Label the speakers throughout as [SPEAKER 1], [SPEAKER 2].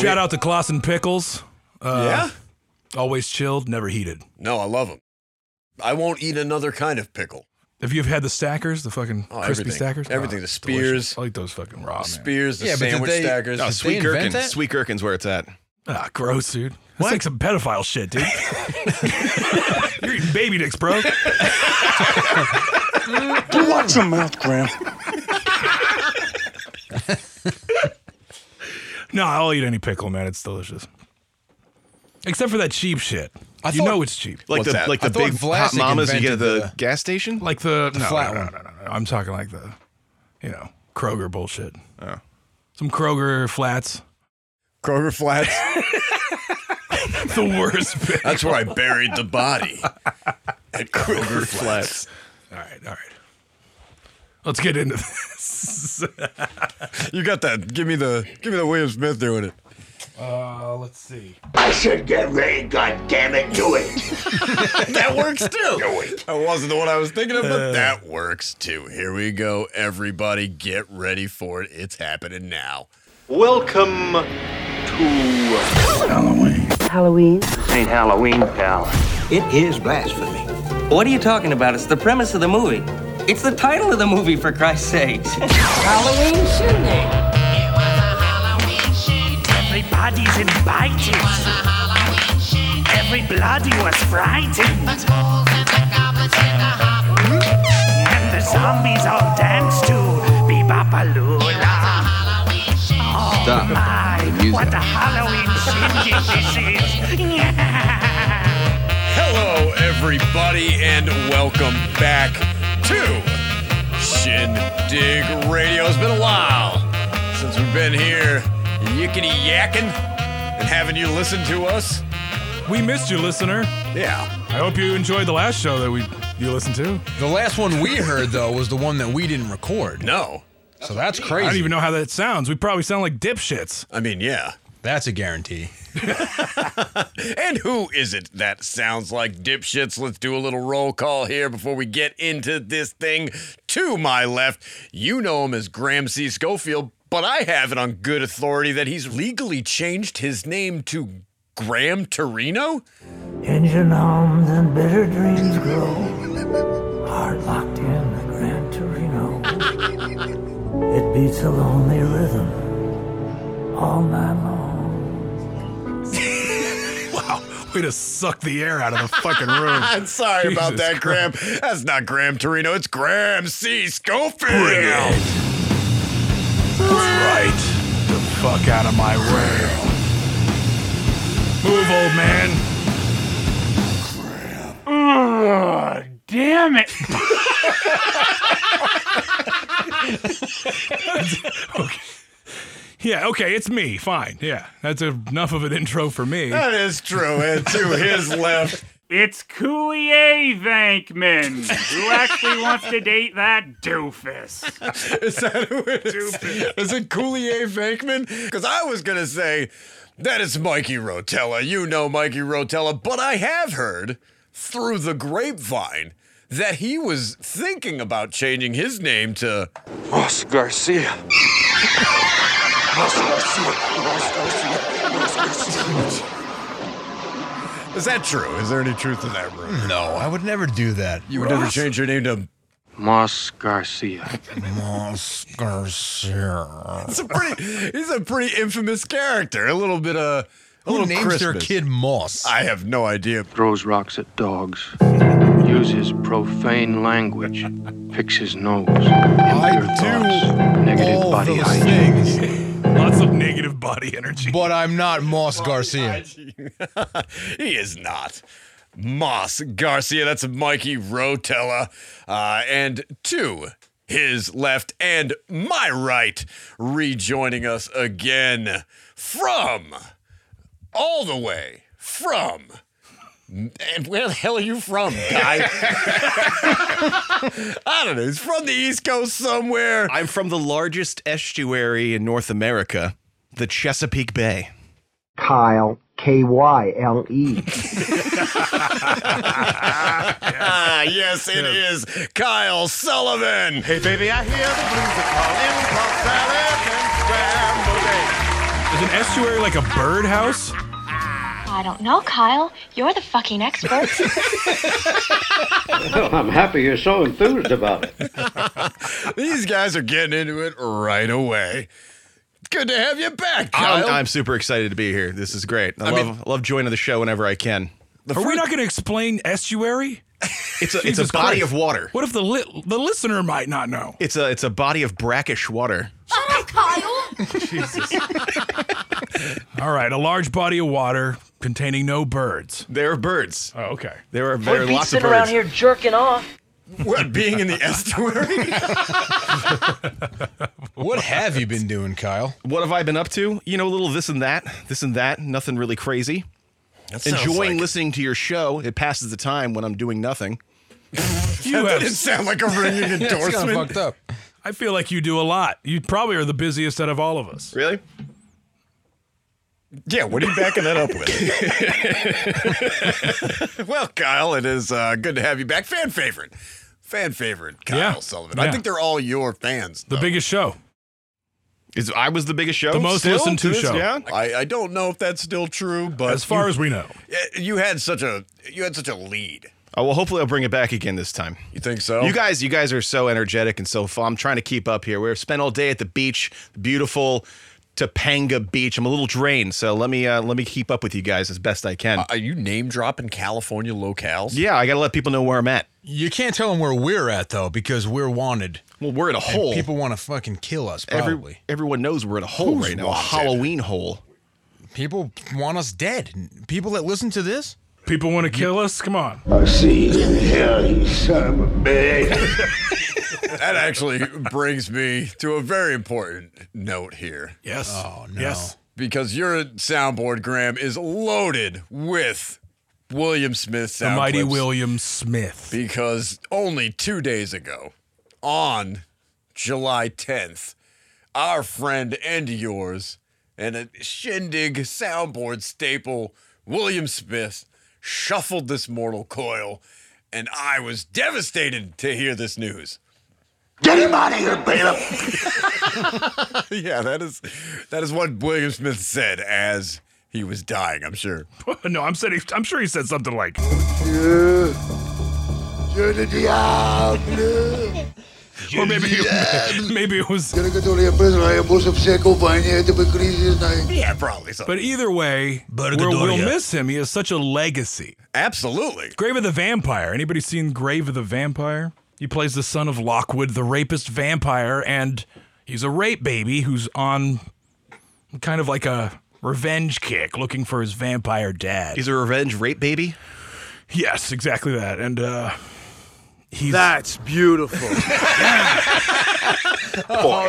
[SPEAKER 1] Shout out to Clausen Pickles. Uh,
[SPEAKER 2] yeah?
[SPEAKER 1] Always chilled, never heated.
[SPEAKER 2] No, I love them. I won't eat another kind of pickle.
[SPEAKER 1] Have you ever had the stackers, the fucking
[SPEAKER 2] Oh,
[SPEAKER 1] crispy
[SPEAKER 2] everything.
[SPEAKER 1] stackers?
[SPEAKER 2] Everything, the
[SPEAKER 1] it's
[SPEAKER 2] spears.
[SPEAKER 1] delicious. I like those fucking raw. man.
[SPEAKER 2] Spears, the
[SPEAKER 3] Yeah, but did
[SPEAKER 2] sandwich
[SPEAKER 3] they-
[SPEAKER 2] stackers.
[SPEAKER 4] No,
[SPEAKER 3] Did
[SPEAKER 4] sweet
[SPEAKER 3] they invent
[SPEAKER 4] gherkin.
[SPEAKER 3] that?
[SPEAKER 4] Sweet gherkin's where it's at.
[SPEAKER 1] Ah, gross, dude. That's like some pedophile shit, dude. You're eating baby dicks, bro.
[SPEAKER 5] Watch your mouth, Graham.
[SPEAKER 1] No, I'll eat any pickle, man. It's delicious. Except for that cheap shit.
[SPEAKER 3] I
[SPEAKER 1] you
[SPEAKER 3] thought-
[SPEAKER 1] know it's cheap.
[SPEAKER 4] Like
[SPEAKER 2] What's
[SPEAKER 4] the
[SPEAKER 2] that?
[SPEAKER 4] like
[SPEAKER 3] I
[SPEAKER 4] the
[SPEAKER 3] thought
[SPEAKER 4] big hot
[SPEAKER 3] Vlasic
[SPEAKER 4] mamas you get at the,
[SPEAKER 3] invented the-
[SPEAKER 4] gas station.
[SPEAKER 1] Like the, Uh, no,
[SPEAKER 3] flat
[SPEAKER 1] no,
[SPEAKER 3] one.
[SPEAKER 1] No, no, no, no. I'm talking like the, you know, Kroger bullshit.
[SPEAKER 3] Oh.
[SPEAKER 1] Some Kroger flats.
[SPEAKER 2] Kroger Flats.
[SPEAKER 1] The worst. pick.
[SPEAKER 2] That's where I buried the body. At Kroger Flats.
[SPEAKER 1] all right, all right. Let's get into this.
[SPEAKER 2] You got that. Give me the give me the William Smith doing it.
[SPEAKER 1] Uh, let's see.
[SPEAKER 6] I should get ready, goddammit, do it.
[SPEAKER 2] That works too.
[SPEAKER 6] Do it.
[SPEAKER 2] That wasn't the one I was thinking of, but that works too. Here we go. Everybody get ready for it. It's happening now.
[SPEAKER 7] Welcome to
[SPEAKER 8] Halloween.
[SPEAKER 7] St. Halloween Town.
[SPEAKER 9] It is blasphemy. What are you talking about? It's the premise of the movie. It's the title of the movie, for Christ's sakes.
[SPEAKER 8] Halloween shindig.
[SPEAKER 10] Everybody's invited. Every bloody was frightened. And the zombies all dance to Bebopalula.
[SPEAKER 3] Stop.
[SPEAKER 10] Oh My, what a Halloween shindig this is.
[SPEAKER 2] Hello, everybody, and welcome back to Shindig Radio. It's been a while since we've been here yickety yakking and having you listen to us.
[SPEAKER 1] We missed you, listener.
[SPEAKER 2] Yeah.
[SPEAKER 1] I hope you enjoyed the last show that we you listened to.
[SPEAKER 3] The last one we heard though was the one that we didn't record.
[SPEAKER 2] No.
[SPEAKER 3] So that's
[SPEAKER 1] I don't
[SPEAKER 3] crazy.
[SPEAKER 1] even know how that sounds. We probably sound like dipshits.
[SPEAKER 2] I mean, yeah.
[SPEAKER 3] That's a guarantee.
[SPEAKER 2] And who is it that sounds like dipshits? Let's do a little roll call here before we get into this thing. To my left, you know him as Graham C. Schofield, but I have it on good authority that he's legally changed his name to Graham Torino.
[SPEAKER 10] Engine homes and bitter dreams grow. Hard locked in the Gran Torino. It beats a lonely rhythm all night long.
[SPEAKER 1] Wow, way to suck the air out of the fucking room.
[SPEAKER 2] I'm sorry about
[SPEAKER 1] Jesus
[SPEAKER 2] that, Graham. That's not Graham Torino. It's Graham C. Schofield.
[SPEAKER 1] Right the fuck out of my way. Move, old man.
[SPEAKER 10] Damn it!
[SPEAKER 1] Yeah, okay, it's me. Fine. Yeah, that's enough of an intro for me.
[SPEAKER 2] That is true. And to his left,
[SPEAKER 10] It's Coulier Vankman, who actually wants to date that doofus.
[SPEAKER 2] Is that who it is? Is it Coulier Vankman? Because I was going to say that it's Mikey Rotella. You know Mikey Rotella, but I have heard through the grapevine that he was thinking about changing his name to
[SPEAKER 5] Ross Garcia. Ross Garcia. Ross Garcia. Ross Garcia.
[SPEAKER 2] Is that true? Is there any truth to that rumor?
[SPEAKER 3] No, I would never do Mm, that.
[SPEAKER 2] You would never change your name to
[SPEAKER 9] Moss Garcia.
[SPEAKER 3] Garcia.
[SPEAKER 2] It's a pretty he's a pretty infamous character. A little bit of a
[SPEAKER 3] Who
[SPEAKER 2] little
[SPEAKER 3] names
[SPEAKER 2] Christmas.
[SPEAKER 3] their kid Moss?
[SPEAKER 2] I have no idea.
[SPEAKER 9] Throws rocks at dogs. Uses profane language. Picks his nose. Impure thoughts. Negative
[SPEAKER 3] all
[SPEAKER 9] body
[SPEAKER 3] those
[SPEAKER 9] height.
[SPEAKER 3] things,
[SPEAKER 1] Lots of negative body energy.
[SPEAKER 3] but I'm not Moss Garcia.
[SPEAKER 2] he is not. Moss Garcia, that's Mikey Rotella. Uh, and to his left and my right, rejoining us again from all the way from. And where the hell are you from, guy? I don't know. He's from the East Coast somewhere.
[SPEAKER 4] I'm from the largest estuary in North America, the Chesapeake Bay.
[SPEAKER 9] Kyle. K Y L E.
[SPEAKER 2] Ah, yes, it is Kyle Sullivan.
[SPEAKER 7] Hey, baby, I hear the blues are calling. Pop salad and scrambled eggs.
[SPEAKER 1] Is an estuary like a birdhouse?
[SPEAKER 11] I don't know, Kyle. You're the fucking expert.
[SPEAKER 12] Well, I'm happy you're so enthused about it.
[SPEAKER 2] These guys are getting into it right away. Good to have you back, Kyle.
[SPEAKER 4] I'm, I'm super excited to be here. This is great. I,
[SPEAKER 2] I
[SPEAKER 4] love
[SPEAKER 2] mean-
[SPEAKER 4] love joining the show whenever I can.
[SPEAKER 1] Are we not going to explain estuary?
[SPEAKER 4] It's a it's
[SPEAKER 1] Jesus
[SPEAKER 4] a body
[SPEAKER 1] Christ.
[SPEAKER 4] of water.
[SPEAKER 1] What if the li- the listener might not know?
[SPEAKER 4] It's a it's a body of brackish water.
[SPEAKER 1] All right, a large body of water containing no birds.
[SPEAKER 4] There are birds.
[SPEAKER 1] Oh, okay.
[SPEAKER 4] There are
[SPEAKER 13] Wouldn't
[SPEAKER 4] there are
[SPEAKER 13] be
[SPEAKER 4] lots of
[SPEAKER 13] sitting
[SPEAKER 4] birds.
[SPEAKER 13] around here jerking off.
[SPEAKER 2] What, being in the estuary?
[SPEAKER 3] What have you been doing, Kyle?
[SPEAKER 4] What have I been up to? You know, a little this and that, this and that. Nothing really crazy.
[SPEAKER 2] That sounds
[SPEAKER 4] Enjoying
[SPEAKER 2] like-
[SPEAKER 4] listening to your show. It passes the time when I'm doing nothing.
[SPEAKER 1] You
[SPEAKER 2] That
[SPEAKER 1] have,
[SPEAKER 2] didn't sound like a ringing
[SPEAKER 3] That's kinda
[SPEAKER 2] endorsement.
[SPEAKER 3] fucked up.
[SPEAKER 1] I feel like you do a lot. You probably are the busiest out of all of us.
[SPEAKER 4] Really?
[SPEAKER 2] Yeah, what are you backing that up with? well, Kyle, it is uh, good to have you back. Fan favorite. Fan favorite, Kyle
[SPEAKER 1] Yeah.
[SPEAKER 2] Sullivan. I
[SPEAKER 1] Yeah.
[SPEAKER 2] think they're all your fans.
[SPEAKER 1] The
[SPEAKER 2] though.
[SPEAKER 1] biggest show.
[SPEAKER 4] Is I was the biggest show.
[SPEAKER 1] The most
[SPEAKER 4] still
[SPEAKER 1] listened to
[SPEAKER 4] this-
[SPEAKER 1] show.
[SPEAKER 4] Yeah.
[SPEAKER 2] I, I don't know if that's still true, but
[SPEAKER 1] As far as we know.
[SPEAKER 2] as you had such a you had such a lead.
[SPEAKER 4] Oh, well, hopefully I'll bring it back again this time.
[SPEAKER 2] You think so?
[SPEAKER 4] You guys, you guys are so energetic and so fun. I'm trying to keep up here. We've spent all day at the beach, beautiful Topanga Beach. I'm a little drained, so let me uh, let me keep up with you guys as best I can.
[SPEAKER 2] Uh, are you name dropping California locales?
[SPEAKER 4] yeah, I gotta let people know where I'm at.
[SPEAKER 3] You can't tell them where we're at though, because we're wanted.
[SPEAKER 4] Well, we're in a
[SPEAKER 3] And
[SPEAKER 4] hole.
[SPEAKER 3] People want to fucking kill us.
[SPEAKER 4] Every-
[SPEAKER 3] Probably.
[SPEAKER 4] everyone knows we're in a hole
[SPEAKER 2] Who's
[SPEAKER 4] right now.
[SPEAKER 2] wanted?
[SPEAKER 4] A Halloween hole.
[SPEAKER 3] people want us dead. People that listen to this.
[SPEAKER 1] People want to kill us? Come on.
[SPEAKER 6] I see you in hell, you son of a bitch.
[SPEAKER 2] That actually brings me to a very important note here.
[SPEAKER 1] Yes.
[SPEAKER 3] Oh, no.
[SPEAKER 1] Yes.
[SPEAKER 2] Because your soundboard, Graham, is loaded with William Smith
[SPEAKER 1] The
[SPEAKER 2] sound
[SPEAKER 1] mighty
[SPEAKER 2] clips.
[SPEAKER 1] William Smith.
[SPEAKER 2] because only two days ago, on July 10th, our friend and yours, and a shindig soundboard staple, William Smith, shuffled this mortal coil, and I was devastated to hear this news.
[SPEAKER 6] Get him out of here, Beta.
[SPEAKER 2] yeah, that is that is what William Smith said as he was dying, I'm sure.
[SPEAKER 1] no, I'm saying I'm sure he said something like
[SPEAKER 6] You're the diablo.
[SPEAKER 1] or maybe maybe it was
[SPEAKER 6] Tiene que te olvidar personaje, vos obseco, vaina, te me crisis, nai.
[SPEAKER 2] Yeah, probably so.
[SPEAKER 1] But either way, we're,
[SPEAKER 3] Bergadoria.
[SPEAKER 1] we'll miss him. He has such a legacy.
[SPEAKER 2] Absolutely.
[SPEAKER 1] Grave of the Vampire. Anybody seen Grave of the Vampire? He plays the son of Lockwood, the rapist vampire, and he's a rape baby who's on kind of like a revenge kick looking for his vampire dad.
[SPEAKER 4] He's a revenge rape baby.
[SPEAKER 1] yes, exactly that. And uh he's
[SPEAKER 14] That's beautiful.
[SPEAKER 13] Boy, if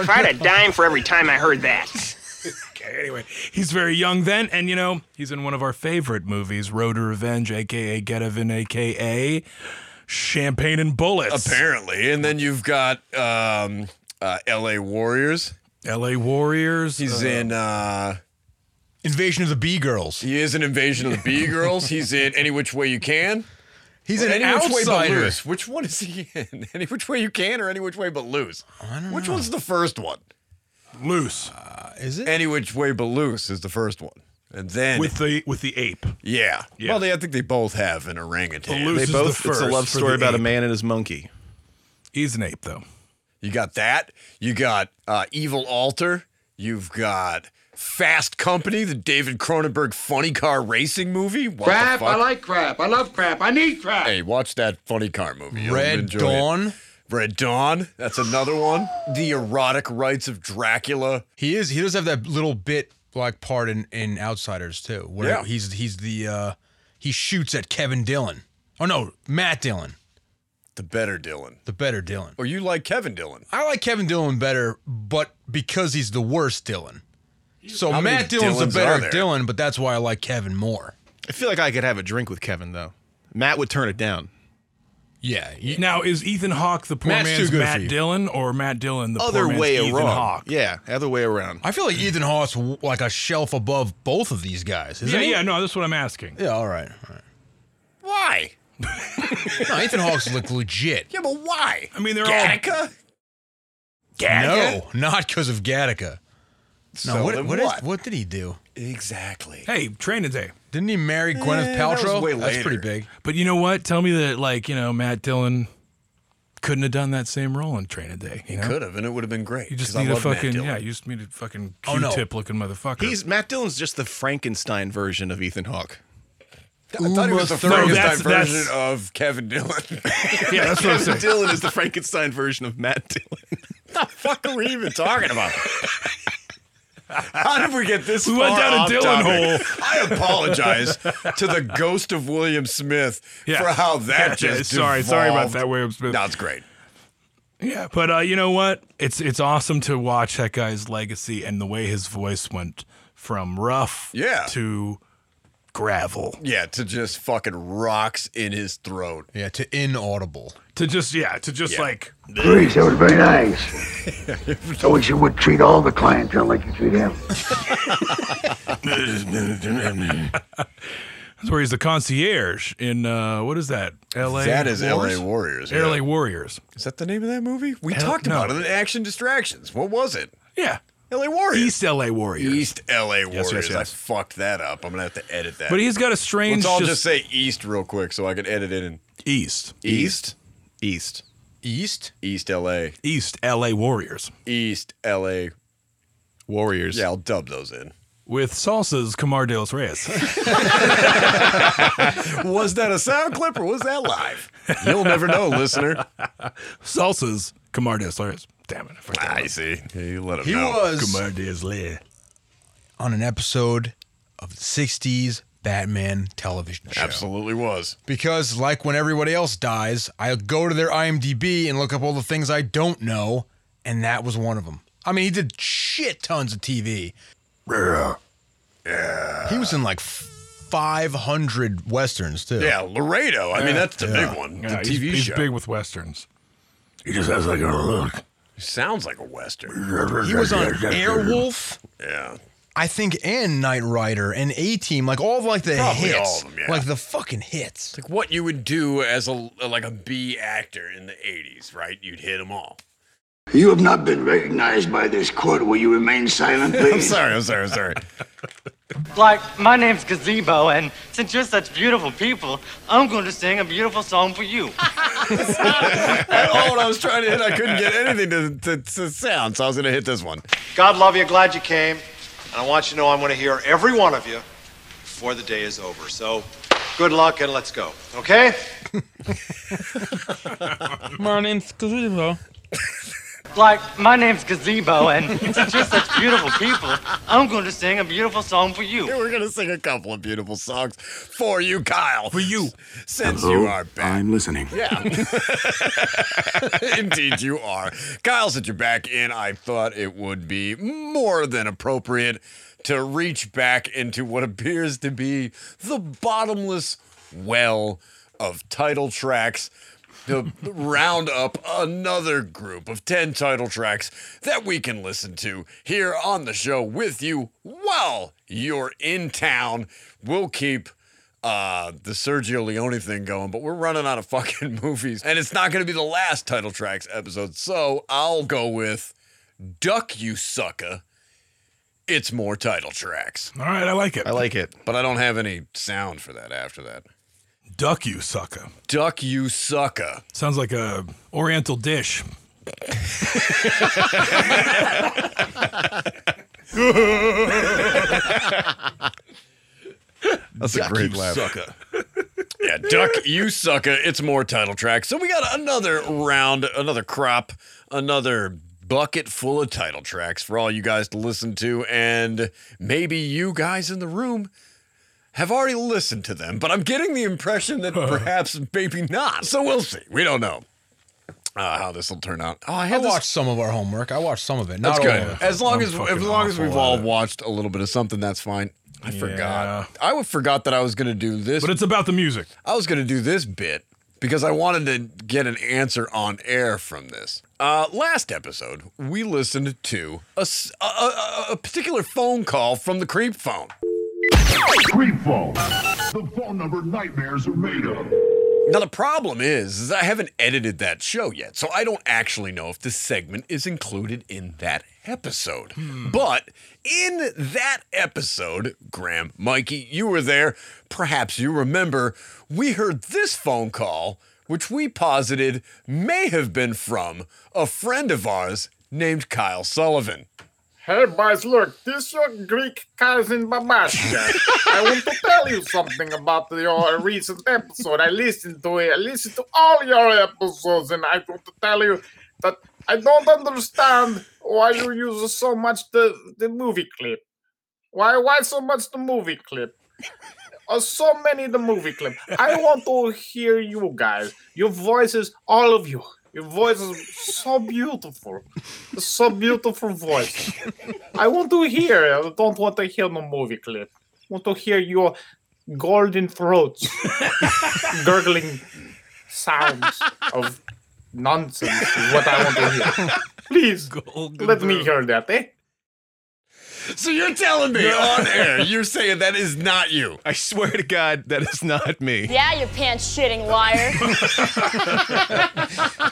[SPEAKER 13] I had a dime for every time I heard that.
[SPEAKER 1] okay, anyway. He's very young then, and you know, he's in one of our favorite movies, Road to Revenge, aka Get Even, aka Champagne and Bullets.
[SPEAKER 2] Apparently. And then you've got um, uh, LA Warriors.
[SPEAKER 1] LA Warriors.
[SPEAKER 2] He's in. Uh,
[SPEAKER 3] Invasion of the Bee Girls.
[SPEAKER 2] he is an invasion of the B girls. He's in any which way you can.
[SPEAKER 3] He's an
[SPEAKER 2] any which way but
[SPEAKER 3] outsider.
[SPEAKER 2] loose. Which one is he in? Any which way you can, or any which way but loose. which one's the first one?
[SPEAKER 1] loose
[SPEAKER 3] Is it?
[SPEAKER 2] Any which way but loose is the first one, and then
[SPEAKER 1] with the with the ape.
[SPEAKER 2] yeah.
[SPEAKER 1] Yeah.
[SPEAKER 2] Well, they, I think they both have an orangutan.
[SPEAKER 1] The loose-
[SPEAKER 4] They
[SPEAKER 1] This is
[SPEAKER 4] both.
[SPEAKER 1] the
[SPEAKER 4] it's a
[SPEAKER 1] first
[SPEAKER 4] love
[SPEAKER 1] for
[SPEAKER 4] story
[SPEAKER 1] the
[SPEAKER 4] about a
[SPEAKER 1] ape.
[SPEAKER 4] man and his monkey.
[SPEAKER 1] He's an ape though.
[SPEAKER 2] You got that. You got uh, Evil Altar. You've got Fast Company, the David Cronenberg funny car racing movie. What the
[SPEAKER 5] Crap,
[SPEAKER 2] fuck?
[SPEAKER 5] I like crap. I love crap. I need crap.
[SPEAKER 2] Hey, watch that funny car movie. You'll
[SPEAKER 3] Red
[SPEAKER 2] enjoy it.
[SPEAKER 3] Dawn.
[SPEAKER 2] Red Dawn. That's another one. The erotic rites of Dracula.
[SPEAKER 3] He is. He does have that little bit like part in, in Outsiders too, where
[SPEAKER 2] Yeah.
[SPEAKER 3] he's he's the uh he shoots at Kevin Dillon. Oh no, Matt Dillon,
[SPEAKER 2] The better Dylan.
[SPEAKER 3] the better Dillon.
[SPEAKER 2] Or you like Kevin Dylan.
[SPEAKER 3] I like Kevin Dillon better, but because he's the worst Dillon. So
[SPEAKER 2] How many
[SPEAKER 3] Matt Dillon's the
[SPEAKER 2] Dillons are
[SPEAKER 3] better
[SPEAKER 2] there?
[SPEAKER 3] Dillon, but that's why I like Kevin more.
[SPEAKER 4] I feel like I could have a drink with Kevin though. Matt would turn it down.
[SPEAKER 3] Yeah. y-
[SPEAKER 1] Now is Ethan Hawke the poor
[SPEAKER 3] Matt's too
[SPEAKER 1] man's
[SPEAKER 3] good for
[SPEAKER 1] Matt
[SPEAKER 3] you.
[SPEAKER 1] Dillon or Matt Dillon the
[SPEAKER 4] other
[SPEAKER 1] poor man's
[SPEAKER 4] way
[SPEAKER 1] Ethan
[SPEAKER 4] around.
[SPEAKER 1] Hawke?
[SPEAKER 4] Yeah, other way around.
[SPEAKER 3] I feel like Ethan Hawke's w- like a shelf above both of these guys. Isn't
[SPEAKER 1] yeah,
[SPEAKER 3] he?
[SPEAKER 1] yeah, no, that's what I'm asking.
[SPEAKER 3] Yeah. All right. All right.
[SPEAKER 2] Why?
[SPEAKER 3] No, Ethan Hawke's look legit.
[SPEAKER 2] Yeah, but why?
[SPEAKER 1] I mean, they're all
[SPEAKER 2] Gattaca?
[SPEAKER 3] No, not because of Gattaca. No,
[SPEAKER 2] So
[SPEAKER 3] what,
[SPEAKER 2] then
[SPEAKER 3] what, is,
[SPEAKER 2] what?
[SPEAKER 3] what did he do?
[SPEAKER 2] Exactly.
[SPEAKER 1] Hey, Training Day.
[SPEAKER 3] Didn't he marry Gwyneth
[SPEAKER 1] Eh, that was
[SPEAKER 3] Paltrow?
[SPEAKER 1] way
[SPEAKER 3] That's pretty
[SPEAKER 1] later.
[SPEAKER 3] big.
[SPEAKER 1] But you know what? Tell me that, like, you know, Matt Dillon couldn't have done that same role in Training Day.
[SPEAKER 2] He
[SPEAKER 1] You know?
[SPEAKER 2] could have, and it would have been great.
[SPEAKER 1] You just
[SPEAKER 2] 'cause I
[SPEAKER 1] need a
[SPEAKER 2] love Matt
[SPEAKER 1] fucking
[SPEAKER 2] Dillon.
[SPEAKER 1] yeah. You just need a fucking
[SPEAKER 4] Oh, no.
[SPEAKER 1] Q-tip looking motherfucker.
[SPEAKER 4] He's Matt Dillon's just the Frankenstein version of Ethan Hawke.
[SPEAKER 2] I thought he was the
[SPEAKER 1] Uma Thurman.
[SPEAKER 2] Frankenstein
[SPEAKER 1] No, that's-
[SPEAKER 2] version
[SPEAKER 1] that's-
[SPEAKER 2] of Kevin Dillon.
[SPEAKER 1] Yeah, that's what I'm
[SPEAKER 4] Kevin
[SPEAKER 1] saying.
[SPEAKER 4] Dillon is the Frankenstein version of Matt Dillon.
[SPEAKER 2] the fuck are we even talking about? How did we get this?
[SPEAKER 1] We went
[SPEAKER 2] far
[SPEAKER 1] down a
[SPEAKER 2] off
[SPEAKER 1] Dillon
[SPEAKER 2] topic?
[SPEAKER 1] hole.
[SPEAKER 2] I apologize to the ghost of William Smith
[SPEAKER 1] Yeah.
[SPEAKER 2] for how that
[SPEAKER 1] Yeah,
[SPEAKER 2] just
[SPEAKER 1] sorry, sorry about
[SPEAKER 2] devolved.
[SPEAKER 1] that, William Smith.
[SPEAKER 2] That's great.
[SPEAKER 1] Yeah, but uh, you know what? It's it's awesome to watch that guy's legacy and the way his voice went from rough
[SPEAKER 2] Yeah.
[SPEAKER 1] to gravel
[SPEAKER 2] Yeah, to just fucking rocks in his throat.
[SPEAKER 3] Yeah, to inaudible.
[SPEAKER 1] to just yeah to just
[SPEAKER 2] Yeah.
[SPEAKER 1] like
[SPEAKER 6] Please, that was very nice. I wish you would treat all the clientele like you treat him.
[SPEAKER 1] that's where he's the concierge in uh, what is that? L.A.
[SPEAKER 2] That is LA
[SPEAKER 1] Wars?
[SPEAKER 2] Warriors, yeah.
[SPEAKER 1] L.A. Warriors.
[SPEAKER 2] Is that the name of that movie? We
[SPEAKER 1] Hell,
[SPEAKER 2] talked
[SPEAKER 1] no.
[SPEAKER 2] about it in Action Distractions. What was it?
[SPEAKER 1] Yeah,
[SPEAKER 2] LA Warriors.
[SPEAKER 1] East L.A. Warriors.
[SPEAKER 2] East LA Warriors.
[SPEAKER 1] Yes, yes, yes.
[SPEAKER 2] I fucked that up. I'm gonna have to edit that.
[SPEAKER 1] But he's got a strange.
[SPEAKER 2] Let's all just, say East real quick so I can edit it in
[SPEAKER 1] East.
[SPEAKER 2] East, East,
[SPEAKER 3] East?
[SPEAKER 2] East LA,
[SPEAKER 1] East L.A. Warriors
[SPEAKER 2] East LA.
[SPEAKER 4] Warriors.
[SPEAKER 2] Yeah, I'll dub those in.
[SPEAKER 1] with salsas Camar de los Reyes.
[SPEAKER 2] Was that a sound clip or was that live? You'll never know, listener.
[SPEAKER 1] salsas Camar de los Reyes. Damn it! I forgot.
[SPEAKER 2] I see. You let him
[SPEAKER 3] Ah, He
[SPEAKER 2] know.
[SPEAKER 3] was
[SPEAKER 1] Camar de los Reyes.
[SPEAKER 3] on an episode of the 60s Batman television show.
[SPEAKER 2] Absolutely was.
[SPEAKER 3] Because, like when everybody else dies, I go to their IMDb and look up all the things I don't know, and that was one of them. I mean, he did shit tons of TV. He was in like 500 westerns, too.
[SPEAKER 2] Yeah, Laredo. I mean, that's the
[SPEAKER 3] Yeah.
[SPEAKER 2] big one.
[SPEAKER 1] Yeah,
[SPEAKER 2] the
[SPEAKER 1] he's-
[SPEAKER 2] TV
[SPEAKER 1] he's
[SPEAKER 2] show.
[SPEAKER 1] big with westerns.
[SPEAKER 5] He just has like a look.
[SPEAKER 2] Sounds like a western.
[SPEAKER 3] He was on Airwolf,
[SPEAKER 2] Yeah.
[SPEAKER 3] I think, and Knight Rider and A Team, like all of like the
[SPEAKER 2] Probably
[SPEAKER 3] hits.
[SPEAKER 2] all of them, yeah.
[SPEAKER 3] Like the fucking hits.
[SPEAKER 2] Like what you would do as a like a B actor in the 80s, right? You'd hit them all.
[SPEAKER 6] You have not been recognized by this court. Will you remain silent,
[SPEAKER 2] I'm
[SPEAKER 6] please?
[SPEAKER 2] sorry. I'm sorry. I'm sorry.
[SPEAKER 14] Like, my name's Gazebo, and since you're such beautiful people, I'm going to sing a beautiful song for you.
[SPEAKER 2] At all, when I was trying to hit, I couldn't get anything to, to, to sound, so I was going to hit this one.
[SPEAKER 15] God love you. Glad you came. And I want you to know I'm going to hear every one of you before the day is over. So good luck and let's go. Okay?
[SPEAKER 16] My name's Gazebo.
[SPEAKER 14] Like, my name's Gazebo, and since you're such beautiful people, I'm going to sing a beautiful song for you.
[SPEAKER 2] We're going to sing a couple of beautiful songs for you, Kyle. For you. Since you
[SPEAKER 5] Hello?
[SPEAKER 2] are back.
[SPEAKER 5] I'm listening.
[SPEAKER 2] Yeah. Indeed, you are. Kyle, since you're back in, I thought it would be more than appropriate to reach back into what appears to be the bottomless well of title tracks to round up another group of 10 title tracks that we can listen to here on the show with you while you're in town. We'll keep uh, the Sergio Leone thing going, but we're running out of fucking movies. And it's not going to be the last title tracks episode. So I'll go with Duck You Sucka. It's more title tracks.
[SPEAKER 1] All right, I like it.
[SPEAKER 4] I like it.
[SPEAKER 2] But I don't have any sound for that after that.
[SPEAKER 1] Duck you sucker.
[SPEAKER 2] Duck You Sucka.
[SPEAKER 1] Sounds like a Oriental dish.
[SPEAKER 2] That's a great laugh. Yeah, Duck You Sucka. It's more title tracks. So we got another round, another crop, another bucket full of title tracks for all you guys to listen to. And maybe you guys in the room have already listened to them, but I'm getting the impression that perhaps maybe not. So we'll see. We don't know uh, how this will turn out. Oh, I
[SPEAKER 3] I,
[SPEAKER 2] had this-
[SPEAKER 3] watched some of our homework. I watched some of it. Not
[SPEAKER 2] That's
[SPEAKER 3] all
[SPEAKER 2] good.
[SPEAKER 3] of it.
[SPEAKER 2] As long
[SPEAKER 3] I'm
[SPEAKER 2] as
[SPEAKER 3] fucking
[SPEAKER 2] as long as
[SPEAKER 3] awful
[SPEAKER 2] we've
[SPEAKER 3] at
[SPEAKER 2] all
[SPEAKER 3] it.
[SPEAKER 2] watched a little bit of something, that's fine. I forgot. I would- forgot that I was going to do this.
[SPEAKER 1] But it's about the music.
[SPEAKER 2] I was going to do this bit because I wanted to get an answer on air from this. Uh, last episode, we listened to a, s- a- a- a- a particular phone call from the creep phone.
[SPEAKER 17] Creep phone. The phone number nightmares are made of.
[SPEAKER 2] Now the problem is, is I haven't edited that show yet, so I don't actually know if this segment is included in that episode. But in that episode, Graham, Mikey, you were there. Perhaps you remember we heard this phone call, which we posited may have been from a friend of ours named Kyle Sullivan.
[SPEAKER 17] Hey boys, look, this your Greek cousin Babashka. I want to tell you something about your recent episode. I listened to it. I listened to all your episodes, and I want to tell you that I don't understand why you use so much the, the movie clip. Why why so much the movie clip? Uh, so many the movie clip. I want to hear you guys. Your voices, all of you. Your voice is so beautiful. So beautiful voice. I want to hear. I don't want to hear no movie clip. I want to hear your golden throats gurgling sounds of nonsense is what I want to hear. Please let me hear that, eh?
[SPEAKER 2] So you're telling me on air, you're saying that is not you.
[SPEAKER 4] I swear to God, that is not me.
[SPEAKER 18] Yeah, you pants shitting liar.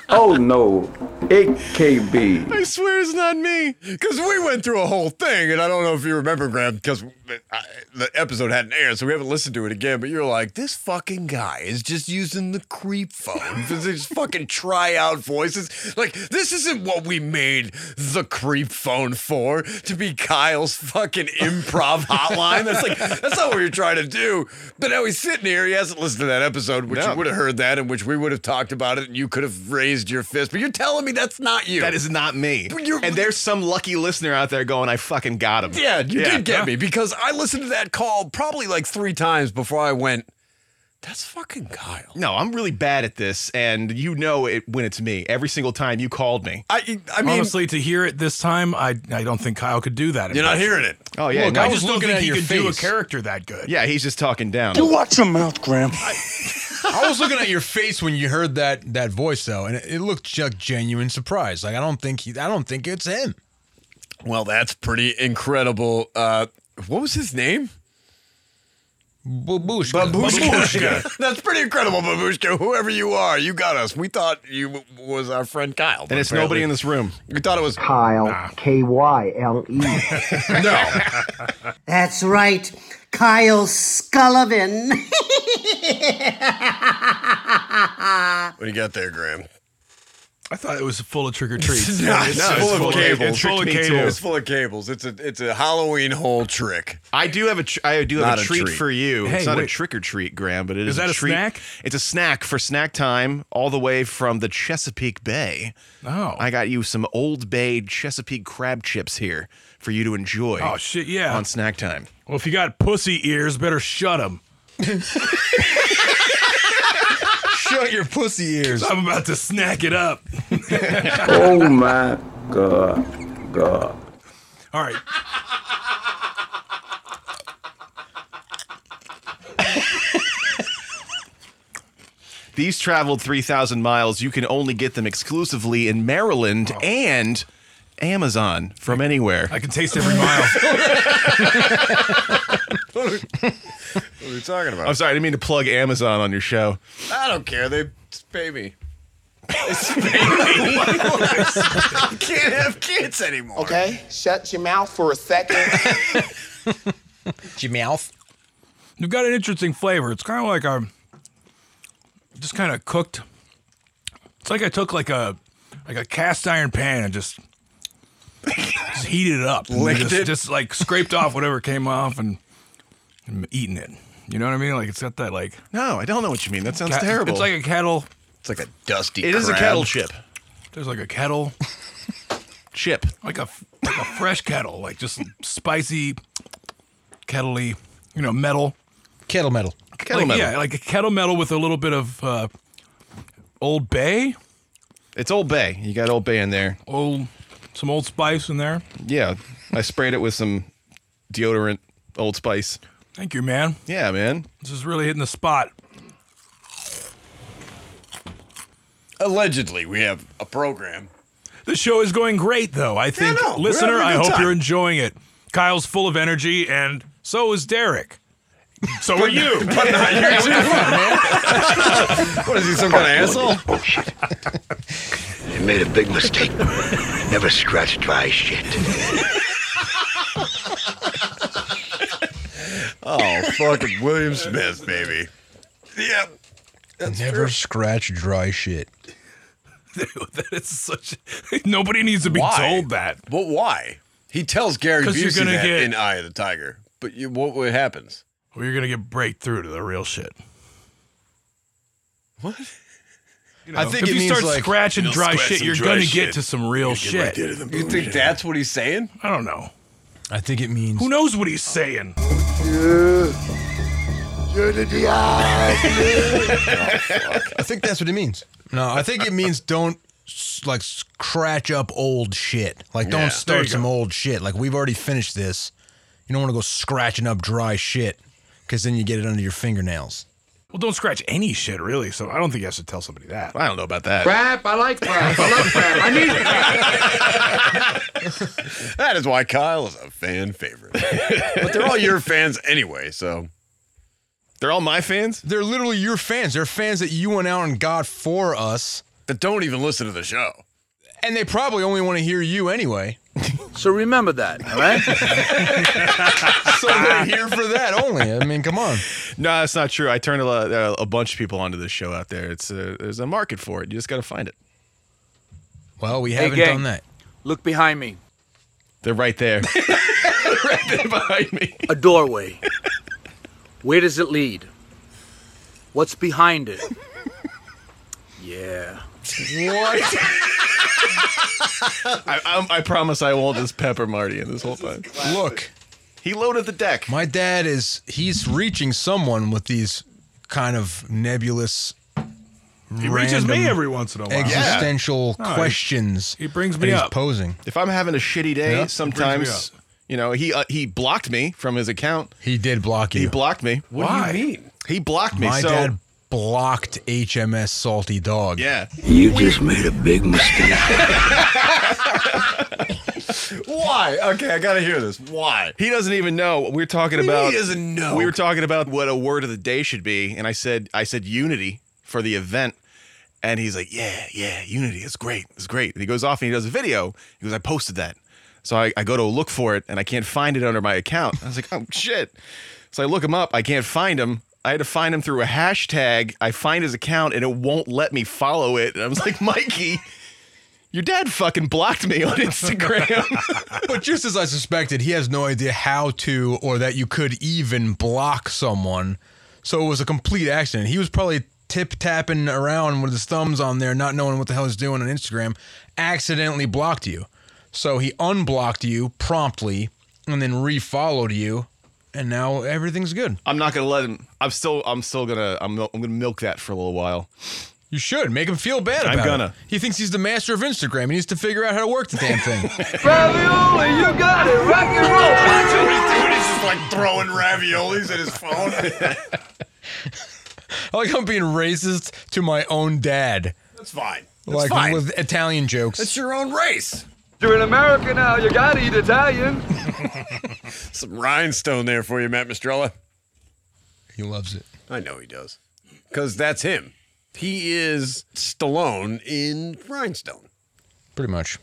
[SPEAKER 19] Oh no, AKB.
[SPEAKER 2] I swear it's not me. Because we went through a whole thing, and I don't know if you remember, Graham, because the episode hadn't aired, so we haven't listened to it again. But you're like, this fucking guy is just using the creep phone for his fucking tryout voices. Like, this isn't what we made the creep phone for to be Kyle's fucking improv hotline. That's like, that's not what you're trying to do. But now he's sitting here. He hasn't listened to that episode, which
[SPEAKER 4] No.
[SPEAKER 2] you would have heard that, in which we would have talked about it, and you could have raised your fist. But you're telling me that's not you.
[SPEAKER 4] That is not me. And there's some lucky listener out there going, I fucking got him.
[SPEAKER 2] Yeah, you did get me because I listened to that call probably like three times before I went. That's fucking Kyle.
[SPEAKER 4] No, I'm really bad at this, and you know it when it's me. Every single time you called me.
[SPEAKER 2] I, I
[SPEAKER 4] mean-
[SPEAKER 1] honestly, to hear it this time, I, I don't think Kyle could do that.
[SPEAKER 4] You're not
[SPEAKER 1] impression.
[SPEAKER 4] hearing it. Oh, yeah,
[SPEAKER 1] Look,
[SPEAKER 4] no, I
[SPEAKER 1] I
[SPEAKER 4] was
[SPEAKER 1] just don't
[SPEAKER 4] looking
[SPEAKER 1] think
[SPEAKER 4] at
[SPEAKER 1] he
[SPEAKER 4] your
[SPEAKER 1] could do a
[SPEAKER 4] face.
[SPEAKER 1] character that good.
[SPEAKER 4] Yeah, he's just talking down.
[SPEAKER 3] You
[SPEAKER 19] watch your mouth, Graham.
[SPEAKER 3] I was looking at your face when you heard that that voice though, and it, it looked like genuine surprise. Like I don't think he, I don't think it's him.
[SPEAKER 2] Well, that's pretty incredible. Uh, what was his name?
[SPEAKER 3] Babushka.
[SPEAKER 2] Babushka. that's pretty incredible, Babushka. Whoever you are, you got us. We thought you w- was our friend Kyle. but
[SPEAKER 4] And it's
[SPEAKER 2] apparently-
[SPEAKER 4] nobody in this room.
[SPEAKER 2] We thought it was
[SPEAKER 20] Kyle, K Y L E.
[SPEAKER 21] That's right, Kyle Scullivan.
[SPEAKER 2] What do you got there, Graham?
[SPEAKER 1] I thought it was full of trick or treats.
[SPEAKER 2] No, it's, full, of cables.
[SPEAKER 1] It's full of
[SPEAKER 2] It's
[SPEAKER 1] cables.
[SPEAKER 2] full of cables. It's a it's a Halloween hole trick.
[SPEAKER 4] I do have a tr- I do have
[SPEAKER 2] Not
[SPEAKER 4] a,
[SPEAKER 2] a
[SPEAKER 4] treat,
[SPEAKER 2] treat.
[SPEAKER 4] for you.
[SPEAKER 2] Hey,
[SPEAKER 4] it's not a
[SPEAKER 2] wait.
[SPEAKER 4] trick or treat, Graham, but it is,
[SPEAKER 1] Is that a
[SPEAKER 4] treat.
[SPEAKER 1] snack?
[SPEAKER 4] It's a snack for snack time, all the way from the Chesapeake Bay.
[SPEAKER 1] Oh,
[SPEAKER 4] I got you some Old Bay Chesapeake crab chips here for you to enjoy.
[SPEAKER 1] Oh, shit, yeah.
[SPEAKER 4] on snack time.
[SPEAKER 1] Well, if you got pussy ears, better shut them.
[SPEAKER 4] shut your pussy ears.
[SPEAKER 1] I'm about to snack it up.
[SPEAKER 19] oh my God, God.
[SPEAKER 1] All right.
[SPEAKER 4] These traveled 3,000 miles. You can only get them exclusively in Maryland and Amazon from anywhere.
[SPEAKER 1] I can taste every mile.
[SPEAKER 2] What are we talking about?
[SPEAKER 4] I'm sorry, I didn't mean to plug Amazon on your show.
[SPEAKER 2] I don't care. They pay me. They pay me. I can't have kids anymore.
[SPEAKER 22] Okay, shut your mouth for a second.
[SPEAKER 1] Your mouth. You've got an interesting flavor. It's kind of like a, just kind of cooked. It's like I took like a, like a cast iron pan and just, just heated it up, and
[SPEAKER 2] Licked
[SPEAKER 1] just,
[SPEAKER 2] it?
[SPEAKER 1] just like scraped off whatever came off and, and eating it. You know what I mean? Like it's got that like.
[SPEAKER 4] No, I don't know what you mean. That sounds
[SPEAKER 1] Ca-
[SPEAKER 4] terrible.
[SPEAKER 1] It's like a kettle.
[SPEAKER 2] It's like a dusty.
[SPEAKER 4] It is a kettle chip.
[SPEAKER 1] There's like a kettle
[SPEAKER 4] chip,
[SPEAKER 1] like a f- like a fresh kettle, like just spicy, kettley, you know, metal.
[SPEAKER 3] Kettle metal.
[SPEAKER 1] Kettle like, Yeah, like a kettle metal with a little bit of uh, Old Bay.
[SPEAKER 4] It's Old Bay. You got Old Bay in there.
[SPEAKER 1] Old, some Old Spice in there.
[SPEAKER 4] Yeah. I sprayed it with some deodorant, Old Spice.
[SPEAKER 1] Thank you, man.
[SPEAKER 4] Yeah, man.
[SPEAKER 1] This is really hitting the spot.
[SPEAKER 2] Allegedly, we have a program.
[SPEAKER 1] The show is going great, though. I think,
[SPEAKER 2] no, we're
[SPEAKER 1] listener,
[SPEAKER 2] having a
[SPEAKER 1] I
[SPEAKER 2] good
[SPEAKER 1] hope
[SPEAKER 2] time.
[SPEAKER 1] you're enjoying it. Kyle's full of energy, and so is Derek. So are you.
[SPEAKER 2] but not you too, man. what is he, some kind of asshole?
[SPEAKER 6] Bullshit. Oh, They made a big mistake. Never scratch dry shit.
[SPEAKER 2] Oh, fucking William Smith, baby. Yep.
[SPEAKER 3] Never scratch dry shit.
[SPEAKER 1] that is such. Nobody needs to be
[SPEAKER 2] Why?
[SPEAKER 1] told that.
[SPEAKER 2] But why? He tells Gary
[SPEAKER 1] 'Cause
[SPEAKER 2] Busey
[SPEAKER 1] you're gonna
[SPEAKER 2] that
[SPEAKER 1] get-
[SPEAKER 2] in Eye of the Tiger. But you, what, what happens?
[SPEAKER 1] Well, you're gonna get breakthrough to the real shit.
[SPEAKER 2] What?
[SPEAKER 1] You know, if you start scratching
[SPEAKER 2] You'll
[SPEAKER 1] dry
[SPEAKER 2] scratch
[SPEAKER 1] shit,
[SPEAKER 2] some
[SPEAKER 1] you're
[SPEAKER 2] dry
[SPEAKER 1] gonna
[SPEAKER 2] shit.
[SPEAKER 1] get to some real
[SPEAKER 2] You'll get right
[SPEAKER 1] shit.
[SPEAKER 2] there to the You think bullshit. that's what he's saying?
[SPEAKER 1] I don't know.
[SPEAKER 3] I think it means
[SPEAKER 1] Who knows what he's saying? Oh,
[SPEAKER 3] I think that's what it means. No, I think it means don't s- like scratch up old shit. Like don't
[SPEAKER 2] Yeah. There
[SPEAKER 3] start
[SPEAKER 2] you
[SPEAKER 3] some old shit. Like we've already finished this. You don't want to go scratching up dry shit because then you get it under your fingernails.
[SPEAKER 1] Well, don't scratch any shit, really. So I don't think you have to tell somebody that.
[SPEAKER 4] I don't know about that.
[SPEAKER 17] Crap, I like crap. I love crap. I need
[SPEAKER 2] That is why Kyle is a fan favorite. but they're all your fans anyway, so.
[SPEAKER 4] They're all my fans.
[SPEAKER 3] They're literally your fans. They're fans that you went out and got for us.
[SPEAKER 2] That don't even listen to the show.
[SPEAKER 3] And they probably only want to hear you anyway.
[SPEAKER 8] So remember that, all right?
[SPEAKER 3] so they're here for that only. I mean, come on.
[SPEAKER 4] No, that's not true. I turned a, lot, uh, a bunch of people onto this show out there. It's a, there's a market for it. You just got to find it.
[SPEAKER 3] Well, we
[SPEAKER 8] Hey,
[SPEAKER 3] haven't
[SPEAKER 8] gang,
[SPEAKER 3] done that.
[SPEAKER 8] Look behind me.
[SPEAKER 4] They're right there.
[SPEAKER 8] right there behind me. A doorway. Where does it lead? What's behind it? Yeah.
[SPEAKER 4] What? I, I'm- I promise I won't just pepper Marty in this whole time.
[SPEAKER 3] Look,
[SPEAKER 4] he loaded the deck.
[SPEAKER 3] My dad is he's reaching someone with these kind of nebulous.
[SPEAKER 1] He reaches me
[SPEAKER 3] random
[SPEAKER 1] every once in a while.
[SPEAKER 3] Existential
[SPEAKER 1] Yeah. No, he-
[SPEAKER 3] questions.
[SPEAKER 1] he brings
[SPEAKER 3] that
[SPEAKER 1] me
[SPEAKER 3] he's
[SPEAKER 1] up.
[SPEAKER 3] posing.
[SPEAKER 4] If I'm having a shitty
[SPEAKER 3] Yeah,
[SPEAKER 4] day,
[SPEAKER 3] it brings me
[SPEAKER 4] sometimes you know he uh, he blocked me from his account.
[SPEAKER 3] He did block you.
[SPEAKER 4] He blocked me.
[SPEAKER 1] What do you Why? mean?
[SPEAKER 4] He blocked me.
[SPEAKER 3] My
[SPEAKER 4] so
[SPEAKER 3] dad blocked HMS Salty Dog.
[SPEAKER 4] yeah.
[SPEAKER 6] You just made a big mistake.
[SPEAKER 2] Why? Okay, I gotta hear this. Why?
[SPEAKER 4] He doesn't even know. We were talking
[SPEAKER 2] What do you mean
[SPEAKER 4] about.
[SPEAKER 2] he doesn't know?
[SPEAKER 4] We were talking about what a word of the day should be, and I said I said unity for the event, and he's like, yeah, yeah, unity is great, it's great. And he goes off and he does a video. He goes, I posted that, so I, I go to look for it and I can't find it under my account. I was like, oh shit. So I look him up. I can't find him. I had to find him through a hashtag. I find his account and it won't let me follow it. And I was like, Mikey, your dad fucking blocked me on Instagram.
[SPEAKER 3] but just as I suspected, he has no idea how to or that you could even block someone. So it was a complete accident. He was probably tip tapping around with his thumbs on there, not knowing what the hell he's doing on Instagram, accidentally blocked you. So he unblocked you promptly and then refollowed you, and now everything's good.
[SPEAKER 4] I'm not gonna let him. I'm still. I'm still gonna. I'm. mil- I'm gonna milk that for a little while.
[SPEAKER 3] You should make him feel bad
[SPEAKER 4] I'm
[SPEAKER 3] about
[SPEAKER 4] gonna.
[SPEAKER 3] it. He thinks he's the master of Instagram. He needs to figure out how to work the damn thing.
[SPEAKER 8] Ravioli, you got it. Rock and roll.
[SPEAKER 2] What he's doing is just like throwing raviolis at his phone.
[SPEAKER 3] I like how I'm being racist to my own dad.
[SPEAKER 2] That's fine. That's
[SPEAKER 3] like
[SPEAKER 2] fine.
[SPEAKER 3] with Italian jokes.
[SPEAKER 2] That's your own race.
[SPEAKER 8] You're in America now. You gotta eat Italian.
[SPEAKER 2] Some rhinestone there for you, Matt Mistrella.
[SPEAKER 3] He loves it.
[SPEAKER 2] I know he does. Because that's him. He is Stallone in Rhinestone.
[SPEAKER 3] Pretty much.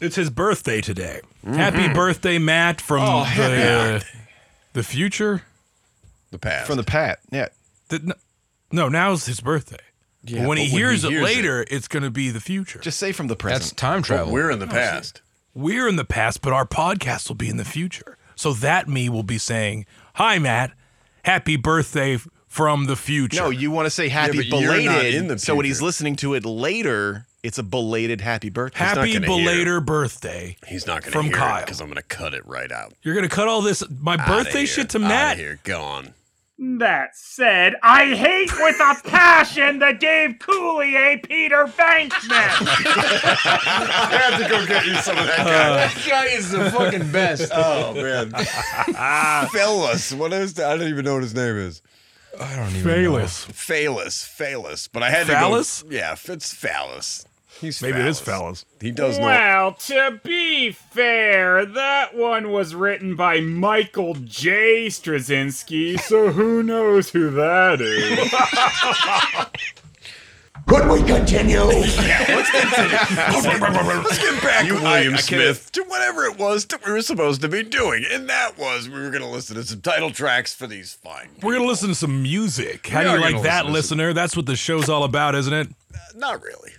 [SPEAKER 1] It's his birthday today.
[SPEAKER 2] Mm-hmm.
[SPEAKER 4] Mm-hmm.
[SPEAKER 1] Happy birthday, Matt, from
[SPEAKER 2] Oh, happy
[SPEAKER 1] the, the future.
[SPEAKER 2] The past.
[SPEAKER 4] From the pat. Yeah.
[SPEAKER 1] The- no, no, now's his birthday.
[SPEAKER 4] Yeah,
[SPEAKER 1] But when
[SPEAKER 4] but
[SPEAKER 1] he
[SPEAKER 4] when
[SPEAKER 1] hears
[SPEAKER 4] he
[SPEAKER 1] it
[SPEAKER 4] hears
[SPEAKER 1] later, it's going to be the future. Oh,
[SPEAKER 4] Just say from the present.
[SPEAKER 3] That's time
[SPEAKER 2] But
[SPEAKER 3] travel.
[SPEAKER 2] we're in the past.
[SPEAKER 1] We're in the past, but our podcast will be in the future. So that me will be saying, "Hi, Matt. Happy birthday f- from the future."
[SPEAKER 4] No, you want to say happy
[SPEAKER 2] but you're not
[SPEAKER 4] belated.
[SPEAKER 2] in the
[SPEAKER 4] so when he's
[SPEAKER 2] future.
[SPEAKER 4] listening to it later, it's a belated happy birthday.
[SPEAKER 2] not
[SPEAKER 1] happy
[SPEAKER 2] gonna
[SPEAKER 1] belated birthday.
[SPEAKER 2] He's not going to
[SPEAKER 1] From
[SPEAKER 2] hear
[SPEAKER 1] Kyle.
[SPEAKER 2] because I'm going to cut it right out.
[SPEAKER 1] You're going to cut all this my
[SPEAKER 2] Outta
[SPEAKER 1] birthday
[SPEAKER 2] here.
[SPEAKER 1] shit to
[SPEAKER 2] Outta
[SPEAKER 1] Matt.
[SPEAKER 2] here. Gone.
[SPEAKER 10] That said, I hate with a passion the Dave Coulier Peter Venkman.
[SPEAKER 2] I have to go get you some of that guy.
[SPEAKER 3] That guy is the fucking best.
[SPEAKER 2] Uh. oh, man. Phallus. What is that? I don't even know what his name is.
[SPEAKER 3] I don't even know.
[SPEAKER 1] Phallus.
[SPEAKER 2] Phallus. Phallus. But I had
[SPEAKER 1] Phallus?
[SPEAKER 2] to go. Yeah, it's Phallus. He's
[SPEAKER 1] Maybe it is fellas.
[SPEAKER 2] He
[SPEAKER 10] well, to be fair, that one was written by Michael J. Straczynski, so who knows who that is?
[SPEAKER 5] Could we continue?
[SPEAKER 2] Let's get back,
[SPEAKER 5] You
[SPEAKER 2] I-
[SPEAKER 5] William
[SPEAKER 2] I, can't-
[SPEAKER 5] Smith.
[SPEAKER 2] to whatever it was that we were supposed to be doing, and that was we were going to listen to some title tracks for these fine.
[SPEAKER 1] We're gonna listen to some music. How
[SPEAKER 2] We
[SPEAKER 1] do you
[SPEAKER 2] are
[SPEAKER 1] like
[SPEAKER 2] gonna
[SPEAKER 1] that,
[SPEAKER 2] listen to some-
[SPEAKER 1] listener? That's what the show's all about, isn't it?
[SPEAKER 2] uh, Not really.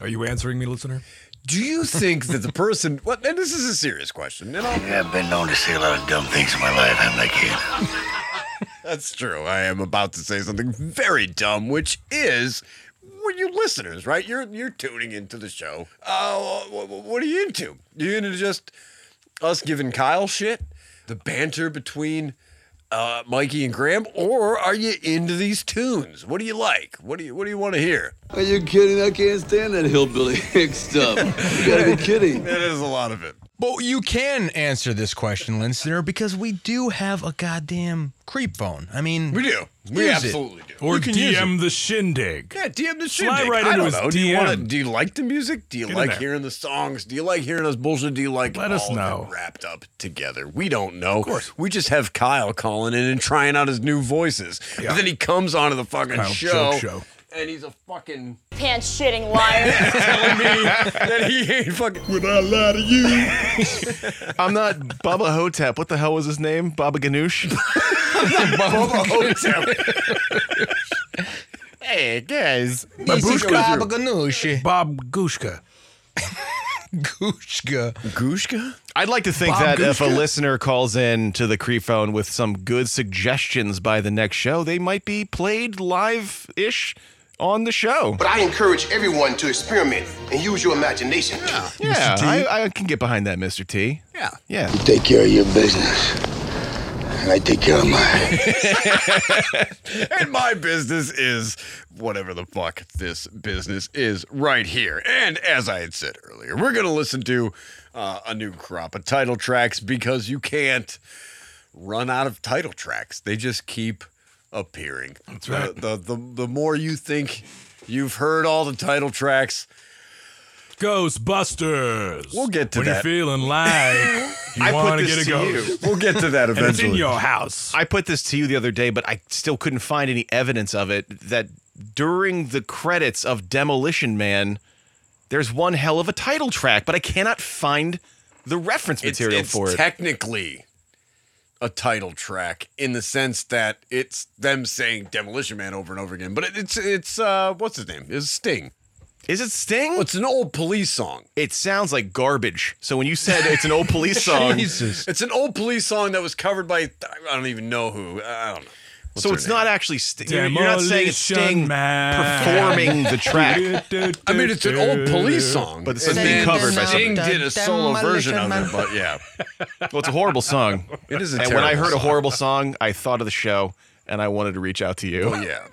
[SPEAKER 1] Are you answering me, listener?
[SPEAKER 2] Do you think that the person? Well, and this is a serious question. And I'll-
[SPEAKER 5] Yeah, I've been known to say a lot of dumb things in my life, haven't I, kid?
[SPEAKER 2] that's true. I am about to say something very dumb, which is. Were you listeners, right? You're you're tuning into the show. Uh, what, what are you into? You into just us giving Kyle shit, the banter between uh, Mikey and Graham, or are you into these tunes? What do you like? What do you what do you want to hear?
[SPEAKER 7] Are you kidding? I can't stand that hillbilly hick stuff. You gotta be kidding.
[SPEAKER 2] That is a lot of it.
[SPEAKER 3] But you can answer this question, listener, because we do have a goddamn creep phone. I mean,
[SPEAKER 2] we do.
[SPEAKER 1] We absolutely do. Or DM the shindig.
[SPEAKER 2] Yeah, DM the shit.
[SPEAKER 1] Slide right
[SPEAKER 2] I
[SPEAKER 1] into
[SPEAKER 2] don't
[SPEAKER 1] his
[SPEAKER 2] know. Do you
[SPEAKER 1] DM.
[SPEAKER 2] want to? Do you like the music? Do you
[SPEAKER 1] Get in
[SPEAKER 2] like
[SPEAKER 1] there.
[SPEAKER 2] hearing the songs? Do you like hearing us bullshit? Do you like
[SPEAKER 1] Let us
[SPEAKER 2] all of it
[SPEAKER 1] know.
[SPEAKER 2] wrapped up together? We don't know. Of course, we just have Kyle calling in and trying out his new voices. But then he comes onto the fucking
[SPEAKER 1] Kyle,
[SPEAKER 2] show.
[SPEAKER 1] joke show.
[SPEAKER 2] And he's a fucking
[SPEAKER 18] Pants shitting liar.
[SPEAKER 2] telling me that he ain't fucking.
[SPEAKER 4] Would I lie to you? I'm not Bubba Hotep. What the hell was his name? Baba Ganoush?
[SPEAKER 2] Bubba Hotep.
[SPEAKER 4] hey, guys.
[SPEAKER 3] Babushka Ganoush.
[SPEAKER 1] Bob Gushka.
[SPEAKER 3] Gooshka.
[SPEAKER 2] Gooshka?
[SPEAKER 4] I'd like to think
[SPEAKER 3] Bob
[SPEAKER 4] that if a
[SPEAKER 3] Gooshka?
[SPEAKER 4] listener calls in to the Cree phone with some good suggestions by the next show, they might be played live ish on the show.
[SPEAKER 22] But I encourage everyone to experiment and use your imagination.
[SPEAKER 4] Yeah,
[SPEAKER 22] Mr. T.
[SPEAKER 4] I, I can get behind that, Mr. T.
[SPEAKER 2] Yeah.
[SPEAKER 4] Yeah.
[SPEAKER 22] You take care of your business.
[SPEAKER 5] And I take care of mine.
[SPEAKER 2] and my business is whatever the fuck this business is right here. And as I had said earlier, we're going to listen to uh, a new crop of title tracks because you can't run out of title tracks. They just keep appearing. That's
[SPEAKER 1] right.
[SPEAKER 2] The, the, the, the more you think you've heard all the title tracks,
[SPEAKER 1] Ghostbusters.
[SPEAKER 2] We'll get to
[SPEAKER 1] when
[SPEAKER 2] that.
[SPEAKER 1] you're feeling like
[SPEAKER 4] I
[SPEAKER 1] you
[SPEAKER 4] put
[SPEAKER 1] want to
[SPEAKER 4] this
[SPEAKER 1] get a
[SPEAKER 4] to
[SPEAKER 1] ghost.
[SPEAKER 4] you.
[SPEAKER 2] We'll get to that
[SPEAKER 1] And it's in
[SPEAKER 4] eventually.
[SPEAKER 1] your house.
[SPEAKER 4] I put this to you the other day, but I still couldn't find any evidence of it. That during the credits of Demolition Man, there's one hell of a title track, but I cannot find the reference
[SPEAKER 2] it's,
[SPEAKER 4] material
[SPEAKER 2] it's
[SPEAKER 4] for it.
[SPEAKER 2] technically a title track in the sense that it's them saying Demolition Man over and over again. But it, it's it's uh what's his name? Is Sting.
[SPEAKER 4] Is it Sting?
[SPEAKER 2] Well, it's an old police song.
[SPEAKER 4] it sounds like garbage. So when you said it's an old police song,
[SPEAKER 3] Jesus.
[SPEAKER 2] It's an old police song that was covered by I don't even know who. I don't know. What's
[SPEAKER 4] so
[SPEAKER 2] her
[SPEAKER 4] it's
[SPEAKER 2] name?
[SPEAKER 4] not actually Sting. You're you're not saying it's
[SPEAKER 1] Demolition
[SPEAKER 4] Sting
[SPEAKER 1] Man.
[SPEAKER 4] performing the track.
[SPEAKER 2] I mean, it's an old police song,
[SPEAKER 4] But it's
[SPEAKER 2] and
[SPEAKER 4] being
[SPEAKER 2] then
[SPEAKER 4] covered by
[SPEAKER 2] Sting
[SPEAKER 4] somebody.
[SPEAKER 2] did a solo version of it,
[SPEAKER 4] Demolition
[SPEAKER 2] but yeah,
[SPEAKER 4] Well, it's a horrible song.
[SPEAKER 2] It is a
[SPEAKER 4] And when I
[SPEAKER 2] terrible
[SPEAKER 4] heard a
[SPEAKER 2] song.
[SPEAKER 4] horrible song, I thought of the show and I wanted to reach out to you.
[SPEAKER 2] oh yeah,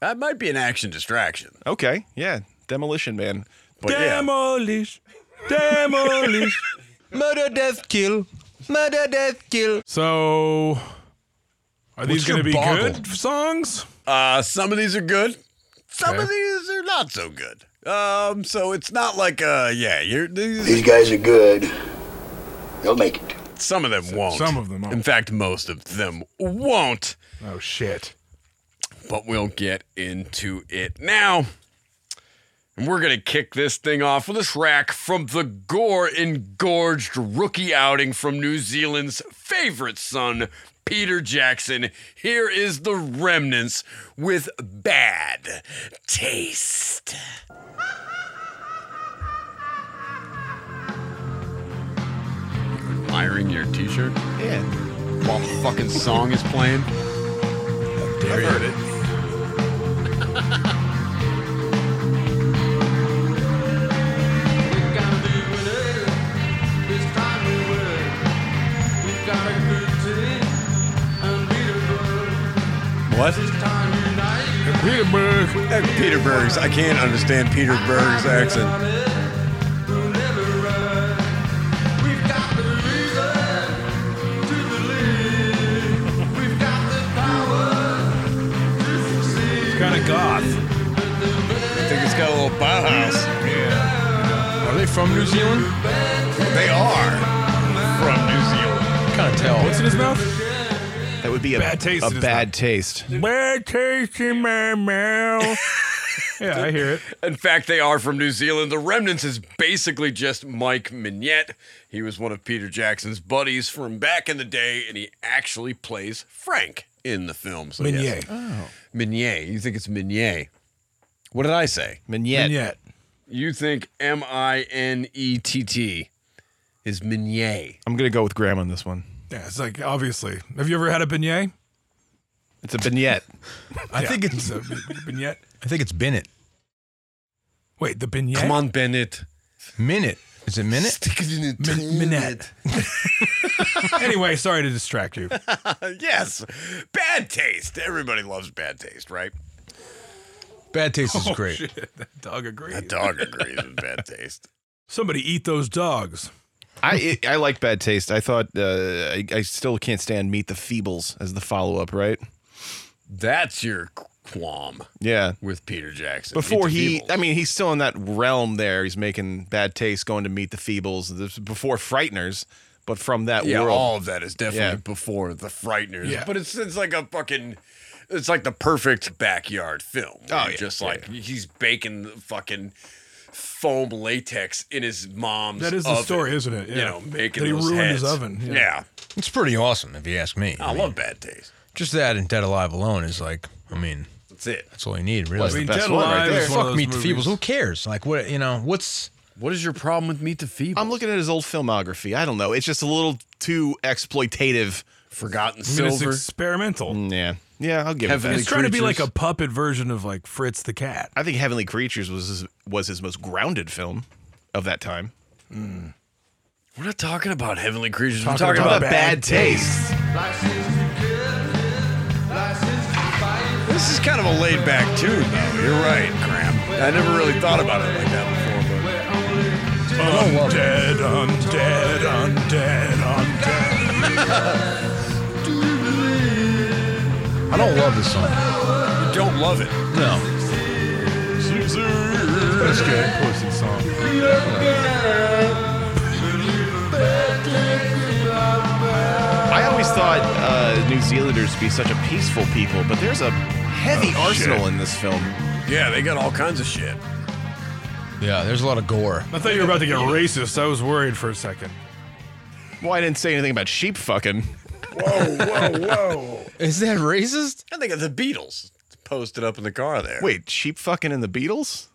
[SPEAKER 2] that might be an action distraction.
[SPEAKER 4] Okay. Yeah. Demolition Man.
[SPEAKER 2] But yeah.
[SPEAKER 1] Demolish. Demolish.
[SPEAKER 4] Murder, death, kill. Murder, death, kill.
[SPEAKER 1] So, are these
[SPEAKER 3] What's your
[SPEAKER 1] going to be
[SPEAKER 3] boggle?
[SPEAKER 1] good songs?
[SPEAKER 2] Uh, some of these are good. Some of
[SPEAKER 1] Okay.
[SPEAKER 2] these are not so good. Um, so it's not like uh, yeah, you're these,
[SPEAKER 6] These guys are good. They'll make it.
[SPEAKER 2] some of them won't.
[SPEAKER 1] Some of them
[SPEAKER 2] In
[SPEAKER 1] won't.
[SPEAKER 2] fact, most of them won't.
[SPEAKER 1] Oh, shit.
[SPEAKER 2] But we'll get into it now. And we're gonna kick this thing off with a track from the gore engorged rookie outing from New Zealand's favorite son, Peter Jackson. Here is the remnants with bad taste. Admiring your t-shirt?
[SPEAKER 4] Yeah.
[SPEAKER 2] While the fucking song is playing. I've heard it. What? Peter Berg. Peter Berg's. I can't understand Peter Berg's accent.
[SPEAKER 1] It's kind of goth.
[SPEAKER 2] I think it's got a little Bauhaus. Yeah.
[SPEAKER 3] from New Zealand?
[SPEAKER 2] They are
[SPEAKER 3] from New Zealand. Can't tell.
[SPEAKER 1] What's in his mouth?
[SPEAKER 4] That would be a
[SPEAKER 1] Bad taste
[SPEAKER 4] A
[SPEAKER 1] is
[SPEAKER 4] bad taste.
[SPEAKER 1] Bad taste in my mouth. yeah, I hear it.
[SPEAKER 2] In fact, they are from New Zealand. The Remnants is basically just Mike Mignette. He was one of Peter Jackson's buddies from back in the day, and he actually plays Frank in the film. So
[SPEAKER 1] Mignet.
[SPEAKER 2] Yes. Mignet. You think it's Mignet. What did I say? Mignette.
[SPEAKER 1] Mignette.
[SPEAKER 2] You think M I N E T T is Mignet.
[SPEAKER 4] I'm gonna go with Graham on this one.
[SPEAKER 1] Yeah, it's like obviously. Have you ever had a beignet?
[SPEAKER 4] It's a beignet.
[SPEAKER 1] I think it's a beignet.
[SPEAKER 3] I think it's Bennett.
[SPEAKER 1] Wait, the beignet.
[SPEAKER 2] Come on, Bennett.
[SPEAKER 3] Minute. Is it minute?
[SPEAKER 2] Stick it in it.
[SPEAKER 1] Min- minette. anyway, sorry to distract you.
[SPEAKER 2] yes. Bad taste. Everybody loves bad taste, right?
[SPEAKER 3] Bad taste is
[SPEAKER 1] Oh,
[SPEAKER 3] great.
[SPEAKER 1] shit. That dog agrees.
[SPEAKER 2] That dog agrees with bad taste.
[SPEAKER 1] Somebody eat those dogs.
[SPEAKER 4] I it, I like bad taste. I thought uh, I, I still can't stand Meet the Feebles as the follow up, right?
[SPEAKER 2] That's your qualm
[SPEAKER 4] Yeah.
[SPEAKER 2] with Peter Jackson. Meet
[SPEAKER 4] Before
[SPEAKER 2] the
[SPEAKER 4] he,
[SPEAKER 2] Feebles.
[SPEAKER 4] I mean, he's still in that realm there. He's making bad taste, going to meet the Feebles. This is before Frighteners, but from that
[SPEAKER 2] yeah,
[SPEAKER 4] world,
[SPEAKER 2] all of that is definitely
[SPEAKER 4] Yeah.
[SPEAKER 2] before the Frighteners.
[SPEAKER 4] Yeah.
[SPEAKER 2] But it's it's like a fucking, it's like the perfect backyard film. Oh, yeah, just like he's baking the fucking foam latex in his mom's.
[SPEAKER 1] That is the
[SPEAKER 2] oven,
[SPEAKER 1] story, isn't it?
[SPEAKER 2] You
[SPEAKER 1] Yeah.
[SPEAKER 2] know, making
[SPEAKER 1] That he
[SPEAKER 2] those
[SPEAKER 1] ruined his
[SPEAKER 2] heads.
[SPEAKER 1] oven, yeah.
[SPEAKER 2] yeah.
[SPEAKER 3] It's pretty awesome, if you ask me.
[SPEAKER 2] I love bad taste.
[SPEAKER 3] Just that and Dead Alive alone is like, I mean,
[SPEAKER 2] That's it.
[SPEAKER 3] that's all you need, really.
[SPEAKER 4] Well, it's the I mean, best Dead
[SPEAKER 1] one right Alive there. is one of
[SPEAKER 3] Fuck
[SPEAKER 1] those
[SPEAKER 3] Meet the Feebles.
[SPEAKER 1] movies.
[SPEAKER 3] Who cares? Like, what, you know, what's.
[SPEAKER 2] What is your problem with Meet the Feebles?
[SPEAKER 4] I'm looking at his old filmography. I don't know. It's just a little too exploitative.
[SPEAKER 2] Forgotten
[SPEAKER 1] I mean, it's
[SPEAKER 2] Silver.
[SPEAKER 1] experimental.
[SPEAKER 4] Mm, Yeah, yeah, I'll give it
[SPEAKER 2] Heavenly
[SPEAKER 4] that.
[SPEAKER 1] It's trying to be like a puppet version of like Fritz the Cat.
[SPEAKER 4] I think Heavenly Creatures was his, was his most grounded film of that time.
[SPEAKER 2] Hmm. We're not talking about heavenly creatures.
[SPEAKER 1] Talking
[SPEAKER 2] We're talking
[SPEAKER 1] about
[SPEAKER 2] about, bad
[SPEAKER 1] bad
[SPEAKER 2] taste. This is kind of a laid back tune, though. You're right, Graham. I never really thought about it like that before, but. Oh,
[SPEAKER 1] Undead, undead, undead,
[SPEAKER 3] I don't love this song.
[SPEAKER 2] You don't love it.
[SPEAKER 3] No. But it's good.
[SPEAKER 1] undead. song.
[SPEAKER 4] I always thought uh, New Zealanders to be such a peaceful people, but there's a heavy
[SPEAKER 2] Oh,
[SPEAKER 4] arsenal
[SPEAKER 2] shit.
[SPEAKER 4] in this film.
[SPEAKER 2] Yeah, they got all kinds of shit.
[SPEAKER 3] Yeah, there's a lot of gore.
[SPEAKER 1] I thought you were about to get racist. I was worried for a second.
[SPEAKER 4] Well, I didn't say anything about sheep fucking.
[SPEAKER 2] Whoa, Oh, whoa, whoa.
[SPEAKER 3] Is that racist?
[SPEAKER 2] I think of the Beatles posted up in the car there.
[SPEAKER 4] Wait, sheep fucking in the Beatles?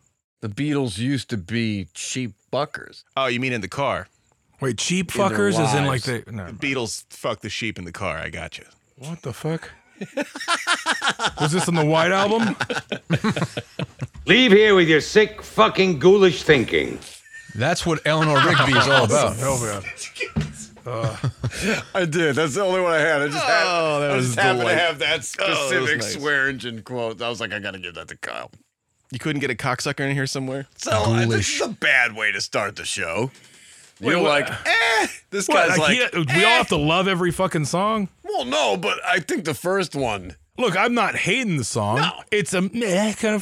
[SPEAKER 2] the Beatles used to be cheap buckers.
[SPEAKER 4] Oh, you mean in the car?
[SPEAKER 1] Wait, cheap
[SPEAKER 2] their
[SPEAKER 1] fuckers is in
[SPEAKER 2] lives.
[SPEAKER 1] like they. No.
[SPEAKER 4] The Beatles fuck the sheep in the car. I got you.
[SPEAKER 1] What the fuck? Was this on the White Album?
[SPEAKER 9] Leave here with your sick, fucking, ghoulish thinking.
[SPEAKER 3] That's what Eleanor Rigby is all about.
[SPEAKER 1] Oh, man. Uh,
[SPEAKER 2] I did. That's the only one I had. I just had.
[SPEAKER 4] Oh, that
[SPEAKER 2] I
[SPEAKER 4] was
[SPEAKER 2] just happened
[SPEAKER 4] delightful.
[SPEAKER 2] to have that
[SPEAKER 4] Oh, that was
[SPEAKER 2] specific
[SPEAKER 4] nice.
[SPEAKER 2] swear engine quote. I was like, I gotta give that to Kyle.
[SPEAKER 4] You couldn't get a cocksucker in here somewhere?
[SPEAKER 2] So I, this
[SPEAKER 3] Ghoulish.
[SPEAKER 2] is a bad way to start the show.
[SPEAKER 1] Wait,
[SPEAKER 2] You're
[SPEAKER 1] what-
[SPEAKER 2] like, eh. This
[SPEAKER 1] what,
[SPEAKER 2] guy's
[SPEAKER 1] like,
[SPEAKER 2] like, "Eh."
[SPEAKER 1] he- we all have to love every fucking song.
[SPEAKER 2] well, no, but I think the first one.
[SPEAKER 1] Look, I'm not hating the song.
[SPEAKER 2] No.
[SPEAKER 1] It's a meh kind of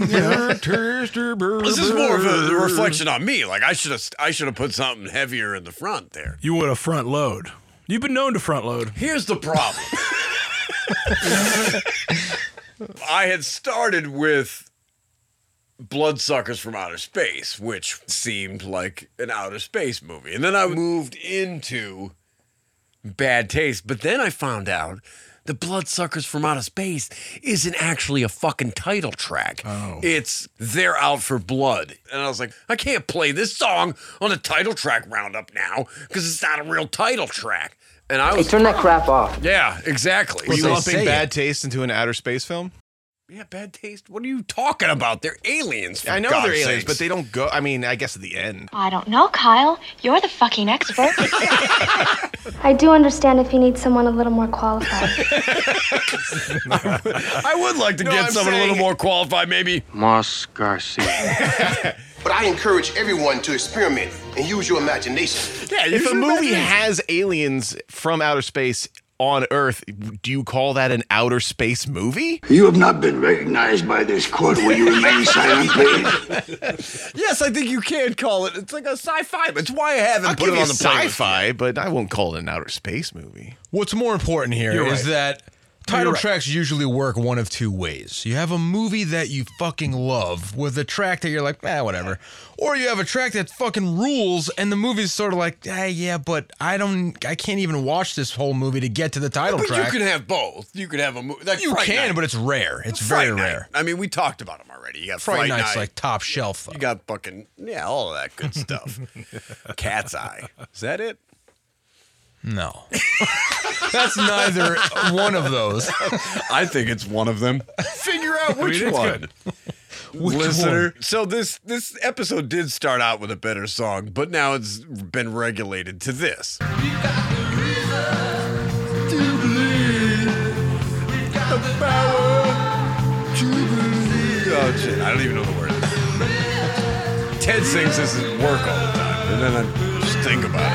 [SPEAKER 2] This
[SPEAKER 1] this
[SPEAKER 2] is more of a reflection on me. Like I should have, I should have put something heavier in the front there.
[SPEAKER 1] You would have front load. You've been known to front load.
[SPEAKER 2] Here's the problem. I had started with Bloodsuckers from Outer Space, which seemed like an outer space movie. And then I moved into Bad Taste, but then I found out the Bloodsuckers from Outer Space isn't actually a fucking title track.
[SPEAKER 1] Oh.
[SPEAKER 2] It's They're Out for Blood. And I was like, I can't play this song on a title track roundup now because it's not a real title track. And I
[SPEAKER 13] Hey,
[SPEAKER 2] was
[SPEAKER 13] turn that crap off.
[SPEAKER 2] yeah, exactly.
[SPEAKER 4] Were you
[SPEAKER 2] So-
[SPEAKER 4] lumping bad taste into an outer space film?
[SPEAKER 2] yeah, bad taste. What are you talking about? They're aliens. for
[SPEAKER 4] I know
[SPEAKER 2] God's
[SPEAKER 4] they're aliens,
[SPEAKER 2] sakes.
[SPEAKER 4] but they don't go. I mean, I guess at the end.
[SPEAKER 11] I don't know, Kyle. You're the fucking expert.
[SPEAKER 23] I do understand if you need someone a little more qualified.
[SPEAKER 2] I would like to
[SPEAKER 4] No,
[SPEAKER 2] get
[SPEAKER 4] I'm
[SPEAKER 2] someone a
[SPEAKER 4] saying-
[SPEAKER 2] little more qualified, maybe.
[SPEAKER 9] Moss Garcia.
[SPEAKER 22] But I encourage everyone to experiment and use your imagination.
[SPEAKER 2] Yeah,
[SPEAKER 4] If a
[SPEAKER 2] should
[SPEAKER 4] movie
[SPEAKER 2] imagine-
[SPEAKER 4] has aliens from outer space on Earth, do you call that an outer space movie?
[SPEAKER 6] You have not been recognized by this court. Will you remain silent, please?
[SPEAKER 2] yes, I think you can call it. It's like a sci-fi. That's why I haven't
[SPEAKER 4] I'll
[SPEAKER 2] put
[SPEAKER 4] give
[SPEAKER 2] it
[SPEAKER 4] you
[SPEAKER 2] on the playlist.
[SPEAKER 4] sci-fi, but I won't call it an outer space movie.
[SPEAKER 3] What's more important here is
[SPEAKER 4] You're right.
[SPEAKER 3] that title
[SPEAKER 4] You're right.
[SPEAKER 3] tracks usually work one of two ways. You have a movie that you fucking love with a track that you're like, ah, whatever. Or you have a track that fucking rules and the movie's sort of like, ah, yeah, but I don't, I can't even watch this whole movie to get to the title
[SPEAKER 2] But
[SPEAKER 3] track.
[SPEAKER 2] you can have both. You could have a movie. Like
[SPEAKER 3] You
[SPEAKER 2] Fright
[SPEAKER 3] can,
[SPEAKER 2] Night.
[SPEAKER 3] but it's rare. It's
[SPEAKER 2] Fright
[SPEAKER 3] very
[SPEAKER 2] Night.
[SPEAKER 3] rare.
[SPEAKER 2] I mean, we talked about them already. You got
[SPEAKER 3] Fright
[SPEAKER 2] Fright,
[SPEAKER 3] Night's
[SPEAKER 2] Night.
[SPEAKER 3] like top shelf. Though.
[SPEAKER 2] you got fucking yeah, all of that good stuff. Cat's Eye. Is that it?
[SPEAKER 3] No. That's neither one of those.
[SPEAKER 2] I think it's one of them. Figure out
[SPEAKER 3] I
[SPEAKER 2] which
[SPEAKER 3] mean, it's
[SPEAKER 2] one.
[SPEAKER 3] good. Which
[SPEAKER 2] Listener,
[SPEAKER 3] one?
[SPEAKER 2] so this this episode did start out with a better song, but now it's been regulated to this. Oh shit, I don't even know the word. Ted sings this at work all the time, and then I just think about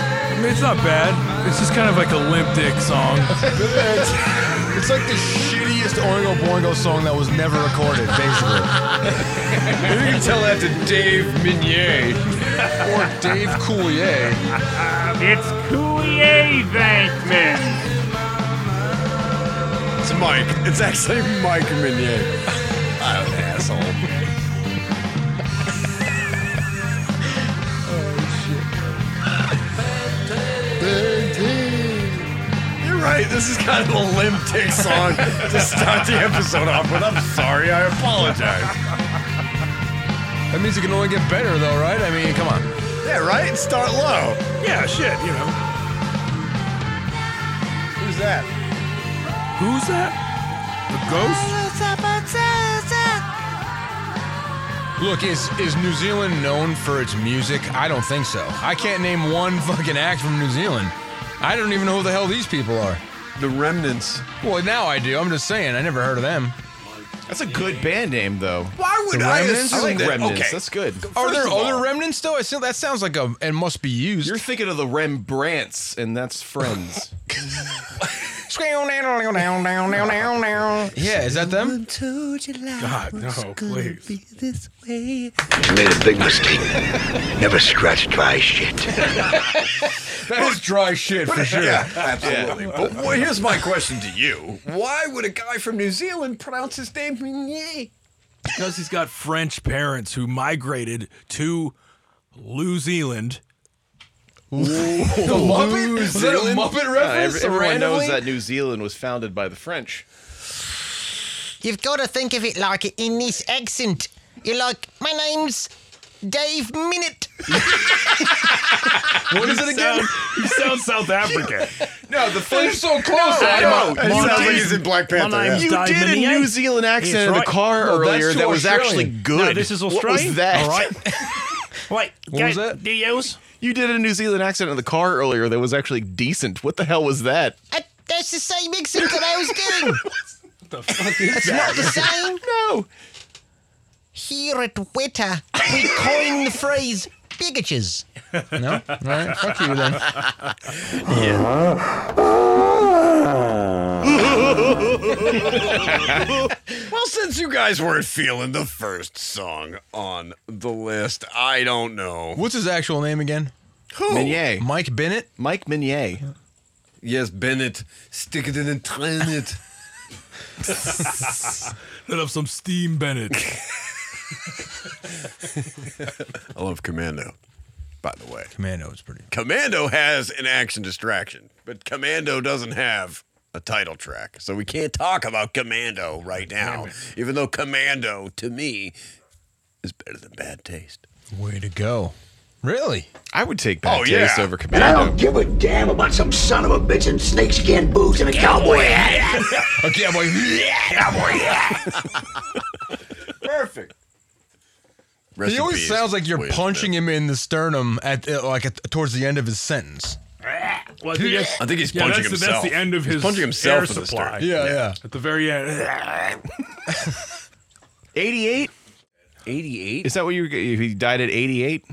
[SPEAKER 1] I mean, it's not bad. It's just kind of like a limp dick song.
[SPEAKER 3] it's, it's like the shittiest Oingo Boingo song that was never recorded,
[SPEAKER 2] it.
[SPEAKER 3] basically.
[SPEAKER 2] Maybe you can tell that to Dave Minier.
[SPEAKER 3] or Dave Coulier.
[SPEAKER 10] it's Coulier Vankman.
[SPEAKER 2] It's Mike. It's actually Mike Minier. I'm an asshole. You're right. This is kind of a limp tick song to start the episode off with. I'm sorry. I apologize.
[SPEAKER 3] That means it can only get better, though, right? I mean, come on.
[SPEAKER 2] Yeah, right? Start low.
[SPEAKER 1] Yeah, shit, you know.
[SPEAKER 2] Who's that?
[SPEAKER 1] Who's that? The ghost?
[SPEAKER 3] Look, is is New Zealand known for its music? I don't think so. I can't name one fucking act from New Zealand. I don't even know who the hell these people are.
[SPEAKER 2] The Remnants.
[SPEAKER 3] Well, now I do. I'm just saying. I never heard of them.
[SPEAKER 4] That's a good band name, though.
[SPEAKER 2] Why
[SPEAKER 3] would I assume
[SPEAKER 4] I like
[SPEAKER 3] that-
[SPEAKER 4] Remnants.
[SPEAKER 3] okay.
[SPEAKER 4] That's good.
[SPEAKER 3] Are
[SPEAKER 4] First
[SPEAKER 3] there
[SPEAKER 4] of all,
[SPEAKER 3] other remnants though? I still, that sounds like a and must be used.
[SPEAKER 4] You're thinking of the Rembrandts, and that's Friends.
[SPEAKER 3] yeah, is that them?
[SPEAKER 1] God, no, please.
[SPEAKER 6] Made a big mistake. Never scratch dry shit.
[SPEAKER 3] That is dry shit for sure.
[SPEAKER 2] Yeah, absolutely. But well, here's my question to you Why would a guy from New Zealand pronounce his name Minier?
[SPEAKER 1] Because he's got French parents who migrated to New Zealand.
[SPEAKER 3] The Muppet? Was that a
[SPEAKER 4] Zealand?
[SPEAKER 3] Muppet
[SPEAKER 4] Uh,
[SPEAKER 3] reference
[SPEAKER 4] every- everyone knows
[SPEAKER 3] randomly?
[SPEAKER 4] that New Zealand was founded by the French.
[SPEAKER 12] You've got to think of it like in this accent. You're like, my name's Dave Minute.
[SPEAKER 1] What is it again? he sounds South African.
[SPEAKER 4] No, the
[SPEAKER 3] They're so close.
[SPEAKER 4] No,
[SPEAKER 3] I
[SPEAKER 4] no,
[SPEAKER 3] know.
[SPEAKER 4] it
[SPEAKER 3] You
[SPEAKER 4] sounds like
[SPEAKER 3] did-
[SPEAKER 4] he's in Black
[SPEAKER 1] My
[SPEAKER 4] Panther.
[SPEAKER 1] name's
[SPEAKER 4] You
[SPEAKER 1] Dave
[SPEAKER 4] did a
[SPEAKER 1] Minier.
[SPEAKER 4] New Zealand accent
[SPEAKER 1] That's
[SPEAKER 4] in the
[SPEAKER 1] right.
[SPEAKER 4] car
[SPEAKER 1] No, that's
[SPEAKER 4] earlier
[SPEAKER 1] too
[SPEAKER 4] that was actually
[SPEAKER 1] Australian.
[SPEAKER 4] good.
[SPEAKER 1] No, this is
[SPEAKER 4] What
[SPEAKER 1] Australian.
[SPEAKER 4] was that?
[SPEAKER 1] All right. Wait,
[SPEAKER 4] What was that?
[SPEAKER 1] Do yours?
[SPEAKER 4] You did a New Zealand accent in the car earlier that was actually decent. What the hell was that?
[SPEAKER 12] I, Uh, that's the same accent that I was doing. It's not the same.
[SPEAKER 4] No.
[SPEAKER 12] Here at Weta, we coined the phrase bigatures.
[SPEAKER 3] No? All right. Fuck you then.
[SPEAKER 2] Well, since you guys weren't feeling the first song on the list, I don't know.
[SPEAKER 3] What's his actual name again?
[SPEAKER 2] Who?
[SPEAKER 4] Minier.
[SPEAKER 3] Mike Bennett?
[SPEAKER 4] Mike Minier.
[SPEAKER 2] Yes, Bennett. Stick it in and train it.
[SPEAKER 1] Let up some steam, Bennett.
[SPEAKER 2] I love Commando, by the way.
[SPEAKER 3] Commando is pretty.
[SPEAKER 2] Commando has an action distraction, but Commando doesn't have a title track. So we can't talk about Commando right now, even though Commando, to me, is better than Bad Taste.
[SPEAKER 3] Way to go. Really?
[SPEAKER 4] I would take Bad
[SPEAKER 2] Oh,
[SPEAKER 4] Taste
[SPEAKER 2] yeah.
[SPEAKER 4] over
[SPEAKER 6] And I
[SPEAKER 4] Commando.
[SPEAKER 6] don't give a damn about some son of a bitch in snakeskin boots and a cowboy hat.
[SPEAKER 3] Okay, I'm like,
[SPEAKER 6] Cowboy hat.
[SPEAKER 2] Perfect.
[SPEAKER 3] he always sounds like you're punching him in the sternum at uh, like at, towards the end of his sentence.
[SPEAKER 1] Well, I think that's-
[SPEAKER 2] I think he's
[SPEAKER 1] yeah,
[SPEAKER 2] punching
[SPEAKER 1] that's, the-
[SPEAKER 2] himself.
[SPEAKER 1] That's the end of
[SPEAKER 2] He's
[SPEAKER 1] his
[SPEAKER 2] punching himself
[SPEAKER 1] air
[SPEAKER 2] in the
[SPEAKER 1] supply.
[SPEAKER 2] sternum.
[SPEAKER 3] Yeah, yeah.
[SPEAKER 1] At the very end.
[SPEAKER 4] 88?
[SPEAKER 2] 88?
[SPEAKER 4] Is that what you were? He died at 88?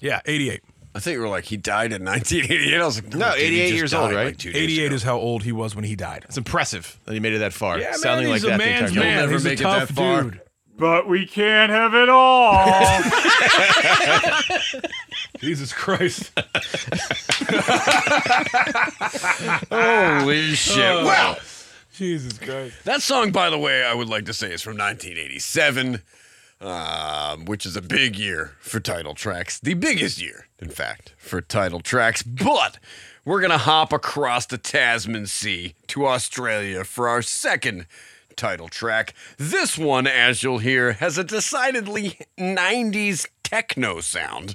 [SPEAKER 1] Yeah, 88.
[SPEAKER 2] I think you were like, he died in 1988. I was like,
[SPEAKER 4] No,
[SPEAKER 2] dude, he
[SPEAKER 4] 88
[SPEAKER 2] just
[SPEAKER 4] years
[SPEAKER 2] died
[SPEAKER 4] old,
[SPEAKER 2] like
[SPEAKER 4] right?
[SPEAKER 2] two days
[SPEAKER 1] 88 is how old he was when he died. It's
[SPEAKER 4] impressive that he made it that far.
[SPEAKER 1] Yeah,
[SPEAKER 4] Sounding
[SPEAKER 1] man, he's
[SPEAKER 4] like
[SPEAKER 1] a
[SPEAKER 4] that the
[SPEAKER 1] man's
[SPEAKER 4] entire-
[SPEAKER 1] man.
[SPEAKER 4] You'll never
[SPEAKER 1] he's a
[SPEAKER 4] make it that
[SPEAKER 1] tough
[SPEAKER 4] far.
[SPEAKER 1] dude.
[SPEAKER 10] But we can't have it all.
[SPEAKER 1] Jesus Christ.
[SPEAKER 2] Holy shit.
[SPEAKER 3] Uh.
[SPEAKER 1] Oh.
[SPEAKER 2] Wow.
[SPEAKER 1] Jesus Christ.
[SPEAKER 2] That song, by the way, I would like to say is from 1987, um, which is a big year for title tracks. The biggest year, in fact, for title tracks. But we're going to hop across the Tasman Sea to Australia for our second title track. This one, as you'll hear, has a decidedly 90s techno sound.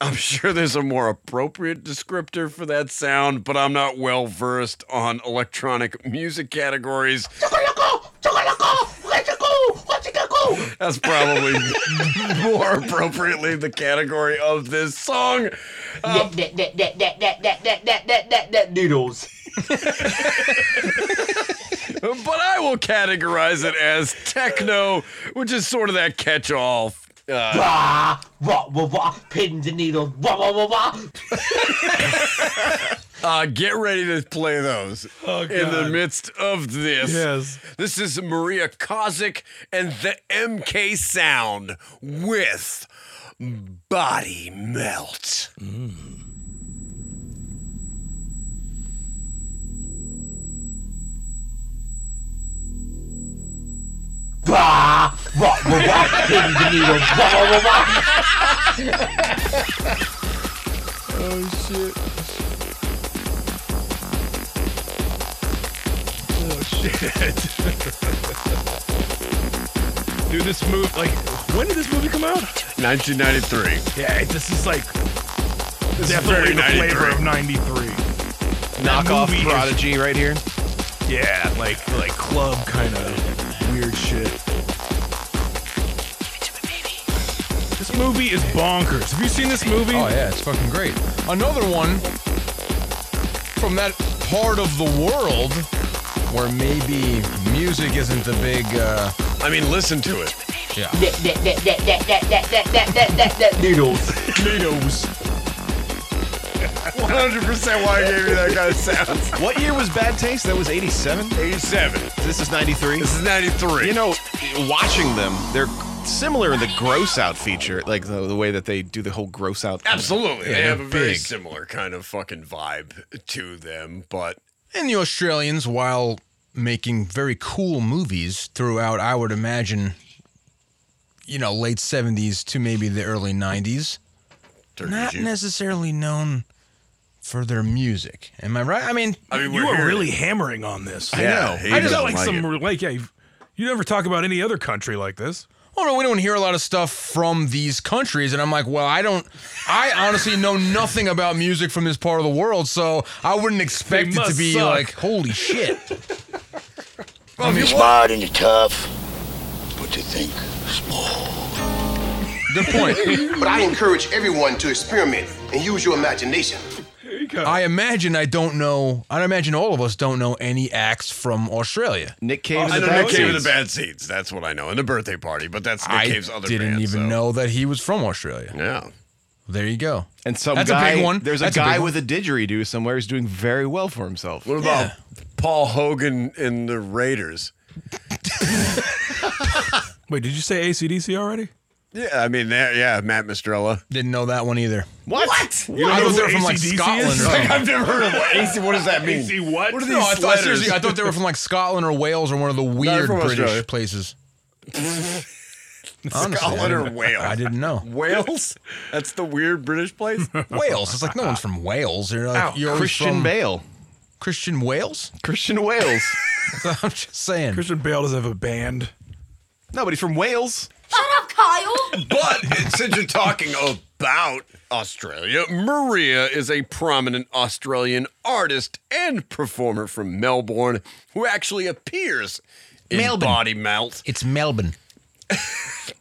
[SPEAKER 2] I'm sure there's a more appropriate descriptor for that sound, but I'm not well versed on electronic music categories. That's probably more appropriately the category of this song. Uh,
[SPEAKER 9] Noodles.
[SPEAKER 2] but I will categorize it as techno, which is sort of that catch all. Uh,
[SPEAKER 9] Wah, wah, wah, wah, pins and needles. Wah, wah, wah, wah.
[SPEAKER 2] Uh, get ready to play those in the midst of this.
[SPEAKER 1] Yes.
[SPEAKER 2] This is Maria Kozik and the MK Sound with Body Melt.
[SPEAKER 9] Wah, wah, wah, wah, pins and needles. Wah, wah, wah, wah.
[SPEAKER 5] Oh shit.
[SPEAKER 1] Oh shit. Dude, this movie, like, when did this movie come out?
[SPEAKER 2] 1993.
[SPEAKER 1] Yeah, this is like
[SPEAKER 2] This is very
[SPEAKER 1] definitely the flavor
[SPEAKER 2] 93.
[SPEAKER 1] of '93.
[SPEAKER 4] Knockoff
[SPEAKER 1] movie is-
[SPEAKER 4] Prodigy right here.
[SPEAKER 1] Yeah, like like club kind of weird shit. This movie is bonkers. Have you seen this movie?
[SPEAKER 3] Oh yeah, it's fucking great. Another one from that part of the world where maybe music isn't the big. Uh,
[SPEAKER 2] I mean, listen to it.
[SPEAKER 3] Yeah.
[SPEAKER 9] That, that, that, that, that, that, that, that, that, that, that, noodles.
[SPEAKER 1] Needles.
[SPEAKER 2] 100% why I gave you that kind of sound.
[SPEAKER 4] What year was Bad Taste? That was 87?
[SPEAKER 2] 87.
[SPEAKER 4] This is 93? This
[SPEAKER 2] is 93.
[SPEAKER 4] You know, watching them, they're similar in the gross out feature, like the, the way that they do the whole gross out.
[SPEAKER 2] Absolutely. they
[SPEAKER 4] Yeah, they're
[SPEAKER 2] have a very
[SPEAKER 4] big.
[SPEAKER 2] similar kind of fucking vibe to them, but
[SPEAKER 3] and the Australians, while making very cool movies throughout, I would imagine, you know, late '70s to maybe the early '90s, not
[SPEAKER 1] Jew.
[SPEAKER 3] necessarily known for their music. Am I right? I mean,
[SPEAKER 1] I mean, you were really hammering on this.
[SPEAKER 3] I Yeah, know. he
[SPEAKER 1] I just
[SPEAKER 3] doesn't
[SPEAKER 1] got like,
[SPEAKER 3] like
[SPEAKER 1] some like yeah. you've- You never talk about any other country like this.
[SPEAKER 3] Well, Oh, no, we don't hear a lot of stuff from these countries, and I'm like, well, I don't. I honestly know nothing about music from this part of the world, so I wouldn't expect it to
[SPEAKER 5] must
[SPEAKER 3] be
[SPEAKER 5] suck.
[SPEAKER 3] like, holy shit.
[SPEAKER 5] Well, you're smart and you're tough, but you think
[SPEAKER 3] Good point.
[SPEAKER 22] but I encourage everyone to experiment and use your imagination.
[SPEAKER 3] I imagine I don't know. I imagine all of us don't know any acts from Australia.
[SPEAKER 4] Nick
[SPEAKER 2] Oh, I know Nick Cave and the Bad Seeds. That's what I know. And the birthday party, but that's Nick
[SPEAKER 3] I
[SPEAKER 2] Cave's other
[SPEAKER 3] didn't e-
[SPEAKER 2] band.
[SPEAKER 3] even know that he was from Australia.
[SPEAKER 2] Yeah.
[SPEAKER 3] There you go.
[SPEAKER 4] And some
[SPEAKER 3] That's a
[SPEAKER 4] guy,
[SPEAKER 3] big one.
[SPEAKER 4] There's a
[SPEAKER 3] That's a
[SPEAKER 4] guy
[SPEAKER 3] big one.
[SPEAKER 4] with a didgeridoo somewhere who's doing very well for himself.
[SPEAKER 2] What about Paul Hogan and the Raiders?
[SPEAKER 1] Wait, did you say ACDC already?
[SPEAKER 2] Yeah, I mean, there, yeah, Matt Mistrella.
[SPEAKER 3] Didn't know that one either.
[SPEAKER 2] What?
[SPEAKER 3] You don't I know thought they who were from, like, AC/DC is? Scotland or something.
[SPEAKER 2] I've never heard of what AC. What does that mean?
[SPEAKER 1] AC what?
[SPEAKER 2] What are these
[SPEAKER 3] No, I thought,
[SPEAKER 2] letters?
[SPEAKER 3] seriously, I thought they were from like Scotland or Wales or one of the weird
[SPEAKER 2] from
[SPEAKER 3] British
[SPEAKER 2] Australia.
[SPEAKER 3] places. Honestly, I
[SPEAKER 2] Scotland or
[SPEAKER 3] didn't-
[SPEAKER 2] Wales?
[SPEAKER 3] I didn't know.
[SPEAKER 2] Wales? That's the weird British place.
[SPEAKER 3] Wales. It's like no one's from Wales. You're like,
[SPEAKER 2] Ow,
[SPEAKER 3] you're always
[SPEAKER 2] Christian
[SPEAKER 3] from-
[SPEAKER 4] Bale.
[SPEAKER 3] Christian Wales.
[SPEAKER 4] Christian Wales.
[SPEAKER 3] I'm just saying.
[SPEAKER 1] Christian Bale doesn't have a band.
[SPEAKER 4] No, but he's from Wales.
[SPEAKER 18] Shut up, Kyle!
[SPEAKER 2] But since you're talking about Australia, Maria is a prominent Australian artist and performer from Melbourne who actually appears in
[SPEAKER 3] Melbourne.
[SPEAKER 2] Body Melt.
[SPEAKER 3] It's Melbourne.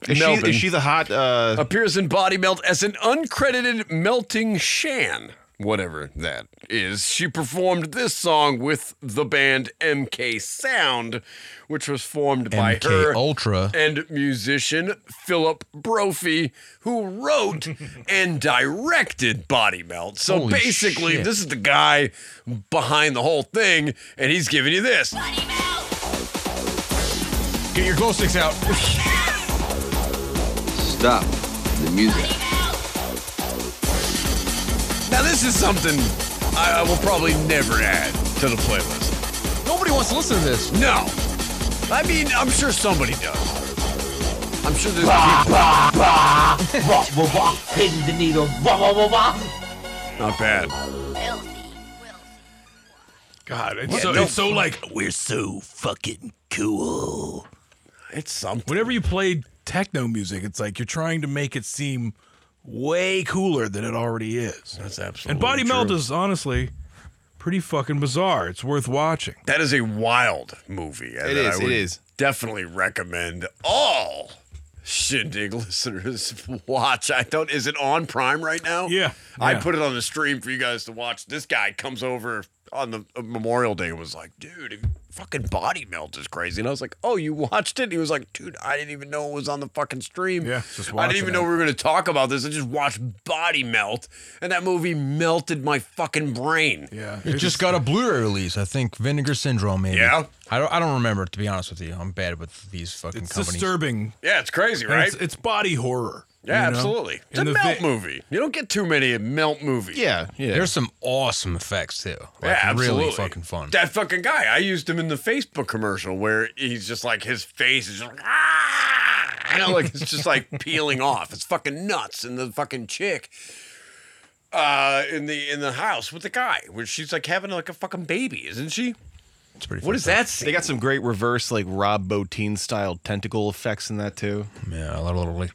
[SPEAKER 4] Is she- is she the hot? Uh,
[SPEAKER 2] appears in Body Melt as an uncredited melting Shan. whatever that is, she performed this song with the band MK Sound, which was formed by
[SPEAKER 3] MK
[SPEAKER 2] her
[SPEAKER 3] Ultra.
[SPEAKER 2] and musician Philip Brophy, who wrote and directed Body Melt. So
[SPEAKER 4] Holy
[SPEAKER 2] basically,
[SPEAKER 4] shit.
[SPEAKER 2] this is the guy behind the whole thing, and he's giving you this.
[SPEAKER 3] Get your glow sticks out.
[SPEAKER 7] Stop the music.
[SPEAKER 2] Now, this is something I, I will probably never add to the playlist.
[SPEAKER 3] Nobody wants to listen to this.
[SPEAKER 2] No. I mean, I'm sure somebody does. I'm sure there's people.
[SPEAKER 14] Hitting the needle. Wah, wah, wah, wah.
[SPEAKER 2] Not bad.
[SPEAKER 1] God, it's
[SPEAKER 14] What?
[SPEAKER 1] so,
[SPEAKER 14] No.
[SPEAKER 1] it's so like we're so fucking cool.
[SPEAKER 2] It's something.
[SPEAKER 1] Whenever you play techno music, it's like you're trying to make it seem way cooler than it already is.
[SPEAKER 2] That's absolutely.
[SPEAKER 1] And Body
[SPEAKER 2] true.
[SPEAKER 1] Melt is honestly pretty fucking bizarre. It's worth watching.
[SPEAKER 2] That is a wild movie. and
[SPEAKER 1] It is,
[SPEAKER 2] I
[SPEAKER 1] it
[SPEAKER 2] would
[SPEAKER 1] is.
[SPEAKER 2] Definitely recommend all Shindig listeners watch. I don't. Is it on Prime right now? Yeah. I
[SPEAKER 4] yeah.
[SPEAKER 2] put it on the stream for you guys to watch. This guy comes over on the uh, Memorial Day and was like, dude, fucking Body Melt is crazy. And I was like, oh, you watched it? And he was like, dude, I didn't even know it was on the fucking stream. Yeah. I didn't
[SPEAKER 4] watching
[SPEAKER 2] even
[SPEAKER 4] it.
[SPEAKER 2] know we were going to talk about this. I just watched Body Melt, and that movie melted my fucking brain.
[SPEAKER 1] Yeah.
[SPEAKER 3] It just got a Blu-ray release, I think. Vinegar Syndrome, maybe.
[SPEAKER 2] Yeah.
[SPEAKER 3] I don't. I don't remember to be honest with you. I'm bad with these fucking
[SPEAKER 1] It's
[SPEAKER 3] companies.
[SPEAKER 1] disturbing.
[SPEAKER 2] Yeah, it's crazy,
[SPEAKER 1] And
[SPEAKER 2] right?
[SPEAKER 1] It's, it's body horror.
[SPEAKER 2] Yeah,
[SPEAKER 1] you know?
[SPEAKER 2] absolutely. It's
[SPEAKER 1] In
[SPEAKER 2] a
[SPEAKER 1] the
[SPEAKER 2] melt
[SPEAKER 1] vi-
[SPEAKER 2] movie. You don't get too many melt movies.
[SPEAKER 3] Yeah, yeah. There's some awesome effects too. Like,
[SPEAKER 2] yeah, absolutely.
[SPEAKER 3] Really fucking fun.
[SPEAKER 2] That fucking guy. I used him in the Facebook commercial where he's just like his face is just like ah, you know, like it's just like peeling off. It's fucking nuts. And the fucking chick uh in the in the house with the guy where she's like having like a fucking baby, isn't she?
[SPEAKER 3] It's pretty.
[SPEAKER 2] What is that? Scene?
[SPEAKER 4] They got some great reverse, like Rob Bottin style tentacle effects in that too.
[SPEAKER 3] Yeah, a lot of like.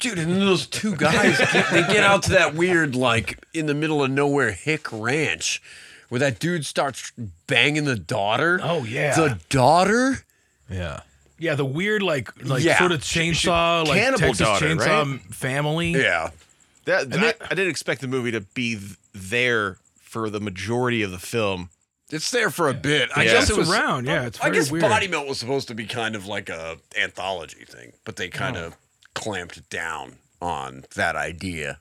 [SPEAKER 2] Dude, and then those two guys get- they get out to that weird, like in the middle of nowhere hick ranch where that dude starts banging the daughter.
[SPEAKER 1] Oh, yeah.
[SPEAKER 2] The daughter?
[SPEAKER 3] Yeah.
[SPEAKER 1] Yeah, the weird like like
[SPEAKER 2] Yeah.
[SPEAKER 1] sort of
[SPEAKER 2] She- she-
[SPEAKER 1] chainsaw like
[SPEAKER 4] Cannibal
[SPEAKER 1] Texas
[SPEAKER 4] Daughter,
[SPEAKER 1] chainsaw
[SPEAKER 4] right?
[SPEAKER 1] family.
[SPEAKER 2] Yeah.
[SPEAKER 4] That, I, I didn't expect the movie to be th- there for the majority of the film.
[SPEAKER 2] It's there for a bit. I
[SPEAKER 4] Yeah.
[SPEAKER 2] guess it
[SPEAKER 4] Jumps
[SPEAKER 2] was
[SPEAKER 4] around, yeah,
[SPEAKER 2] I-
[SPEAKER 4] it's
[SPEAKER 2] I
[SPEAKER 4] very
[SPEAKER 2] guess
[SPEAKER 4] weird.
[SPEAKER 2] Body Melt was supposed to be kind of like a anthology thing, but they kind
[SPEAKER 1] Oh.
[SPEAKER 2] of clamped down on that idea.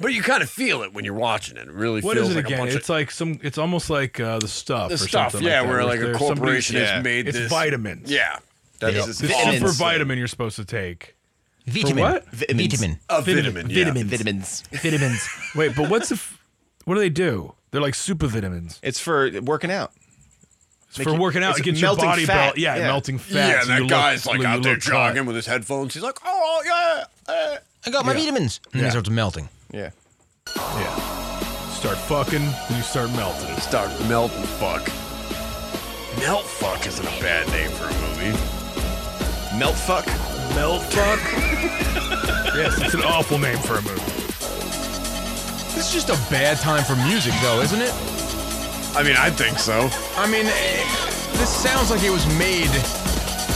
[SPEAKER 2] But you kind of feel it when you're watching it. It really
[SPEAKER 1] What
[SPEAKER 2] feels
[SPEAKER 1] is it
[SPEAKER 2] like a
[SPEAKER 1] again?
[SPEAKER 2] bunch
[SPEAKER 1] It's like some. It's almost like uh, the stuff.
[SPEAKER 2] The
[SPEAKER 1] or
[SPEAKER 2] stuff,
[SPEAKER 1] something
[SPEAKER 2] yeah,
[SPEAKER 1] like that,
[SPEAKER 2] where like a
[SPEAKER 1] there's
[SPEAKER 2] corporation
[SPEAKER 1] somebody-
[SPEAKER 2] has made
[SPEAKER 1] it's
[SPEAKER 2] this-
[SPEAKER 1] vitamins.
[SPEAKER 2] Yeah. That
[SPEAKER 1] Yep.
[SPEAKER 2] is
[SPEAKER 1] the
[SPEAKER 2] awesome.
[SPEAKER 1] super vitamin you're supposed to take.
[SPEAKER 2] Vitamin.
[SPEAKER 1] For what?
[SPEAKER 2] Vitamins. Vitamin. A vitamin, yeah.
[SPEAKER 1] Vitamins.
[SPEAKER 4] Vitamins.
[SPEAKER 1] Vitamins. Wait, but what's the? F- what do they do? They're like super vitamins.
[SPEAKER 4] It's for working out.
[SPEAKER 1] It's for working out. It gets your body
[SPEAKER 4] fat.
[SPEAKER 1] built. Yeah, melting fat.
[SPEAKER 2] Yeah,
[SPEAKER 1] so
[SPEAKER 2] that
[SPEAKER 1] you look-
[SPEAKER 2] guy's like
[SPEAKER 1] you
[SPEAKER 2] out
[SPEAKER 1] look
[SPEAKER 2] there
[SPEAKER 1] cut.
[SPEAKER 2] jogging with his headphones. He's like, oh yeah, uh,
[SPEAKER 3] I got my
[SPEAKER 1] Yeah.
[SPEAKER 3] vitamins. And then
[SPEAKER 1] Yeah.
[SPEAKER 3] it starts melting.
[SPEAKER 4] Yeah.
[SPEAKER 2] "Oh."
[SPEAKER 1] Yeah. Start fucking, and you start melting.
[SPEAKER 2] Start melting, fuck. Melt fuck isn't a bad name for a movie.
[SPEAKER 4] Melt fuck.
[SPEAKER 1] Melt fuck. yes, it's an awful name for a movie.
[SPEAKER 3] This is just a bad time for music, though, isn't it?
[SPEAKER 2] I mean, I think so.
[SPEAKER 3] I mean, eh, this sounds like it was made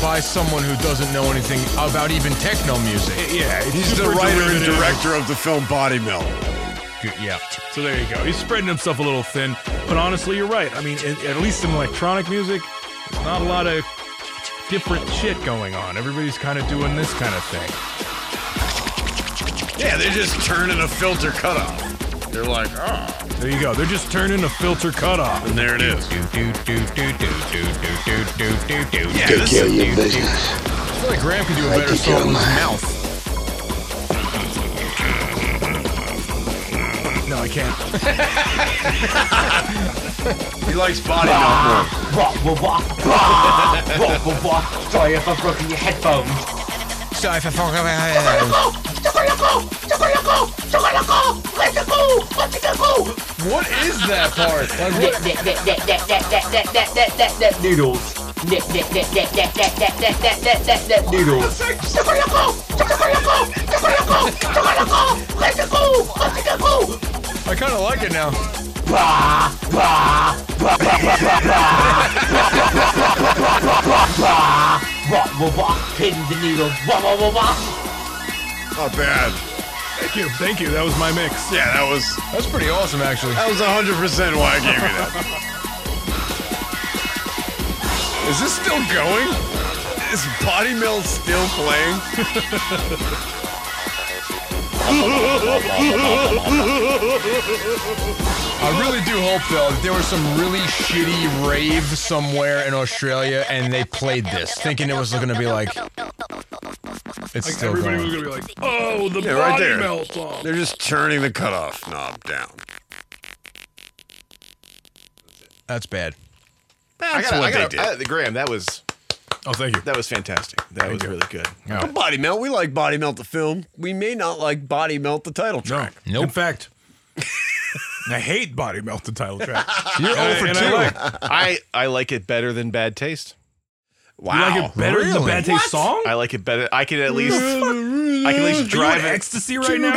[SPEAKER 3] by someone who doesn't know anything about even techno music.
[SPEAKER 1] yeah, it's
[SPEAKER 2] Eh, He's the
[SPEAKER 1] super
[SPEAKER 2] writer and
[SPEAKER 1] derivative.
[SPEAKER 2] director of the film Body Melt.
[SPEAKER 3] Yeah.
[SPEAKER 1] So there you go. He's spreading himself a little thin, but honestly, you're right. I mean, at, at least in electronic music, there's not a lot of different shit going on. Everybody's kind of doing this kind of thing.
[SPEAKER 2] Yeah, they're just turning a filter cutoff. They're like, oh.
[SPEAKER 1] There you go. They're just turning a filter cutoff.
[SPEAKER 2] And there it is.
[SPEAKER 1] Yeah,
[SPEAKER 6] Take care of your business.
[SPEAKER 3] I feel like Graham could do a
[SPEAKER 6] I
[SPEAKER 3] better
[SPEAKER 6] could
[SPEAKER 3] song
[SPEAKER 6] do
[SPEAKER 3] with his
[SPEAKER 6] mine.
[SPEAKER 3] mouth.
[SPEAKER 1] No, I can't.
[SPEAKER 2] He likes Body Melt more.
[SPEAKER 14] Wah, wah, wah, wah. Wah, wah, wah. Sorry if I've broken your headphones.
[SPEAKER 3] Sorry if I fuck What is that part? Like, what-
[SPEAKER 14] Noodles. Noodles.
[SPEAKER 3] I kind of like it now.
[SPEAKER 14] Hitting the needle. Wah, wah, wah, wah.
[SPEAKER 2] Not bad.
[SPEAKER 1] Thank you. Thank you. That was my mix.
[SPEAKER 2] Yeah, that was.
[SPEAKER 3] That's pretty awesome, actually.
[SPEAKER 2] That was 100% why I gave you that. Is this still going? Is Body Mill still playing?
[SPEAKER 3] I really do hope though that there was some really shitty rave somewhere in Australia and they played this, thinking it was going to be like.
[SPEAKER 1] Like,
[SPEAKER 3] It's still
[SPEAKER 1] everybody
[SPEAKER 3] going.
[SPEAKER 1] was gonna be like, "Oh, the
[SPEAKER 2] Yeah,
[SPEAKER 1] body
[SPEAKER 2] right there.
[SPEAKER 1] melt song."
[SPEAKER 2] They're just turning the cutoff knob down.
[SPEAKER 3] That's bad.
[SPEAKER 4] I
[SPEAKER 2] That's
[SPEAKER 4] gotta-
[SPEAKER 2] what
[SPEAKER 4] I gotta-
[SPEAKER 2] they did.
[SPEAKER 4] I- Graham, that was.
[SPEAKER 1] Oh, thank you.
[SPEAKER 4] That was fantastic. That was really good.
[SPEAKER 3] Oh.
[SPEAKER 2] But Body Melt, we like Body Melt the film. We may not like Body Melt the title track.
[SPEAKER 1] No. In fact, I hate Body Melt the title track.
[SPEAKER 4] You're
[SPEAKER 1] And I-
[SPEAKER 4] over
[SPEAKER 1] and I
[SPEAKER 4] two.
[SPEAKER 1] like-
[SPEAKER 4] I, I like it better than Bad Taste. Wow.
[SPEAKER 1] like it better than the Bad Taste What? song?
[SPEAKER 4] I like it better. I can at least
[SPEAKER 1] I
[SPEAKER 4] can at least drive it.
[SPEAKER 1] ecstasy right now. or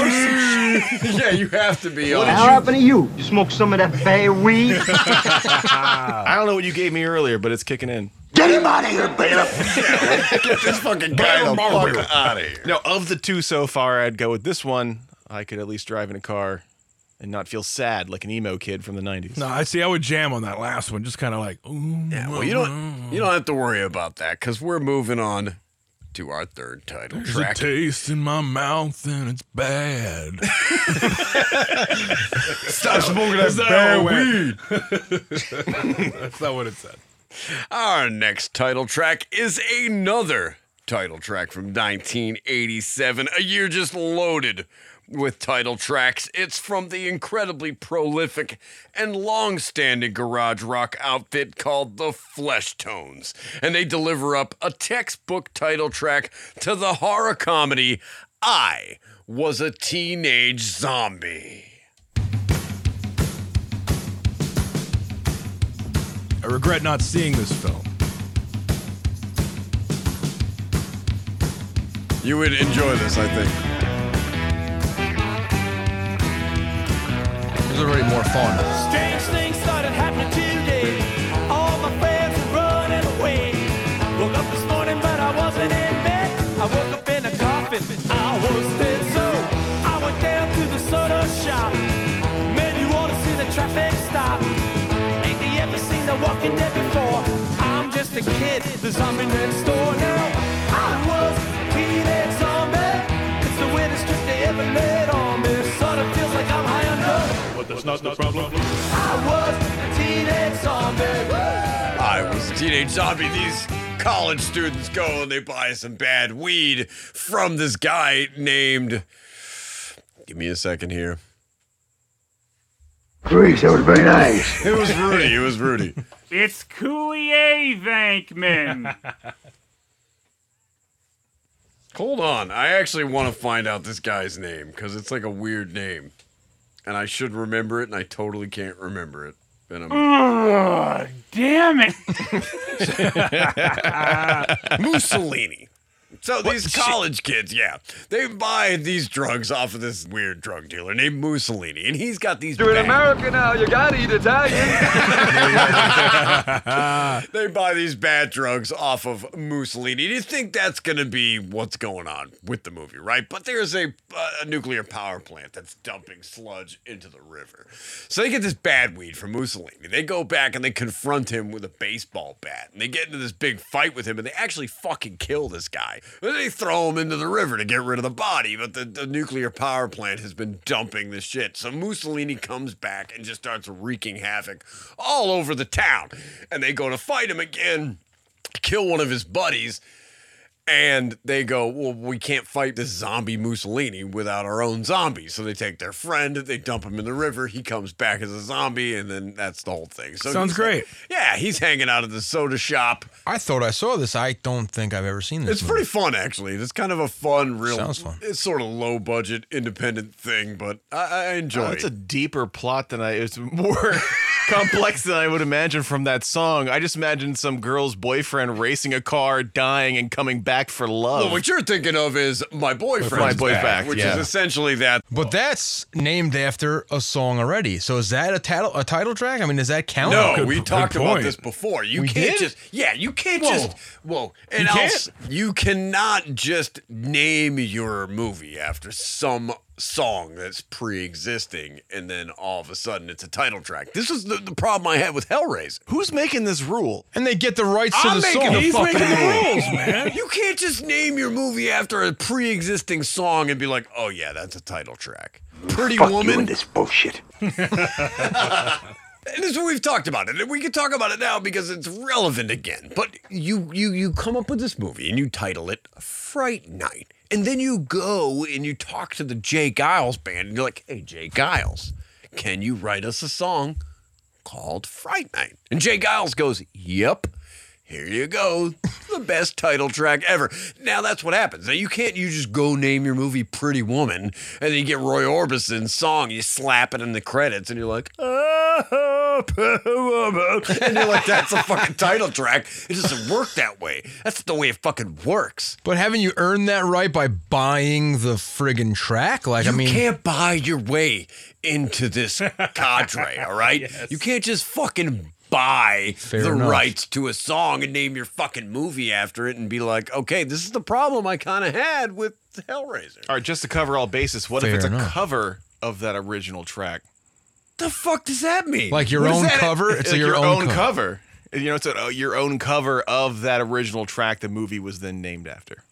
[SPEAKER 1] some shit?
[SPEAKER 2] yeah, you have to be
[SPEAKER 21] What happened to you? You smoke some of that bay weed?
[SPEAKER 4] I don't know what you gave me earlier, but it's kicking in.
[SPEAKER 6] Get him out of here, Beta.
[SPEAKER 2] Get this fucking guy the fuck out of here.
[SPEAKER 4] No, of the two so far, I'd go with this one. I could at least drive in a car and not feel sad like an emo kid from the 90s.
[SPEAKER 1] no, I see. I would jam on that last one, just kind of like, ooh, yeah.
[SPEAKER 2] Well, you
[SPEAKER 1] Mm-hmm.
[SPEAKER 2] don't you don't have to worry about that because we're moving on to our third title
[SPEAKER 1] There's
[SPEAKER 2] track.
[SPEAKER 1] a taste in my mouth and it's bad.
[SPEAKER 2] Stop smoking that
[SPEAKER 1] That's not
[SPEAKER 2] bad
[SPEAKER 1] how
[SPEAKER 2] weed.
[SPEAKER 1] it went. That's not what it said.
[SPEAKER 2] Our next title track is another title track from 1987, a year just loaded with title tracks. It's from the incredibly prolific and long-standing garage rock outfit called the Flesh Tones, and they deliver up a textbook title track to the horror comedy I Was a Teenage Zombie.
[SPEAKER 1] I regret not seeing this film.
[SPEAKER 2] You would enjoy this, I think.
[SPEAKER 3] It was already more fun.
[SPEAKER 15] Strange things started happening today. All my friends were running away. Woke up this morning, but I wasn't in bed. I woke up in a coffin. I was dead, so I went down to the soda shop. Maybe you want to see the traffic stop. Ain't they ever seen the Walking Dead before? I'm just a kid, the zombie next door now. I was a teenage zombie. It's the weirdest trick they ever laid on me. Sort of feels like I'm high on drugs.
[SPEAKER 16] But that's not the problem.
[SPEAKER 15] I was a teenage zombie.
[SPEAKER 2] I was a teenage zombie. These college students go and they buy some bad weed from this guy named. Give me a second here.
[SPEAKER 6] Grease, that was very nice.
[SPEAKER 2] It was Rudy. It was Rudy.
[SPEAKER 10] It's Cooley Vankman.
[SPEAKER 2] Hold on. I actually want to find out this guy's name because it's like a weird name. And I should remember it, and I totally can't remember it. And
[SPEAKER 10] Ugh, damn it.
[SPEAKER 2] I'm Mussolini. So these college kids, yeah, they buy these drugs off of this weird drug dealer named Mussolini, and he's got these.
[SPEAKER 15] You're
[SPEAKER 2] bad-
[SPEAKER 15] in America now. You gotta eat Italian.
[SPEAKER 2] they buy these bad drugs off of Mussolini. Do you think that's going to be what's going on with the movie, right? But there's a, uh, a nuclear power plant that's dumping sludge into the river. So they get this bad weed from Mussolini. They go back and they confront him with a baseball bat. And they get into this big fight with him and they actually fucking kill this guy. And they throw him into the river to get rid of the body. But the, the nuclear power plant has been dumping this shit. So Mussolini comes back and just starts wreaking havoc all over the town. And they go to fight him again, kill one of his buddies. And they go, well, we can't fight this zombie Mussolini without our own zombie. So they take their friend, they dump him in the river. He comes back as a zombie, and then that's the whole thing. So
[SPEAKER 1] Sounds
[SPEAKER 2] he's like-
[SPEAKER 1] great.
[SPEAKER 2] yeah, he's hanging out at the soda shop.
[SPEAKER 3] I thought I saw this. I don't think I've ever seen this.
[SPEAKER 2] It's pretty fun, actually. It's kind of a fun, real.
[SPEAKER 3] Sounds fun.
[SPEAKER 2] It's sort of low budget, independent thing, but uh, I, I enjoy.
[SPEAKER 4] Oh,
[SPEAKER 2] it.
[SPEAKER 4] it's a deeper plot than I. It's more complex than I would imagine from that song. I just imagined some girl's boyfriend racing a car, dying, and coming back for love.
[SPEAKER 2] Well, what you're thinking of is my boyfriend.
[SPEAKER 4] My Boy Fact,
[SPEAKER 2] which
[SPEAKER 4] yeah.
[SPEAKER 2] is essentially that.
[SPEAKER 3] But that's named after a song already. So is that a title a title track? I mean, does that count?
[SPEAKER 2] No, we talked about this before. You
[SPEAKER 3] We
[SPEAKER 2] can't
[SPEAKER 3] did?
[SPEAKER 2] just yeah, you can't
[SPEAKER 3] Whoa.
[SPEAKER 2] just whoa. And
[SPEAKER 3] You
[SPEAKER 2] you
[SPEAKER 3] can't?
[SPEAKER 2] else you cannot just name your movie after some song that's pre-existing and then all of a sudden it's a title track. This is the, the problem I had with Hellraiser.
[SPEAKER 4] Who's making this rule?
[SPEAKER 3] And they get the rights to
[SPEAKER 2] I'm
[SPEAKER 3] the
[SPEAKER 2] making
[SPEAKER 3] song.
[SPEAKER 2] the He's fucking making the rules. rules, man. You can't just name your movie after a pre-existing song and be like, "Oh yeah, that's a title track." Pretty
[SPEAKER 5] Fuck
[SPEAKER 2] Woman.
[SPEAKER 5] You and this bullshit.
[SPEAKER 2] And this is what we've talked about it. and We can talk about it now because it's relevant again. But you you you come up with this movie and you title it Fright Night. And then you go and you talk to the Jay Giles band and you're like, hey Jay Giles, can you write us a song called Fright Night? And Jay Giles goes, Yep. Here you go. The best title track ever. Now that's what happens. Now you can't you just go name your movie Pretty Woman and then you get Roy Orbison's song, you slap it in the credits, and you're like, and you're like, that's a fucking title track. It doesn't work that way. That's the way it fucking works.
[SPEAKER 3] But haven't you earned that right by buying the friggin' track? Like,
[SPEAKER 2] you
[SPEAKER 3] I mean,
[SPEAKER 2] can't buy your way into this cadre, all right? You can't just fucking buy the
[SPEAKER 3] enough.
[SPEAKER 2] rights to a song and name your fucking movie after it and be like, okay, this is the problem I kind of had with Hellraiser.
[SPEAKER 4] All right, just to cover all bases, what
[SPEAKER 3] Fair
[SPEAKER 4] if it's
[SPEAKER 3] enough.
[SPEAKER 4] a cover of that original track?
[SPEAKER 2] The fuck does that mean?
[SPEAKER 3] Like your
[SPEAKER 4] What is
[SPEAKER 3] own
[SPEAKER 4] that?
[SPEAKER 3] cover?
[SPEAKER 4] It's like your, own, cover. You know, it's a, your own cover of that original track the movie was then named after.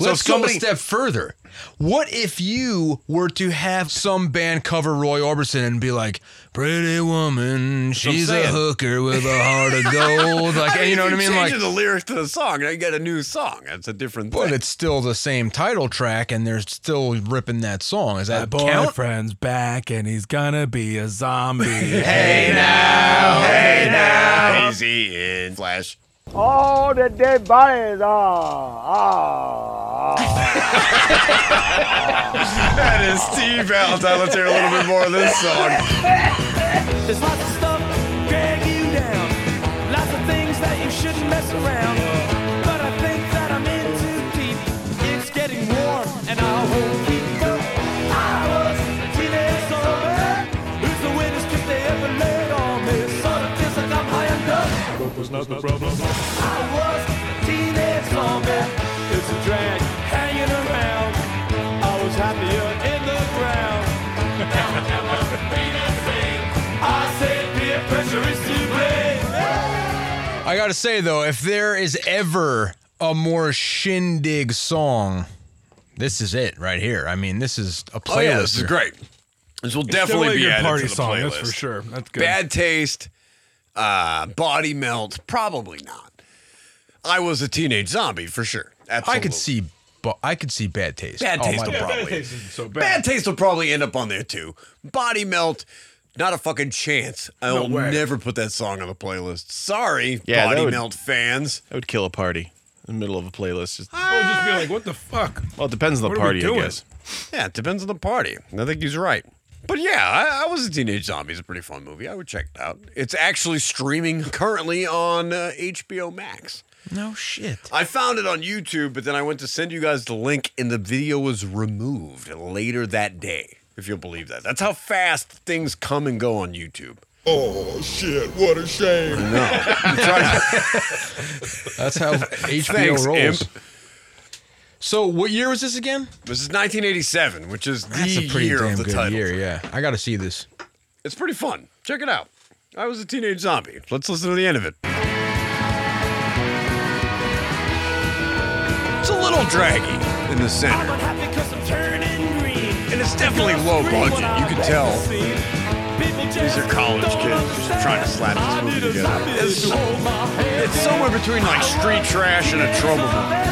[SPEAKER 3] Let's
[SPEAKER 4] if
[SPEAKER 3] go
[SPEAKER 4] somebody-
[SPEAKER 3] a step further. What if you were to have some band cover Roy Orbison and be like, "Pretty woman,
[SPEAKER 2] what I'm
[SPEAKER 3] she's a
[SPEAKER 2] saying.
[SPEAKER 3] hooker with a heart of gold," like
[SPEAKER 2] I mean,
[SPEAKER 3] you know
[SPEAKER 2] if
[SPEAKER 3] what I mean?
[SPEAKER 2] Changing
[SPEAKER 3] Like,
[SPEAKER 2] the lyrics to the song, now you got a new song. That's a different thing.
[SPEAKER 3] but it's still the same title track, and they're still ripping that song. Is
[SPEAKER 1] My
[SPEAKER 3] that count?
[SPEAKER 1] boyfriend's back and he's gonna be a zombie.
[SPEAKER 3] Hey
[SPEAKER 2] now, hey now. Easy in Flash.
[SPEAKER 14] All the dead bodies are.
[SPEAKER 2] that is Steve Valentine. Let's hear a little bit more of this song.
[SPEAKER 15] There's lots of stuff drag you down, lots of things that you shouldn't mess around. But I think that I'm in too deep. It's getting warm, and I won't keep up. I was feeling so bad. Who's the winners? Could they ever laid on me? Sort of feels like I'm high and up. That was not the problem. I was teenage zombie. It's a drag hanging around. I was happier in the ground. Now I'm never been a thing. I said peer pressure is to blame.
[SPEAKER 3] I gotta say though, if there is ever a more shindig song, this is it right here. I mean, this is a playlist.
[SPEAKER 2] Oh, yeah, this is great. This will definitely
[SPEAKER 1] definitely a
[SPEAKER 2] be
[SPEAKER 1] good
[SPEAKER 2] added
[SPEAKER 1] party
[SPEAKER 2] to the
[SPEAKER 1] song,
[SPEAKER 2] playlist.
[SPEAKER 1] that's for sure. That's good.
[SPEAKER 2] Bad taste, uh, body melt, probably not. I was a teenage zombie for sure. Absolutely.
[SPEAKER 3] I could see, but I could see bad taste.
[SPEAKER 2] Bad
[SPEAKER 3] Oh,
[SPEAKER 2] taste
[SPEAKER 3] my
[SPEAKER 2] will
[SPEAKER 3] bad.
[SPEAKER 2] probably. Bad taste, will probably end up on there too. Body melt, not a fucking chance. I
[SPEAKER 4] No
[SPEAKER 2] will
[SPEAKER 4] way.
[SPEAKER 2] never put that song on the playlist. Sorry,
[SPEAKER 4] Yeah, that
[SPEAKER 2] body
[SPEAKER 4] would-
[SPEAKER 2] melt fans.
[SPEAKER 4] That would kill a party in the middle of a playlist. Just,
[SPEAKER 1] We'll just be like, what the fuck?
[SPEAKER 4] well, it depends on the
[SPEAKER 1] What are we
[SPEAKER 4] party, I
[SPEAKER 1] doing?
[SPEAKER 4] guess.
[SPEAKER 2] Yeah, it depends on the party. I think he's right. But yeah, I, I was a teenage zombie. It's a pretty fun movie. I would check it out. It's actually streaming currently on uh, HBO Max.
[SPEAKER 3] No shit.
[SPEAKER 2] I found it on YouTube, but then I went to send you guys the link, and the video was removed later that day. If you'll believe that, that's how fast things come and go on YouTube.
[SPEAKER 16] Oh shit! What a shame.
[SPEAKER 3] That's how HBO
[SPEAKER 2] Thanks,
[SPEAKER 3] rolls.
[SPEAKER 2] imp.
[SPEAKER 3] So, what year was this again?
[SPEAKER 2] This is 1987, which is the
[SPEAKER 3] That's a pretty
[SPEAKER 2] year
[SPEAKER 3] damn
[SPEAKER 2] of the
[SPEAKER 3] good
[SPEAKER 2] title.
[SPEAKER 3] year. Yeah, I gotta see this.
[SPEAKER 2] It's pretty fun. Check it out. I was a teenage zombie. Let's listen to the end of it. It's a little draggy in the center. And it's definitely low budget. You can tell these are college kids just trying to slap this movie together. It's, it's somewhere between like street trash and a trouble movie.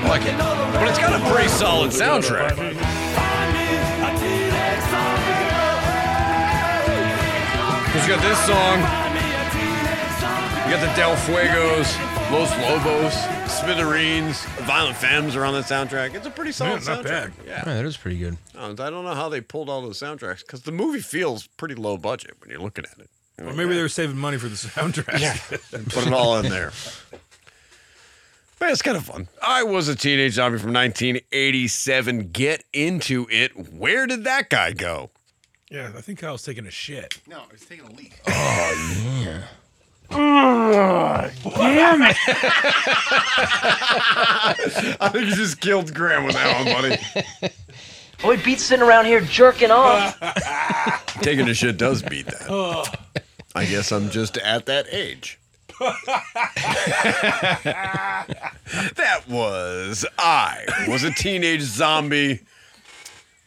[SPEAKER 2] I like it. But it's got a pretty solid soundtrack. Because you got this song, you got the Del Fuegos, Los Lobos, Smithereens, Violent Femmes are on that soundtrack. It's a pretty solid
[SPEAKER 3] Man, not
[SPEAKER 2] soundtrack.
[SPEAKER 3] bad.
[SPEAKER 2] Yeah.
[SPEAKER 3] Yeah, that is pretty good.
[SPEAKER 2] I don't- I don't know how they pulled all those soundtracks because the movie feels pretty low budget when you're looking at it.
[SPEAKER 1] Or maybe they were saving money for the soundtrack.
[SPEAKER 2] Put it all in there. But it's kind of fun. I was a teenage zombie from 1987. Get into it. Where did that guy go?
[SPEAKER 1] Yeah, I think Kyle's taking a shit.
[SPEAKER 16] No, it's taking a leak.
[SPEAKER 2] Oh, yeah.
[SPEAKER 10] Ugh, damn it.
[SPEAKER 2] I think you just killed Graham with that one, buddy.
[SPEAKER 13] Oh, it beats sitting around here jerking off.
[SPEAKER 2] Taking a shit does beat that. I guess I'm just at that age. that was I was a teenage zombie.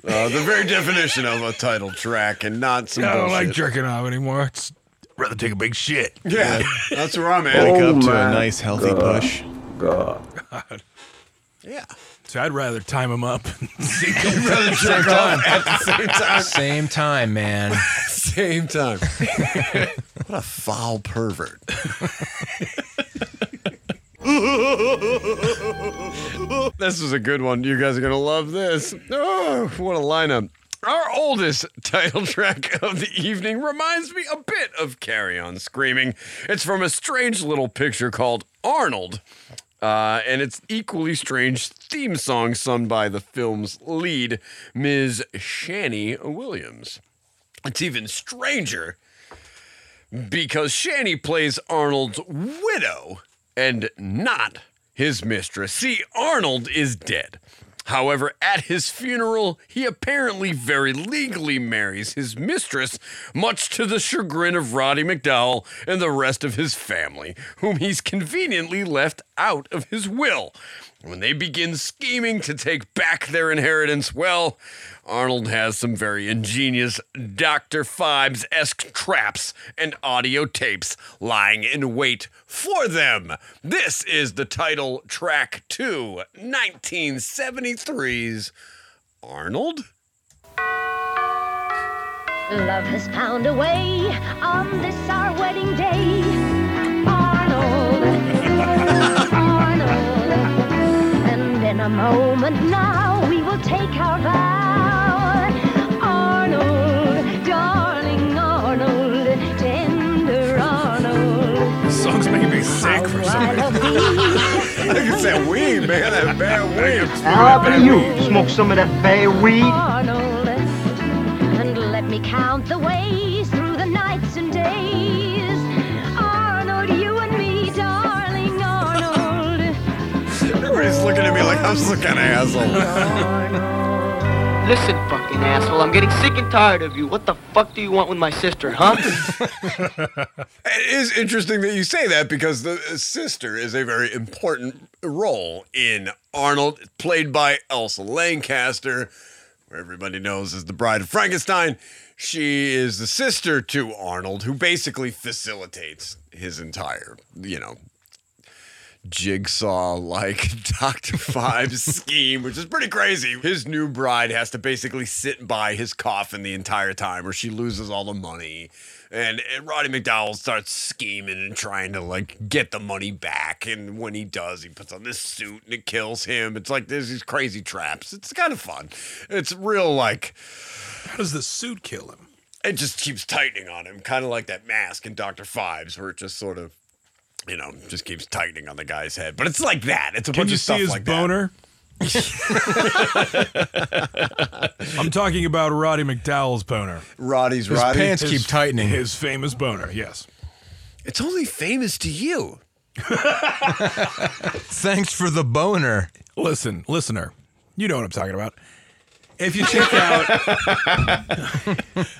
[SPEAKER 2] Uh, the very definition of a title track and not some.
[SPEAKER 1] I don't
[SPEAKER 2] bullshit.
[SPEAKER 1] like jerking off anymore. It's rather take a big shit.
[SPEAKER 2] Yeah, that's where I'm at.
[SPEAKER 1] Oh,
[SPEAKER 4] Back up to a nice healthy push.
[SPEAKER 1] God.
[SPEAKER 2] Yeah.
[SPEAKER 1] So I'd rather time them up.
[SPEAKER 2] rather jerk off at the same time.
[SPEAKER 3] Same time, man.
[SPEAKER 2] Same time. what a foul pervert. this is a good one. You guys are going to love this. Oh, what a lineup. Our oldest title track of the evening reminds me a bit of Carry On Screaming. It's from a strange little picture called Arnold. Uh, and it's equally strange theme song sung by the film's lead, Ms. Shani Williams. It's even stranger because Shani plays Arnold's widow and not his mistress. See, Arnold is dead. However, at his funeral, he apparently very legally marries his mistress, much to the chagrin of Roddy McDowell and the rest of his family, whom he's conveniently left out of his will. When they begin scheming to take back their inheritance, well, Arnold has some very ingenious Dr. Fibes esque traps and audio tapes lying in wait for them. This is the title track to 1973's Arnold.
[SPEAKER 17] Love has found a way on this our wedding day. Arnold, Arnold, and in a moment now we will take our vow. Arnold, darling Arnold, tender Arnold.
[SPEAKER 1] This song's making me sick for some reason.
[SPEAKER 2] I think it's that weed, man. That bad weed.
[SPEAKER 21] How about you? Smoke some of that bay weed.
[SPEAKER 17] Arnold, and let me count the ways through the nights and days. Arnold, you and me, darling Arnold.
[SPEAKER 2] Everybody's looking at me like I'm some kind of asshole.
[SPEAKER 13] Listen, fucking asshole, I'm getting sick and tired of you. What the fuck do you want with my sister, huh?
[SPEAKER 2] it is interesting that you say that because the sister is a very important role in Arnold, played by Elsa Lancaster, where everybody knows as the Bride of Frankenstein. She is the sister to Arnold, who basically facilitates his entire, you know, jigsaw like Dr. Five's scheme, which is pretty crazy. His new bride has to basically sit by his coffin the entire time, or she loses all the money. And, and Roddy McDowell starts scheming and trying to like get the money back. And when he does, he puts on this suit and it kills him. It's like there's these crazy traps. It's kind of fun. It's real like.
[SPEAKER 1] How does the suit kill him?
[SPEAKER 2] It just keeps tightening on him, kind of like that mask in Doctor Fives, where it just sort of you know, just keeps tightening on the guy's head. But it's like that. It's a
[SPEAKER 1] Can
[SPEAKER 2] bunch
[SPEAKER 1] you
[SPEAKER 2] of
[SPEAKER 1] see
[SPEAKER 2] stuff
[SPEAKER 1] his
[SPEAKER 2] like
[SPEAKER 1] boner? I'm talking about Roddy McDowell's boner.
[SPEAKER 2] Roddy's
[SPEAKER 3] His Roddy? pants keep tightening.
[SPEAKER 1] His famous boner, yes.
[SPEAKER 2] that. It's only famous to you.
[SPEAKER 3] Thanks for the boner.
[SPEAKER 1] Listen, listener, you know what I'm talking about. If you check out, if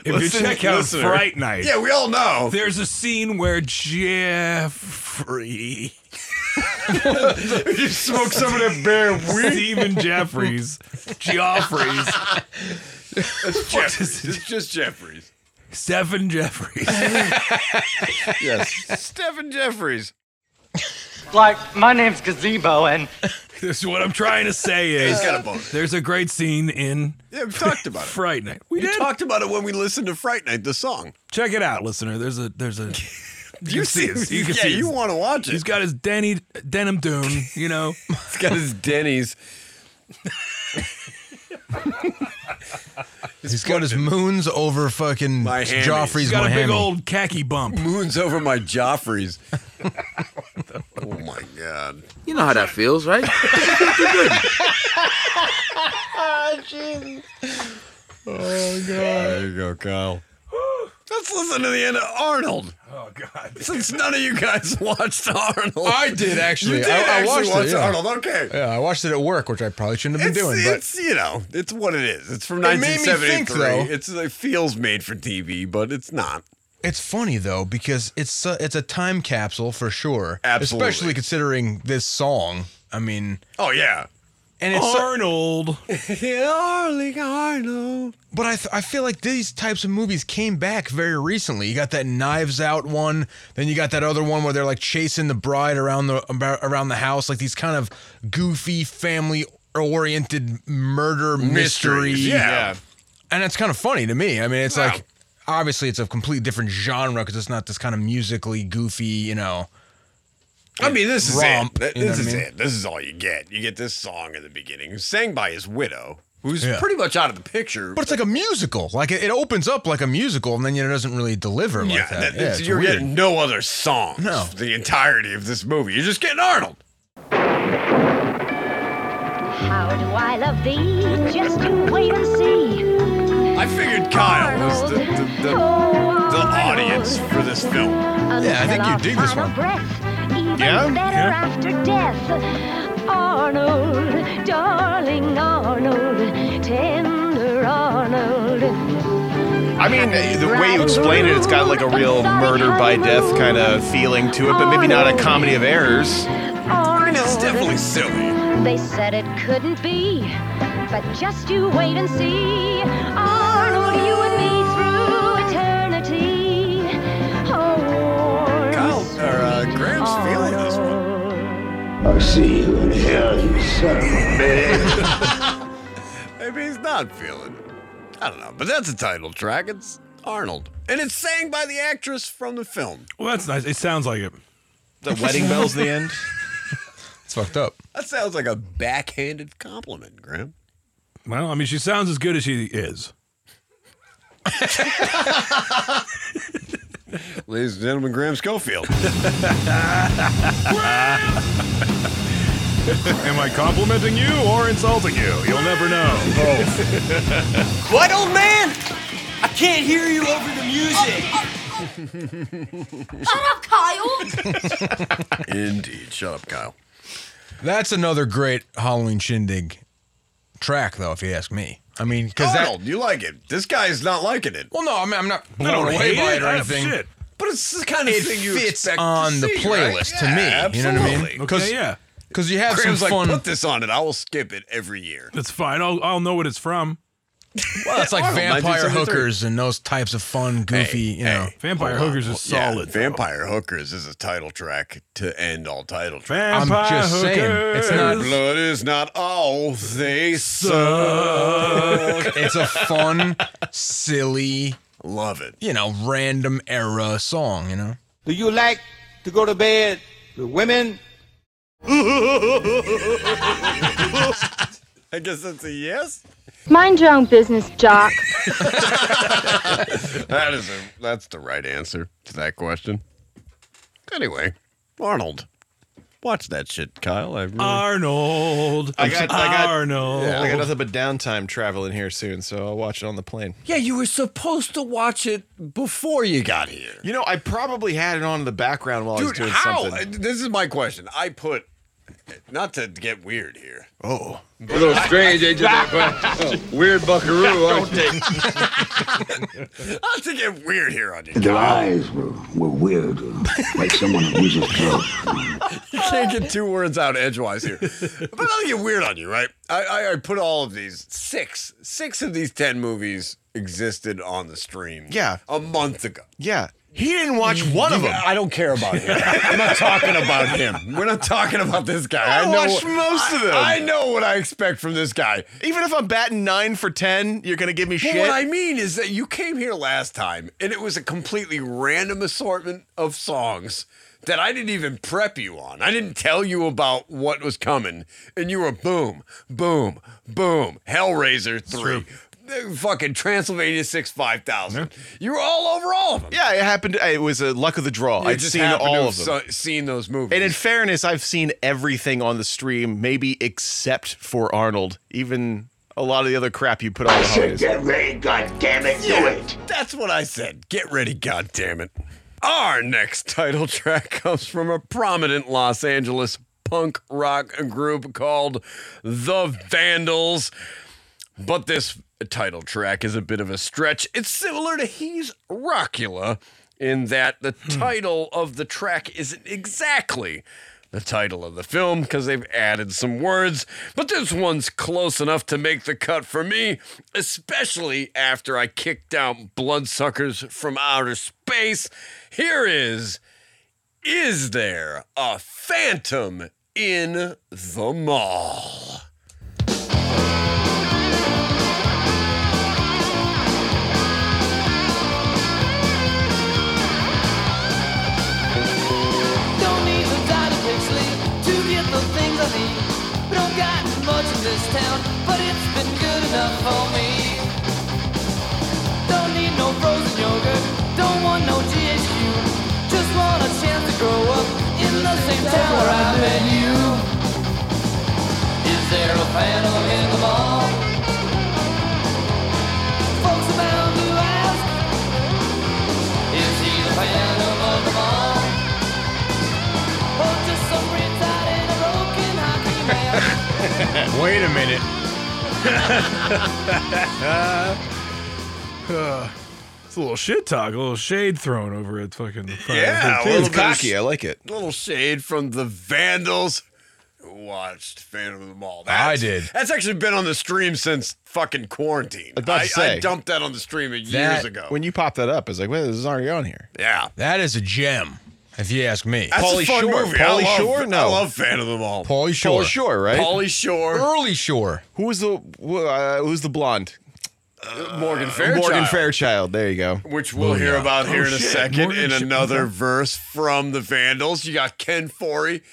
[SPEAKER 2] Listen-
[SPEAKER 1] you check out
[SPEAKER 2] listener.
[SPEAKER 1] Fright Night,
[SPEAKER 2] Yeah, we all know.
[SPEAKER 1] There's a scene where Jeffrey,
[SPEAKER 2] you smoke some of that bear weed.
[SPEAKER 1] Stephen Jeffries, Joffrey's,
[SPEAKER 2] It's Jeffries. It's just Jeffries.
[SPEAKER 1] Stephen Jeffries.
[SPEAKER 2] Yes. Stephen Jeffries.
[SPEAKER 14] Like, my name's Gazebo, and
[SPEAKER 1] This is what I'm trying to say is
[SPEAKER 2] He's got a boner.
[SPEAKER 1] there's a great scene in
[SPEAKER 2] Yeah, we talked about it.
[SPEAKER 1] Fright Night. We
[SPEAKER 2] We
[SPEAKER 1] did.
[SPEAKER 2] talked about it when we listened to Fright Night, the song.
[SPEAKER 1] Check it out, listener. There's a there's a
[SPEAKER 2] You
[SPEAKER 1] can
[SPEAKER 2] see-
[SPEAKER 1] see it. You can
[SPEAKER 2] yeah,
[SPEAKER 1] see
[SPEAKER 2] you
[SPEAKER 1] it.
[SPEAKER 2] wanna watch it.
[SPEAKER 1] He's got his Denny denim dune, you know.
[SPEAKER 2] He's got his Denny's.
[SPEAKER 3] He's got his moons over fucking
[SPEAKER 2] My hammies.
[SPEAKER 3] Joffrey's
[SPEAKER 1] He's got a big
[SPEAKER 3] hammy.
[SPEAKER 1] old khaki bump.
[SPEAKER 2] Moon's over my Joffrey's. oh my god.
[SPEAKER 8] You know how that feels, right?
[SPEAKER 2] Oh, There you go, Kyle. Let's listen to the end of Arnold.
[SPEAKER 1] Oh God.
[SPEAKER 2] Since none of you guys watched Arnold.
[SPEAKER 3] I did actually.
[SPEAKER 2] You did
[SPEAKER 3] I, I
[SPEAKER 2] actually
[SPEAKER 3] watched
[SPEAKER 2] watch
[SPEAKER 3] it, yeah.
[SPEAKER 2] Arnold. Okay.
[SPEAKER 3] Yeah, I watched it at work, which I probably shouldn't have been
[SPEAKER 2] It's,
[SPEAKER 3] doing. but-
[SPEAKER 2] it's, you know, it's what it is. It's from
[SPEAKER 3] It made me
[SPEAKER 2] 1973.
[SPEAKER 3] think, though.
[SPEAKER 2] It's it feels made for TV, but it's not.
[SPEAKER 3] It's funny though because it's a, it's a time capsule for sure.
[SPEAKER 2] Absolutely.
[SPEAKER 3] Especially considering this song. I mean,
[SPEAKER 2] Oh yeah.
[SPEAKER 3] and it's
[SPEAKER 1] Arnold.
[SPEAKER 2] Darling Arnold.
[SPEAKER 3] But I, th- I feel like these types of movies came back very recently. You got that Knives Out one, then you got that other one where they're like chasing the bride around the about, around the house, like these kind of goofy family oriented murder mystery.
[SPEAKER 2] Mysteries, yeah. Yeah.
[SPEAKER 3] And it's kind of funny to me. I mean, it's like obviously it's a complete different genre because it's not this kind of musically goofy, you know.
[SPEAKER 2] I mean, this is
[SPEAKER 3] romp,
[SPEAKER 2] it. Th-
[SPEAKER 3] you know
[SPEAKER 2] This
[SPEAKER 3] what I
[SPEAKER 2] is
[SPEAKER 3] mean?
[SPEAKER 2] it. This is all you get. You get this song in the beginning, sang by his widow, who's
[SPEAKER 3] Yeah.
[SPEAKER 2] pretty much out of the picture.
[SPEAKER 3] But it's like a musical. Like it, it opens up like a musical, and then you know, it doesn't really deliver like
[SPEAKER 2] yeah,
[SPEAKER 3] that.
[SPEAKER 2] that-
[SPEAKER 3] yeah,
[SPEAKER 2] it's-
[SPEAKER 3] it's
[SPEAKER 2] you're
[SPEAKER 3] weird.
[SPEAKER 2] getting no other songs.
[SPEAKER 3] No.
[SPEAKER 2] for the entirety of this movie, you're just getting Arnold.
[SPEAKER 17] How do I love thee? Just you wait and see.
[SPEAKER 2] I figured Kyle was the, the, the, the audience for this film.
[SPEAKER 17] Yeah, I think you dig this one. Even
[SPEAKER 2] Yeah?
[SPEAKER 17] better
[SPEAKER 2] Yeah.
[SPEAKER 17] after death. Arnold, darling Arnold, tender Arnold.
[SPEAKER 4] I mean, the way you explain it, it's got like a real murder by death kind of feeling to it, but maybe not a comedy of errors.
[SPEAKER 17] Arnold.
[SPEAKER 2] silly.
[SPEAKER 17] They said it couldn't be, but just you wait and see. Arnold, you and me through eternity. Oh,
[SPEAKER 2] Kyle, or uh, Graham's feeling this one.
[SPEAKER 6] I'll see you in hell, you son of a bitch.
[SPEAKER 2] Maybe he's not feeling it. I don't know, but that's a title track. It's Arnold, and it's sang by the actress from the film.
[SPEAKER 1] Well, that's nice. It sounds like it.
[SPEAKER 4] The wedding bells, the end.
[SPEAKER 3] It's fucked up.
[SPEAKER 2] That sounds like a backhanded compliment, Graham.
[SPEAKER 1] Well, I mean, she sounds as good as she is.
[SPEAKER 2] Ladies and gentlemen, Graham Schofield.
[SPEAKER 1] Am I complimenting you or insulting you? You'll never know.
[SPEAKER 15] What, old man? I can't hear you over the music.
[SPEAKER 18] Shut up, Kyle!
[SPEAKER 2] Indeed. Shut up, Kyle.
[SPEAKER 3] That's another great Halloween shindig track, though, if you ask me. I mean, because that.
[SPEAKER 2] Arnold, you like it. This guy's not liking it.
[SPEAKER 3] Well, no, I mean, I'm not
[SPEAKER 2] I don't
[SPEAKER 3] blown away
[SPEAKER 2] hate
[SPEAKER 3] by
[SPEAKER 2] it.
[SPEAKER 1] Oh,
[SPEAKER 3] it or
[SPEAKER 2] I don't-
[SPEAKER 3] anything.
[SPEAKER 2] shit. But it's the kind of
[SPEAKER 3] It
[SPEAKER 2] thing you
[SPEAKER 3] fits
[SPEAKER 2] expect to
[SPEAKER 3] on the
[SPEAKER 2] see, right?
[SPEAKER 3] playlist
[SPEAKER 2] Yeah,
[SPEAKER 3] to me. You know what I mean?
[SPEAKER 2] absolutely.
[SPEAKER 3] Because you have
[SPEAKER 2] Graham's
[SPEAKER 3] some
[SPEAKER 2] like,
[SPEAKER 3] fun.
[SPEAKER 2] put this on it. I will skip it every year.
[SPEAKER 1] That's fine. I'll, I'll know what it's from.
[SPEAKER 3] well, it's like
[SPEAKER 2] Arnold,
[SPEAKER 3] vampire
[SPEAKER 2] 1973.
[SPEAKER 3] hookers and those types of fun, goofy, you know.
[SPEAKER 1] Vampire
[SPEAKER 2] Hold on.
[SPEAKER 1] Hookers is
[SPEAKER 2] Yeah,
[SPEAKER 1] solid, though.
[SPEAKER 2] Vampire Hookers is a title track to end all title tracks.
[SPEAKER 3] I'm
[SPEAKER 1] Vampire
[SPEAKER 3] just saying,
[SPEAKER 1] Hookers.
[SPEAKER 3] it's
[SPEAKER 2] Their
[SPEAKER 3] not.
[SPEAKER 2] blood is not all they suck.
[SPEAKER 3] it's a fun, silly,
[SPEAKER 2] Love it.
[SPEAKER 3] you know, random era song. You know.
[SPEAKER 9] Do you like to go to bed with women?
[SPEAKER 2] I guess that's a yes.
[SPEAKER 23] Mind your own business, Jock.
[SPEAKER 2] that is a, that's the right answer to that question. Anyway, Arnold, watch that shit, Kyle. I really,
[SPEAKER 1] Arnold.
[SPEAKER 4] I got, I got,
[SPEAKER 1] Arnold.
[SPEAKER 4] yeah, I got nothing but downtime traveling here soon, so I'll watch it on the plane.
[SPEAKER 2] yeah, you were supposed to watch it before you got here,
[SPEAKER 4] You know, I probably had it on in the background while I was
[SPEAKER 2] dude.
[SPEAKER 4] doing
[SPEAKER 2] How? Uh,
[SPEAKER 4] something.
[SPEAKER 2] This is my question. I put not to get weird here.
[SPEAKER 4] Oh,
[SPEAKER 9] A little strange, ain't you? there, bud? Oh, Weird buckaroo, aren't you?
[SPEAKER 2] Not to get weird here on you.
[SPEAKER 6] Their eyes were, were weird, uh, like someone abuses drugs.
[SPEAKER 2] You can't
[SPEAKER 4] Uh,
[SPEAKER 2] get two words out edgewise here. But I'll get weird on you, right? I, I, I put all of these six, six of these ten movies existed on the stream.
[SPEAKER 4] Yeah.
[SPEAKER 2] a month ago.
[SPEAKER 4] yeah. He didn't watch one of them.
[SPEAKER 2] I don't care about him. I'm not talking about him. We're not talking about this guy.
[SPEAKER 4] I
[SPEAKER 2] I, know
[SPEAKER 4] watched most of them.
[SPEAKER 2] I, I know what I expect from this guy.
[SPEAKER 4] Even if I'm batting nine for ten, you're gonna give me
[SPEAKER 2] But
[SPEAKER 4] shit.
[SPEAKER 2] what I mean is that you came here last time and it was a completely random assortment of songs that I didn't even prep you on. I didn't tell you about what was coming. And you were boom, boom, boom, Hellraiser 3, uh, fucking Transylvania 6 5000. You were all over all of them.
[SPEAKER 4] yeah, it happened. It was a luck of the draw.
[SPEAKER 2] You
[SPEAKER 4] I'd
[SPEAKER 2] just
[SPEAKER 4] seen
[SPEAKER 2] happened to
[SPEAKER 4] all
[SPEAKER 2] have
[SPEAKER 4] of them.
[SPEAKER 2] so- seen those movies.
[SPEAKER 4] and in fairness, I've seen everything on the stream, maybe except for Arnold. Even a lot of the other crap you put on
[SPEAKER 6] I
[SPEAKER 4] the
[SPEAKER 6] said,
[SPEAKER 4] holidays.
[SPEAKER 6] get ready, goddammit, do
[SPEAKER 2] Yeah,
[SPEAKER 6] it.
[SPEAKER 2] That's what I said. Get ready, goddammit. Our next title track comes from a prominent Los Angeles punk rock group called The Vandals. But this title track is a bit of a stretch. It's similar to He's Rockula in that the title of the track isn't exactly the title of the film because they've added some words, but this one's close enough to make the cut for me, especially after I kicked out bloodsuckers from outer space. Here is Is there a phantom in the mall?
[SPEAKER 15] Don't need some time to take sleep E to get the things I need. We don't got much in this town, but it's been good enough for me. Don't need no frozen yogurt, don't want no GHQ. Just want a chance to grow up in the same town where I met you. Is there a phantom in the mall? Folks are bound to ask, is he the phantom of the mall? Or just some retired and a broken hockey man?
[SPEAKER 3] Wait a minute.
[SPEAKER 1] Uh, it's a little shit talk, a little shade thrown over at fucking.
[SPEAKER 2] Yeah,
[SPEAKER 1] Friday the 13th.
[SPEAKER 2] A little shade from the Vandals. Who Watched Phantom of the Mall.
[SPEAKER 1] I
[SPEAKER 2] That's-
[SPEAKER 1] did.
[SPEAKER 2] That's actually been on the stream since fucking quarantine.
[SPEAKER 4] was about to
[SPEAKER 2] I, I
[SPEAKER 4] say.
[SPEAKER 2] dumped that on the stream years
[SPEAKER 4] That-
[SPEAKER 2] ago.
[SPEAKER 4] When you pop that up, it's like, wait, this is already on here.
[SPEAKER 2] Yeah.
[SPEAKER 3] That is a gem, if you ask me.
[SPEAKER 4] That's a Pauly fun Shore, movie. I Pauly love- Shore? No. I love Phantom of the Mall.
[SPEAKER 3] Pauly Shore.
[SPEAKER 4] Pauly Shore, right? Pauly
[SPEAKER 2] Shore.
[SPEAKER 3] Early Shore.
[SPEAKER 4] Who was the wh- uh, who's the blonde?
[SPEAKER 2] Morgan Fairchild.
[SPEAKER 4] Uh, Morgan Fairchild. There you go.
[SPEAKER 2] Which we'll hear about here
[SPEAKER 4] Oh,
[SPEAKER 2] in a second in another verse
[SPEAKER 4] verse.
[SPEAKER 2] from the Vandals. You got Ken Forey.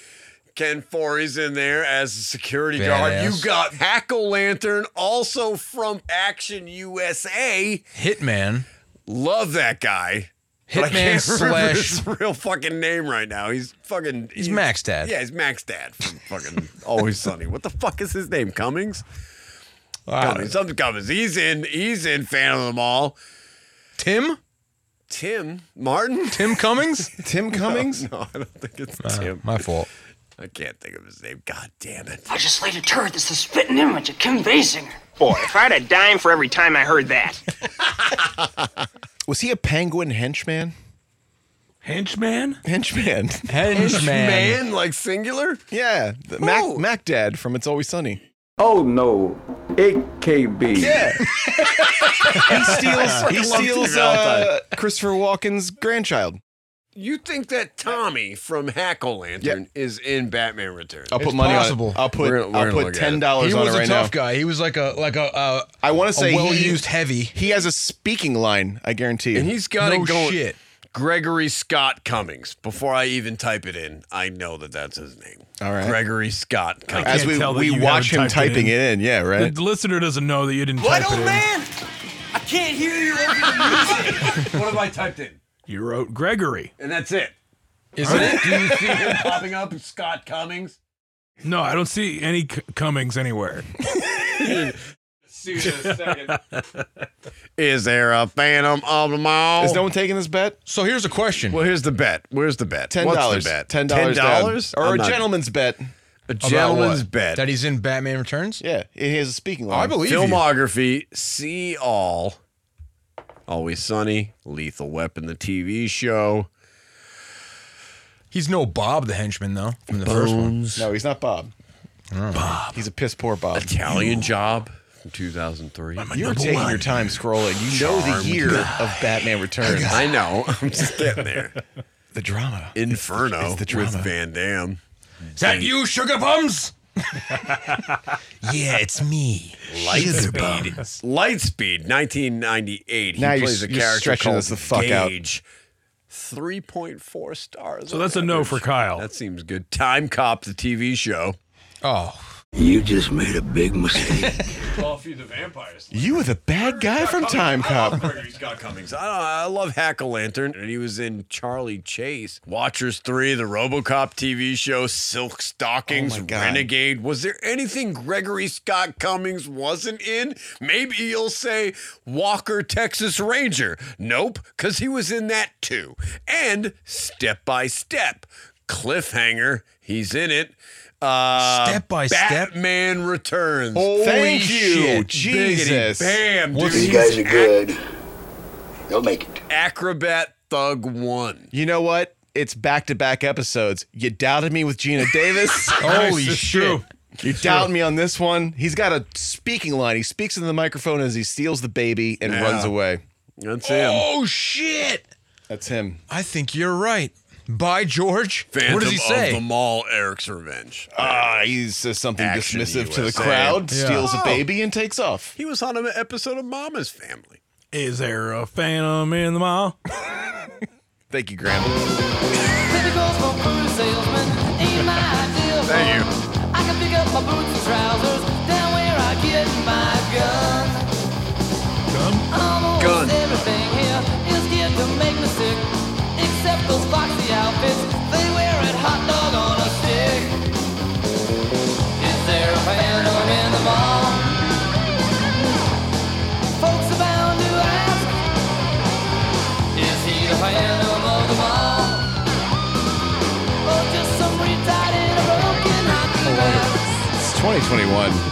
[SPEAKER 2] Ken Forey's in there as a security guard.
[SPEAKER 3] Badass.
[SPEAKER 2] You got Hack O Lantern, also from Action USA.
[SPEAKER 3] Hitman.
[SPEAKER 2] Love that guy. But I
[SPEAKER 3] Hitman
[SPEAKER 2] can't remember
[SPEAKER 3] slash-
[SPEAKER 2] his real fucking name right now. He's fucking.
[SPEAKER 3] He's Max Dad.
[SPEAKER 2] Yeah, he's Max Dad from fucking Always Sunny. What the fuck is his name? Cummings. Cummings. Something Cummings. He's in. He's in Phantom of the Mall.
[SPEAKER 3] Tim.
[SPEAKER 2] Tim Martin.
[SPEAKER 3] Tim Cummings.
[SPEAKER 4] Tim Cummings.
[SPEAKER 2] No, I don't think it's
[SPEAKER 3] Uh,
[SPEAKER 2] Tim.
[SPEAKER 3] my fault.
[SPEAKER 2] I can't think of his name. God damn it.
[SPEAKER 11] I just laid a turd that's the spitting image of Kim Basinger. Boy, if I had a dime for every time I heard that.
[SPEAKER 4] Was he a penguin henchman?
[SPEAKER 1] Henchman?
[SPEAKER 4] Henchman.
[SPEAKER 2] Henchman, like singular?
[SPEAKER 4] Yeah. the Mac, Mac Dad from It's Always Sunny.
[SPEAKER 19] Oh no, AKB.
[SPEAKER 4] Yeah. he steals,
[SPEAKER 2] I
[SPEAKER 4] he
[SPEAKER 2] love
[SPEAKER 4] steals
[SPEAKER 2] Peter Valentine.
[SPEAKER 4] uh, Christopher Walken's grandchild.
[SPEAKER 2] You think that Tommy from Hack O Lantern is in Batman Returns?
[SPEAKER 4] I'll put money on it. I'll put,
[SPEAKER 2] We're gonna- we're
[SPEAKER 4] I'll
[SPEAKER 2] gonna
[SPEAKER 4] put
[SPEAKER 2] look at it.
[SPEAKER 4] $10 on
[SPEAKER 3] He
[SPEAKER 4] it right now.
[SPEAKER 3] was a tough guy. He was like a like a. Uh,
[SPEAKER 4] I want
[SPEAKER 3] a
[SPEAKER 4] to say he-
[SPEAKER 3] well-used heavy.
[SPEAKER 4] He has a speaking line, I guarantee you.
[SPEAKER 2] And he's got it going. Gregory Scott Cummings. Before I even type it in, I know that that's his name.
[SPEAKER 4] All right.
[SPEAKER 2] Gregory Scott Cummings.
[SPEAKER 4] As we, we watch him typing it in. yeah, right?
[SPEAKER 1] The listener doesn't know that you didn't
[SPEAKER 19] What,
[SPEAKER 1] type
[SPEAKER 19] old
[SPEAKER 1] it
[SPEAKER 19] man? I can't hear you over the music.
[SPEAKER 2] what have I typed in?
[SPEAKER 1] in. You wrote Gregory.
[SPEAKER 2] And that's it.
[SPEAKER 1] Isn't it?
[SPEAKER 2] Do you see him popping up? Scott Cummings.
[SPEAKER 1] No, I don't see any C- Cummings anywhere.
[SPEAKER 2] See you in a second. Is there a phantom of the mall?
[SPEAKER 4] Is no one taking this bet?
[SPEAKER 3] So here's a question.
[SPEAKER 2] Well, here's the bet. Where's the bet?
[SPEAKER 4] Ten
[SPEAKER 2] What's
[SPEAKER 4] dollars.
[SPEAKER 2] the bet?
[SPEAKER 4] Ten dollars.
[SPEAKER 2] $10?
[SPEAKER 4] Or
[SPEAKER 2] I'm
[SPEAKER 4] a
[SPEAKER 2] not-
[SPEAKER 4] gentleman's bet.
[SPEAKER 2] A gentleman's bet.
[SPEAKER 3] That he's in Batman Returns.
[SPEAKER 4] Yeah, he has a speaking line.
[SPEAKER 2] Filmography, see all. Always Sunny, Lethal Weapon, the TV show.
[SPEAKER 3] He's no Bob the henchman though from the
[SPEAKER 2] Bones.
[SPEAKER 3] first
[SPEAKER 4] one. No, he's not Bob.
[SPEAKER 2] Bob.
[SPEAKER 4] He's a piss poor Bob.
[SPEAKER 2] Italian job from 2003.
[SPEAKER 4] You're taking your time scrolling. You know
[SPEAKER 2] Charmed
[SPEAKER 4] the year
[SPEAKER 2] guy.
[SPEAKER 4] of Batman Returns.
[SPEAKER 2] I know. I'm just getting there.
[SPEAKER 4] the drama.
[SPEAKER 2] Inferno
[SPEAKER 4] It's the
[SPEAKER 2] with
[SPEAKER 4] drama.
[SPEAKER 2] Van Damme.
[SPEAKER 3] Is that you, sugar bums? yeah, it's me.
[SPEAKER 2] Lightspeed. Lightspeed, 1998. He
[SPEAKER 4] Now you're
[SPEAKER 2] plays
[SPEAKER 4] s-
[SPEAKER 2] a
[SPEAKER 4] you're
[SPEAKER 2] character
[SPEAKER 4] stretching
[SPEAKER 2] called
[SPEAKER 4] this the fuck out.
[SPEAKER 2] Gage. 3.4 stars.
[SPEAKER 1] So that's a no for Kyle.
[SPEAKER 2] That seems good. Time Cop, the TV show.
[SPEAKER 3] Oh.
[SPEAKER 5] You just made a big mistake.
[SPEAKER 2] Buffy the Vampire
[SPEAKER 4] You were the bad guy from Time Cop.
[SPEAKER 2] Scott Cummings. I, I love Hack a Lantern, and he was in Charlie Chase, Watchers 3, the Robocop TV show, Silk
[SPEAKER 4] Oh
[SPEAKER 2] Stockings, Renegade. Was there anything Gregory Scott Cummings wasn't in? Maybe you'll say Walker, Texas Ranger. Nope, because he was in that too. And Step by Step, Cliffhanger, he's in it. Uh,
[SPEAKER 3] Step by Step?
[SPEAKER 2] Batman Returns.
[SPEAKER 4] Holy
[SPEAKER 2] Thank you,
[SPEAKER 4] shit, Jesus.
[SPEAKER 2] Biggity Bam, dude.
[SPEAKER 4] What's- You guys
[SPEAKER 2] He's
[SPEAKER 4] are good.
[SPEAKER 2] ac-
[SPEAKER 5] They'll make it.
[SPEAKER 2] Acrobat Thug One.
[SPEAKER 4] You know what? It's back to back episodes. You doubted me with Gina Davis.
[SPEAKER 3] Holy It's shit. true.
[SPEAKER 4] You doubt me on this one. He's got a speaking line. He speaks into the microphone as he steals the baby and
[SPEAKER 2] Yeah.
[SPEAKER 4] runs away.
[SPEAKER 2] That's
[SPEAKER 4] Oh,
[SPEAKER 3] shit!
[SPEAKER 4] That's him.
[SPEAKER 3] I think you're right. By George,
[SPEAKER 2] Phantom
[SPEAKER 3] what does he say?
[SPEAKER 2] of the Mall, Eric's Revenge.
[SPEAKER 4] Ah, he says something
[SPEAKER 2] Action
[SPEAKER 4] dismissive to the
[SPEAKER 2] USA.
[SPEAKER 4] crowd,
[SPEAKER 2] Yeah.
[SPEAKER 4] steals a
[SPEAKER 2] Oh.
[SPEAKER 4] baby, and takes off.
[SPEAKER 2] He was on an episode of Mama's Family.
[SPEAKER 1] Is there a phantom in the mall?
[SPEAKER 4] Thank you, Grandma.
[SPEAKER 15] Baby girls for food salesman ain't my ideal.
[SPEAKER 4] Thank you.
[SPEAKER 15] I can pick up my boots and trousers down where I get my gun. Almost
[SPEAKER 2] Gun.
[SPEAKER 15] everything here is geared to make me sick, except those foxy outfits. They wear it hot dog on a stick. Is there a phantom in the mall? Folks are bound to ask. Is he the phantom of the mall? Or just some retard in a broken hockey mask?
[SPEAKER 4] It's 2021.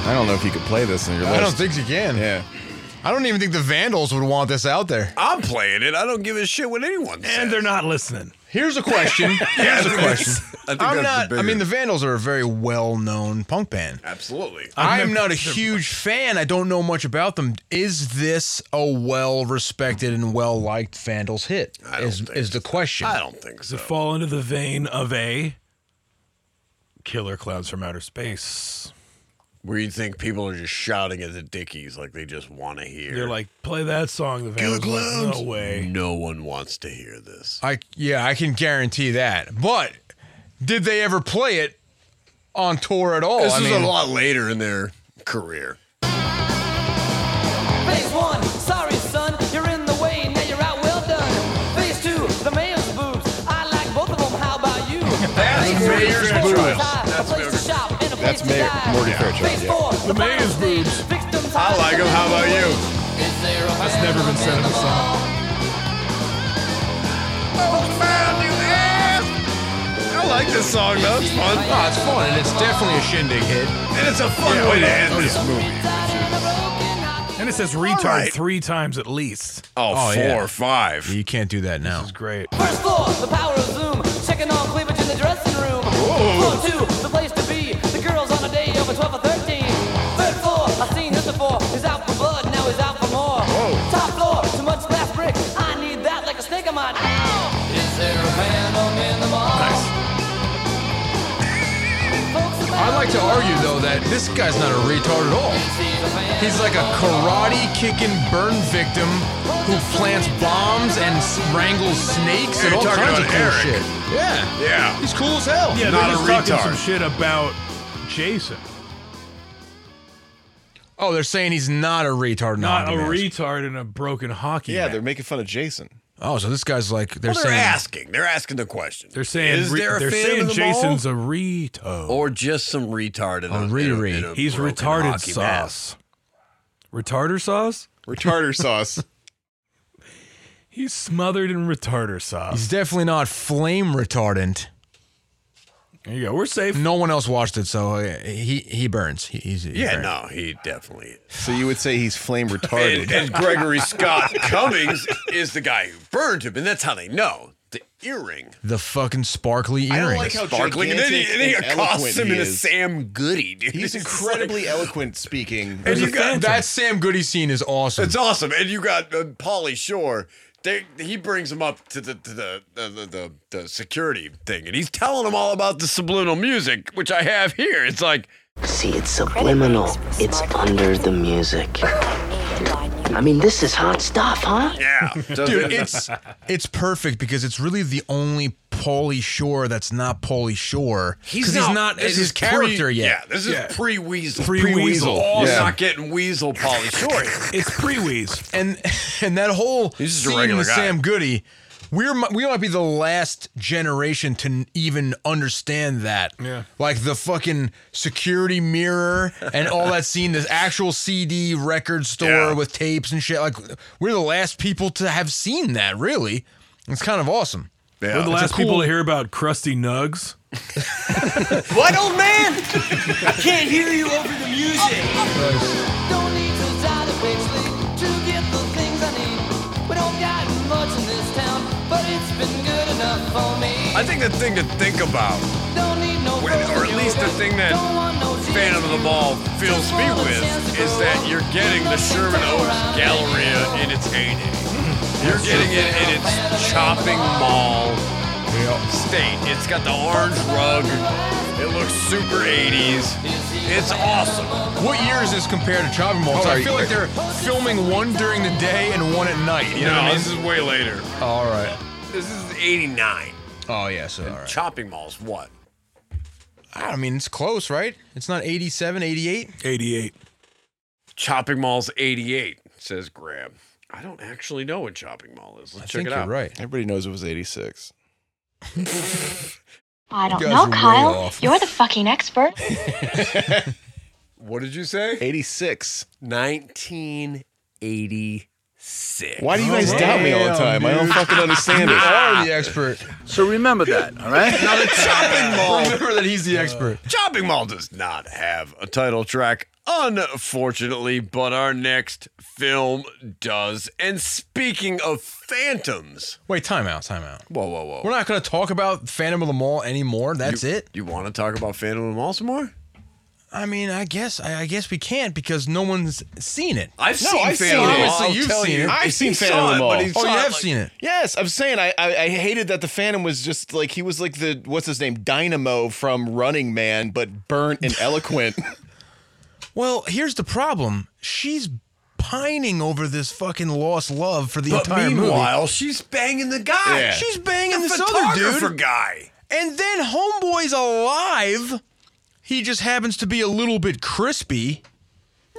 [SPEAKER 4] I don't know if you could play this on your list.
[SPEAKER 3] I don't think you can.
[SPEAKER 4] Yeah.
[SPEAKER 3] I don't even think the Vandals would want this out there.
[SPEAKER 2] I'm playing it. I don't give a shit what anyone says.
[SPEAKER 1] And they're not listening.
[SPEAKER 3] Here's a question.
[SPEAKER 2] Yeah,
[SPEAKER 3] Here's a question.
[SPEAKER 2] I think
[SPEAKER 3] I'm
[SPEAKER 2] that's
[SPEAKER 3] not.
[SPEAKER 2] the
[SPEAKER 3] I mean, the
[SPEAKER 2] bigger-
[SPEAKER 3] Vandals are a very well-known punk band.
[SPEAKER 2] absolutely.
[SPEAKER 3] I'm not a huge fan. I don't know much about them. Is this a well-respected and well-liked Vandals hit? Is, is the question?
[SPEAKER 2] I don't think
[SPEAKER 1] Does
[SPEAKER 2] so.
[SPEAKER 1] it fall into the vein of a Killer Clowns from Outer Space?
[SPEAKER 2] Where you think people are just shouting at the dickies like they just want to hear.
[SPEAKER 1] They're like, play that song. The
[SPEAKER 2] Killer
[SPEAKER 1] Vandals are like,
[SPEAKER 2] Clowns.
[SPEAKER 1] no way.
[SPEAKER 2] No one wants to hear this.
[SPEAKER 3] I yeah, I can guarantee that. But did they ever play it on tour at all?
[SPEAKER 2] this
[SPEAKER 3] I
[SPEAKER 2] is
[SPEAKER 3] mean-
[SPEAKER 2] a lot later in their career.
[SPEAKER 15] Phase one, sorry son, you're in the way, now you're out, well done. Phase two, the mayor's boobs, I like both of them, how about you?
[SPEAKER 4] That's
[SPEAKER 15] Phase
[SPEAKER 4] the
[SPEAKER 15] three,
[SPEAKER 4] mayor's
[SPEAKER 15] a place
[SPEAKER 4] boobs.
[SPEAKER 15] to die, a place to shop, and a place
[SPEAKER 4] That's
[SPEAKER 15] to
[SPEAKER 4] Mayor
[SPEAKER 15] die.
[SPEAKER 4] Morty Fairchild,
[SPEAKER 15] Phase
[SPEAKER 4] yeah.
[SPEAKER 15] four, the mayor's boobs.
[SPEAKER 2] I like them. How about you?
[SPEAKER 1] That's never been said in a song.
[SPEAKER 4] I like this song, though. It's fun.
[SPEAKER 3] Oh, it's fun, and it's definitely a shindig hit.
[SPEAKER 2] And it's a fun
[SPEAKER 1] Yeah,
[SPEAKER 2] way to
[SPEAKER 1] yeah.
[SPEAKER 2] end
[SPEAKER 1] Oh,
[SPEAKER 2] this
[SPEAKER 1] yeah.
[SPEAKER 2] movie.
[SPEAKER 1] And it says retard
[SPEAKER 2] right.
[SPEAKER 1] three times at least.
[SPEAKER 2] Oh,
[SPEAKER 3] Oh,
[SPEAKER 2] four
[SPEAKER 3] yeah.
[SPEAKER 2] or five.
[SPEAKER 3] You can't do that now.
[SPEAKER 1] It's great.
[SPEAKER 15] First floor, the power of Zoom, checking on cleavage in the dressing room. Floor two, the place to be, the girls on a day of a 12 or 13. Third floor, I've seen this before, he's out for blood, now he's out for more. Top floor, too much black brick, I need that like a snake in my Is there a phantom in the mall?
[SPEAKER 3] I'd like to argue though that this guy's not a retard at all. He's like a karate kicking burn victim who plants bombs and s- wrangles snakes and
[SPEAKER 2] You're
[SPEAKER 3] all
[SPEAKER 2] talking
[SPEAKER 3] kinds of
[SPEAKER 2] about
[SPEAKER 3] cool
[SPEAKER 2] Eric.
[SPEAKER 3] shit. Yeah,
[SPEAKER 2] Yeah.
[SPEAKER 3] he's cool as hell.
[SPEAKER 1] Yeah,
[SPEAKER 2] Not
[SPEAKER 1] they're
[SPEAKER 2] a
[SPEAKER 1] just talking
[SPEAKER 2] retard.
[SPEAKER 1] some shit about Jason.
[SPEAKER 3] Oh, they're saying he's not a retard. in
[SPEAKER 1] Not a
[SPEAKER 3] hockey mask.
[SPEAKER 1] retard in a broken hockey.
[SPEAKER 4] Yeah,
[SPEAKER 1] mask.
[SPEAKER 4] they're making fun of Jason.
[SPEAKER 3] Oh, so this guy's like they're
[SPEAKER 2] Well, they're
[SPEAKER 3] saying.
[SPEAKER 2] asking. They're asking the question.
[SPEAKER 1] They're saying
[SPEAKER 2] Is
[SPEAKER 1] re-
[SPEAKER 2] there a
[SPEAKER 1] they're
[SPEAKER 2] fan
[SPEAKER 1] saying
[SPEAKER 2] of the
[SPEAKER 1] Jason's
[SPEAKER 2] mall?
[SPEAKER 1] a retard.
[SPEAKER 2] or just some retard in a,
[SPEAKER 3] re-re.
[SPEAKER 2] in a- in a
[SPEAKER 1] He's
[SPEAKER 2] broken
[SPEAKER 1] retarded
[SPEAKER 2] hockey mask.
[SPEAKER 1] sauce. Retarder sauce?
[SPEAKER 4] Retarder sauce.
[SPEAKER 1] He's smothered in retarder sauce.
[SPEAKER 3] He's definitely not flame retardant.
[SPEAKER 1] There you go. We're safe.
[SPEAKER 3] No one else watched it, so uh, he he burns. He, he's, he
[SPEAKER 2] Yeah,
[SPEAKER 3] burns.
[SPEAKER 2] no, he definitely is.
[SPEAKER 4] So you would say he's flame retarded.
[SPEAKER 2] And, and Gregory Scott Cummings is the guy who burned him, and that's how they know the earring.
[SPEAKER 3] The fucking sparkly earrings.
[SPEAKER 4] I don't like how
[SPEAKER 2] Sparkling, and then he, and he accosts him in a Sam Goody, dude.
[SPEAKER 4] He's
[SPEAKER 2] It's just
[SPEAKER 4] incredibly
[SPEAKER 2] like-
[SPEAKER 4] eloquent speaking.
[SPEAKER 2] And you got
[SPEAKER 3] that Sam Goody scene is awesome.
[SPEAKER 2] It's awesome, and you got uh, Polly Shore. They, he brings him up to the to the, the, the the the security thing, and he's telling him all about the subliminal music, which I have here. It's like
[SPEAKER 5] See, it's subliminal. oh, It's under the music. I mean, this is hot stuff, huh?
[SPEAKER 2] Yeah,
[SPEAKER 3] Dude, it's it's perfect because it's really the only Pauly Shore that's not Pauly Shore.
[SPEAKER 2] He's
[SPEAKER 3] 'Cause
[SPEAKER 2] not-
[SPEAKER 3] not
[SPEAKER 2] this
[SPEAKER 3] his
[SPEAKER 2] is pre-
[SPEAKER 3] character yet.
[SPEAKER 2] yeah, this is pre-Weasel.
[SPEAKER 3] Pre-Weasel.
[SPEAKER 2] We're all
[SPEAKER 3] Yeah.
[SPEAKER 2] not getting Weasel Polly Shore.
[SPEAKER 1] it's pre-Weasel.
[SPEAKER 3] And and that whole
[SPEAKER 2] just a
[SPEAKER 3] scene
[SPEAKER 2] regular
[SPEAKER 3] with
[SPEAKER 2] guy.
[SPEAKER 3] Sam Goody, we're mi- we might be the last generation to n- even understand that.
[SPEAKER 1] Yeah.
[SPEAKER 3] Like the fucking security mirror and all that scene, this actual CD record store
[SPEAKER 2] Yeah.
[SPEAKER 3] with tapes and shit. Like we're the last people to have seen that. Really, it's kind of awesome.
[SPEAKER 1] We're the
[SPEAKER 3] It's a
[SPEAKER 1] last people
[SPEAKER 3] cool-
[SPEAKER 1] to hear about crusty nugs.
[SPEAKER 19] What, old man? I can't hear you over the music.
[SPEAKER 15] Don't need to die to wait sleep to get the things I need. We don't got much in this town, but it's been good enough for me.
[SPEAKER 2] I think the thing to think about,
[SPEAKER 15] Don't need no
[SPEAKER 2] when- or at least the thing that Phantom of the Ball fills me with, is that you're getting the Sherman Oaks Galleria in its heyday.
[SPEAKER 3] Mm-hmm.
[SPEAKER 2] You're getting it in its chopping mall state. It's got the orange rug. It looks super 80s. It's awesome.
[SPEAKER 3] What year is this compared to Chopping Mall? 'Cause
[SPEAKER 2] Oh,
[SPEAKER 3] I
[SPEAKER 2] you-
[SPEAKER 3] feel like they're filming one during the day and one at night. You know
[SPEAKER 2] no,
[SPEAKER 3] what I mean?
[SPEAKER 2] this is way later.
[SPEAKER 3] all right.
[SPEAKER 2] This is 89.
[SPEAKER 3] Oh yeah, so all right.
[SPEAKER 2] Chopping mall's what?
[SPEAKER 3] I mean, it's close, right? It's not 87, 88?
[SPEAKER 1] 88.
[SPEAKER 2] Chopping Mall's 88, says Graham. I don't actually know what Chopping Mall is. Let's check it out.
[SPEAKER 3] right.
[SPEAKER 4] Everybody knows it was 86.
[SPEAKER 23] I
[SPEAKER 4] don't You guys know, are way Kyle. off. You're
[SPEAKER 23] the fucking expert.
[SPEAKER 2] What did you say?
[SPEAKER 4] 86.
[SPEAKER 2] 1986.
[SPEAKER 4] Why do you guys doubt me all the time? I don't fucking understand it.
[SPEAKER 3] You are the expert.
[SPEAKER 8] So remember that, all right?
[SPEAKER 2] Now the Chopping Mall.
[SPEAKER 3] Remember that he's the expert.
[SPEAKER 2] Chopping Mall does not have a title track, unfortunately, but our next film does. And speaking of phantoms,
[SPEAKER 3] Wait, time out, time out.
[SPEAKER 2] whoa, whoa, whoa.
[SPEAKER 3] We're not going to talk about Phantom of the Mall anymore. That's
[SPEAKER 2] You-
[SPEAKER 3] it.
[SPEAKER 2] You want to talk about Phantom of the Mall some more?
[SPEAKER 3] I mean, I guess I, I guess we can't because no one's seen it.
[SPEAKER 2] I've
[SPEAKER 4] No,
[SPEAKER 2] seen
[SPEAKER 4] I've
[SPEAKER 2] Phantom
[SPEAKER 4] seen
[SPEAKER 2] of the
[SPEAKER 4] it.
[SPEAKER 2] Mall.
[SPEAKER 4] I'll
[SPEAKER 3] Obviously, you've
[SPEAKER 4] tell
[SPEAKER 3] seen
[SPEAKER 4] you.
[SPEAKER 3] it.
[SPEAKER 4] I've
[SPEAKER 2] He
[SPEAKER 4] seen
[SPEAKER 2] saw
[SPEAKER 4] Phantom of
[SPEAKER 2] it,
[SPEAKER 4] the
[SPEAKER 2] but
[SPEAKER 4] Mall.
[SPEAKER 2] he
[SPEAKER 3] saw
[SPEAKER 4] you
[SPEAKER 3] it, Oh,
[SPEAKER 4] have
[SPEAKER 3] like-
[SPEAKER 4] seen it. Yes, I'm saying I, I I hated that the Phantom was just like he was like the what's his name Dynamo from Running Man, but burnt and eloquent.
[SPEAKER 3] Well, here's the problem. She's pining over this fucking lost love for the
[SPEAKER 2] But
[SPEAKER 3] entire
[SPEAKER 2] meanwhile,
[SPEAKER 3] movie.
[SPEAKER 2] she's banging the guy.
[SPEAKER 3] Yeah. She's banging
[SPEAKER 2] the
[SPEAKER 3] this other dude.
[SPEAKER 2] photographer guy.
[SPEAKER 3] And then homeboy's alive. He just happens to be a little bit crispy.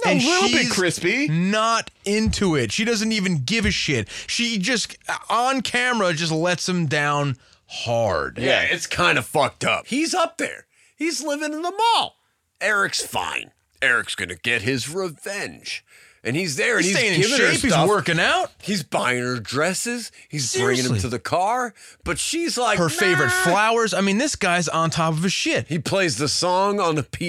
[SPEAKER 4] A
[SPEAKER 3] and
[SPEAKER 4] little bit
[SPEAKER 3] she's
[SPEAKER 4] crispy.
[SPEAKER 3] Not into it. She doesn't even give a shit. She just uh, on camera just lets him down hard.
[SPEAKER 2] Yeah, it's kind of fucked up. He's up there. He's living in the mall. Eric's fine. Eric's gonna get his revenge, and he's there.
[SPEAKER 3] He's
[SPEAKER 2] and
[SPEAKER 3] staying in
[SPEAKER 2] he's giving her
[SPEAKER 3] shape, he's
[SPEAKER 2] stuff.
[SPEAKER 3] working out.
[SPEAKER 2] He's buying her dresses. He's bringing
[SPEAKER 3] Seriously.
[SPEAKER 2] them to the car. But she's like
[SPEAKER 3] Her favorite
[SPEAKER 2] "Nah."
[SPEAKER 3] flowers. I mean, this guy's on top of his shit.
[SPEAKER 2] He plays the song on the PA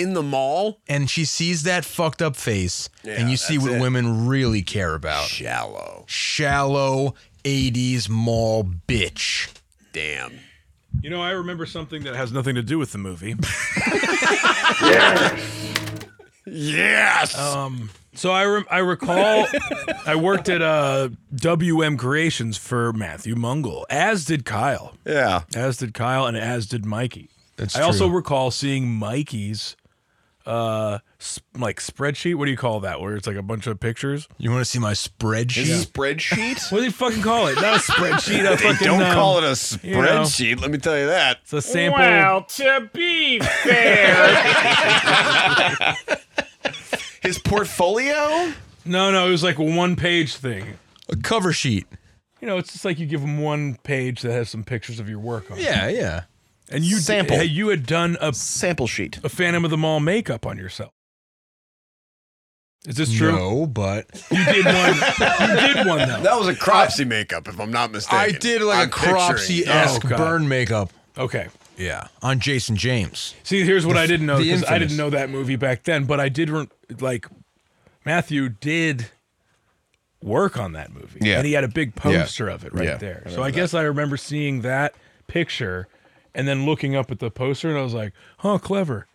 [SPEAKER 2] in the mall.
[SPEAKER 3] And she sees that fucked up face,
[SPEAKER 2] Yeah,
[SPEAKER 3] and you see
[SPEAKER 2] that's
[SPEAKER 3] what
[SPEAKER 2] it.
[SPEAKER 3] women really care about.
[SPEAKER 2] Shallow.
[SPEAKER 3] Shallow 80s mall bitch.
[SPEAKER 2] Damn.
[SPEAKER 1] You know, I remember something that has nothing to do with the movie.
[SPEAKER 2] Yes.
[SPEAKER 1] Um, so I rem- I recall I worked at uh, WM Creations for Matthew Mungle, as did Kyle,
[SPEAKER 2] yeah.
[SPEAKER 1] as did Kyle, and as did Mikey.
[SPEAKER 3] That's
[SPEAKER 1] I also recall seeing Mikey's uh s- like spreadsheet. What do you call that? Where it's like a bunch of pictures.
[SPEAKER 3] You want to see my spreadsheet?
[SPEAKER 4] Spreadsheet.
[SPEAKER 1] What do you fucking call it? Not a spreadsheet. A
[SPEAKER 2] They
[SPEAKER 1] fucking,
[SPEAKER 2] don't
[SPEAKER 1] um,
[SPEAKER 2] call it a
[SPEAKER 1] you know,
[SPEAKER 2] spreadsheet. Let me tell you that.
[SPEAKER 1] it's a sample.
[SPEAKER 10] Well, to be fair,
[SPEAKER 4] His portfolio.
[SPEAKER 1] No, no, it was like a one-page thing.
[SPEAKER 3] A cover sheet.
[SPEAKER 1] You know, it's just like you give them one page that has some pictures of your work on. it.
[SPEAKER 3] Yeah, yeah.
[SPEAKER 1] and you
[SPEAKER 4] Sample.
[SPEAKER 1] Did, you had done a
[SPEAKER 4] Sample sheet.
[SPEAKER 1] a Phantom of the Mall makeup on yourself. Is this true?
[SPEAKER 3] No, but
[SPEAKER 1] You did one. you did one though.
[SPEAKER 2] That was a cropsy makeup, if I'm not mistaken.
[SPEAKER 3] I did like
[SPEAKER 2] I'm
[SPEAKER 3] a
[SPEAKER 2] picturing
[SPEAKER 3] cropsy
[SPEAKER 2] it.
[SPEAKER 3] esque
[SPEAKER 1] Oh, God.
[SPEAKER 3] burn makeup.
[SPEAKER 1] Okay.
[SPEAKER 3] Yeah, on Jason James.
[SPEAKER 1] See, here's what
[SPEAKER 3] The-
[SPEAKER 1] I didn't know
[SPEAKER 3] the
[SPEAKER 1] because I
[SPEAKER 3] infamous.
[SPEAKER 1] didn't know that movie back then, but I did re- like Matthew did work on that movie,
[SPEAKER 4] Yeah.
[SPEAKER 1] and he had a big poster of it right
[SPEAKER 4] Yeah,
[SPEAKER 1] there.
[SPEAKER 4] I
[SPEAKER 1] so I guess I remember seeing that picture and then looking up at the poster, and I was like, "Huh, clever."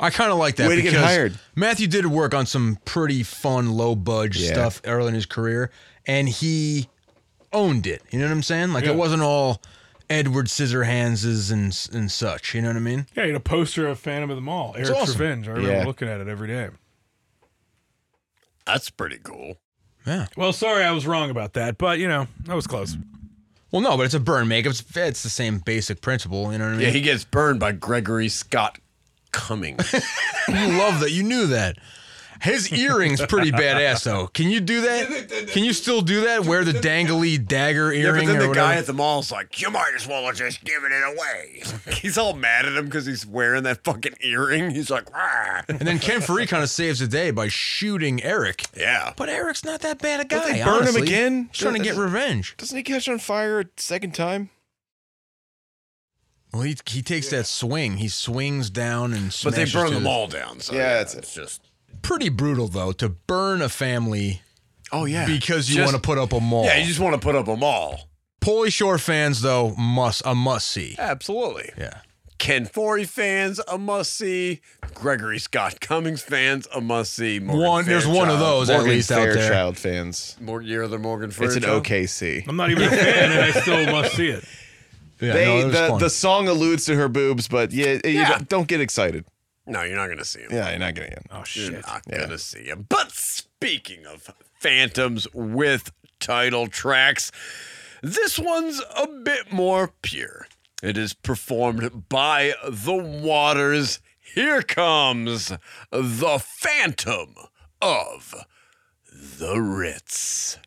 [SPEAKER 3] I kind of like that.
[SPEAKER 4] Way to get
[SPEAKER 3] because
[SPEAKER 4] hired.
[SPEAKER 3] Matthew did work on some pretty fun, low budge
[SPEAKER 4] Yeah.
[SPEAKER 3] stuff early in his career, and he owned it. You know what I'm saying? Like
[SPEAKER 1] Yeah.
[SPEAKER 3] it wasn't all Edward Scissorhands's and and such. You know what I mean?
[SPEAKER 1] Yeah, he had a poster of Phantom of the Mall, Eric's
[SPEAKER 3] awesome.
[SPEAKER 1] Revenge. I remember
[SPEAKER 4] Yeah.
[SPEAKER 1] looking at it every day.
[SPEAKER 2] That's pretty cool.
[SPEAKER 3] Yeah.
[SPEAKER 1] Well, sorry, I was wrong about that, but you know, that was close.
[SPEAKER 3] Well, no, but it's a burn makeup. It's, it's the same basic principle. You know what I mean?
[SPEAKER 2] Yeah, he gets burned by Gregory Scott Cummings.
[SPEAKER 3] you love that. You knew that. His earrings pretty badass though. Can you do that? Can you still do that? Wear the dangly dagger
[SPEAKER 2] Yeah,
[SPEAKER 3] earring
[SPEAKER 2] but then
[SPEAKER 3] or
[SPEAKER 2] the
[SPEAKER 3] whatever?
[SPEAKER 2] guy at the mall's like, "You might as well have just given it away." he's all mad at him because he's wearing that fucking earring. He's like, "Ah." "Rah."
[SPEAKER 3] and then Ken Faree kind of saves the day by shooting Eric.
[SPEAKER 2] Yeah.
[SPEAKER 3] But Eric's not that bad a
[SPEAKER 4] Don't
[SPEAKER 3] guy.
[SPEAKER 4] they burn
[SPEAKER 3] honestly.
[SPEAKER 4] him again?
[SPEAKER 3] He's trying to get revenge.
[SPEAKER 4] Doesn't he catch on fire a second time?
[SPEAKER 3] Well, he, he takes that swing. He swings down and
[SPEAKER 2] But they
[SPEAKER 3] smashes
[SPEAKER 2] burn
[SPEAKER 3] to
[SPEAKER 2] them
[SPEAKER 3] the-
[SPEAKER 2] all down. So
[SPEAKER 4] Yeah,
[SPEAKER 2] yeah,
[SPEAKER 4] that's
[SPEAKER 2] it's, just
[SPEAKER 3] Pretty brutal though to burn a family.
[SPEAKER 4] Oh yeah.
[SPEAKER 3] Because you
[SPEAKER 2] Just-
[SPEAKER 3] want to put up a mall.
[SPEAKER 2] yeah. You just want to put up a mall.
[SPEAKER 3] Pauly Shore fans though must a must see.
[SPEAKER 2] Absolutely.
[SPEAKER 3] Yeah.
[SPEAKER 2] Ken Forey fans a must see. Gregory Scott Cummings fans a must see. Morgan
[SPEAKER 3] One- there's one of
[SPEAKER 2] Fairchild.
[SPEAKER 3] those at least out there.
[SPEAKER 4] Fairchild fans.
[SPEAKER 2] Morgan, you're the Morgan
[SPEAKER 4] It's
[SPEAKER 2] Fairchild.
[SPEAKER 4] an OKC.
[SPEAKER 1] I'm not even a fan, and I still must see it.
[SPEAKER 3] Yeah,
[SPEAKER 4] they,
[SPEAKER 3] no, it was
[SPEAKER 4] the,
[SPEAKER 3] fun.
[SPEAKER 4] the song alludes to her boobs, but yeah, you
[SPEAKER 2] Yeah.
[SPEAKER 4] don't- don't get excited.
[SPEAKER 2] No, you're not gonna see him.
[SPEAKER 4] Yeah, you're not gonna get.
[SPEAKER 1] Oh
[SPEAKER 2] You're not gonna see him. But speaking of phantoms with title tracks, this one's a bit more pure. It is performed by The Waters. Here comes the Phantom of the Ritz.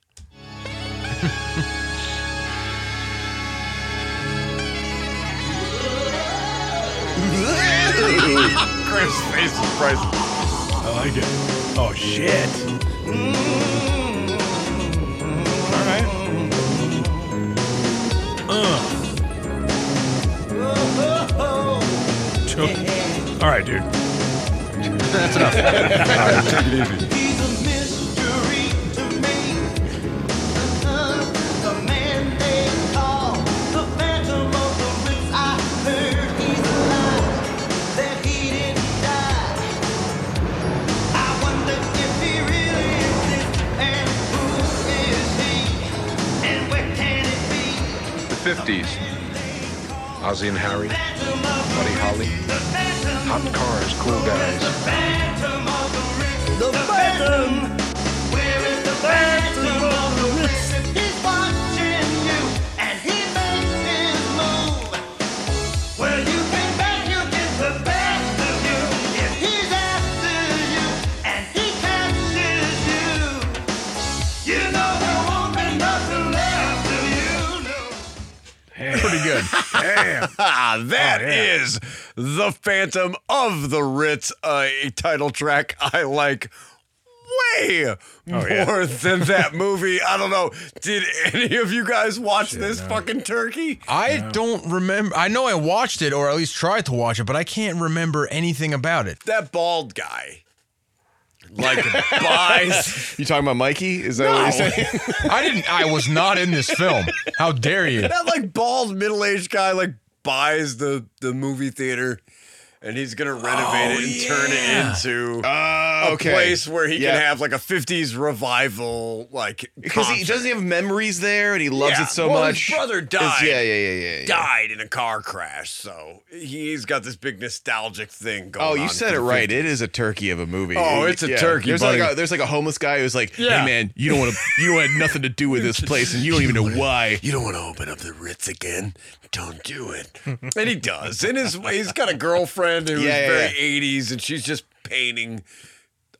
[SPEAKER 2] Chris face is priceless.
[SPEAKER 1] I like it. Oh shit. All right. Uh. Took- All right, dude. That's enough. All right, take it easy.
[SPEAKER 12] The 50s. Ozzy and Harry, Buddy Holly, hot cars, cool guys.
[SPEAKER 15] The Phantom. Where is the Phantom of the Ritz? He's watching you, and he makes his move. Well, you think that you get the best of you if he's after you and he catches you. You know there won't be nothing left of you.
[SPEAKER 3] Pretty good.
[SPEAKER 2] Ah,
[SPEAKER 3] Oh,
[SPEAKER 2] that is the Phantom of the Ritz, uh, a title track I like way
[SPEAKER 3] Oh,
[SPEAKER 2] more
[SPEAKER 1] yeah.
[SPEAKER 2] than that movie. I don't know. Did any of you guys watch this fucking turkey?
[SPEAKER 3] I don't remember. I know I watched it, or at least tried to watch it, but I can't remember anything about it.
[SPEAKER 2] That bald guy. Like buys.
[SPEAKER 4] You talking about Mikey? Is that what you're saying?
[SPEAKER 3] I didn't. I was not in this film. How dare you?
[SPEAKER 2] That like bald middle aged guy like buys the the movie theater, and he's gonna renovate it and turn
[SPEAKER 4] Oh, yeah.
[SPEAKER 2] it into
[SPEAKER 4] Uh, okay.
[SPEAKER 2] a place where he
[SPEAKER 4] Yeah.
[SPEAKER 2] can have like a '50s revival, like
[SPEAKER 4] Because he
[SPEAKER 2] concert.
[SPEAKER 4] doesn't have memories there, and he loves
[SPEAKER 2] Yeah.
[SPEAKER 4] it so
[SPEAKER 2] well,
[SPEAKER 4] much.
[SPEAKER 2] His brother
[SPEAKER 4] It's-
[SPEAKER 2] died.
[SPEAKER 4] Yeah, yeah, yeah, yeah. yeah.
[SPEAKER 2] Died in a car crash, so he's got this big nostalgic thing going.
[SPEAKER 4] Oh,
[SPEAKER 2] on
[SPEAKER 4] you said
[SPEAKER 2] for
[SPEAKER 4] it
[SPEAKER 2] the
[SPEAKER 4] right.
[SPEAKER 2] 50s.
[SPEAKER 4] It is a turkey of a movie.
[SPEAKER 2] Oh, it's a turkey,
[SPEAKER 4] There's
[SPEAKER 2] buddy.
[SPEAKER 4] like a, there's like a homeless guy who's like,
[SPEAKER 2] Yeah.
[SPEAKER 4] "Hey, man, you don't want to, you don't have nothing to do with this place, and you don't even know why."
[SPEAKER 2] You don't want to open up the Ritz again. Don't do it. and he does. And his he's got a girlfriend who's
[SPEAKER 4] Yeah, yeah,
[SPEAKER 2] very
[SPEAKER 4] yeah.
[SPEAKER 2] 80s, and she's just painting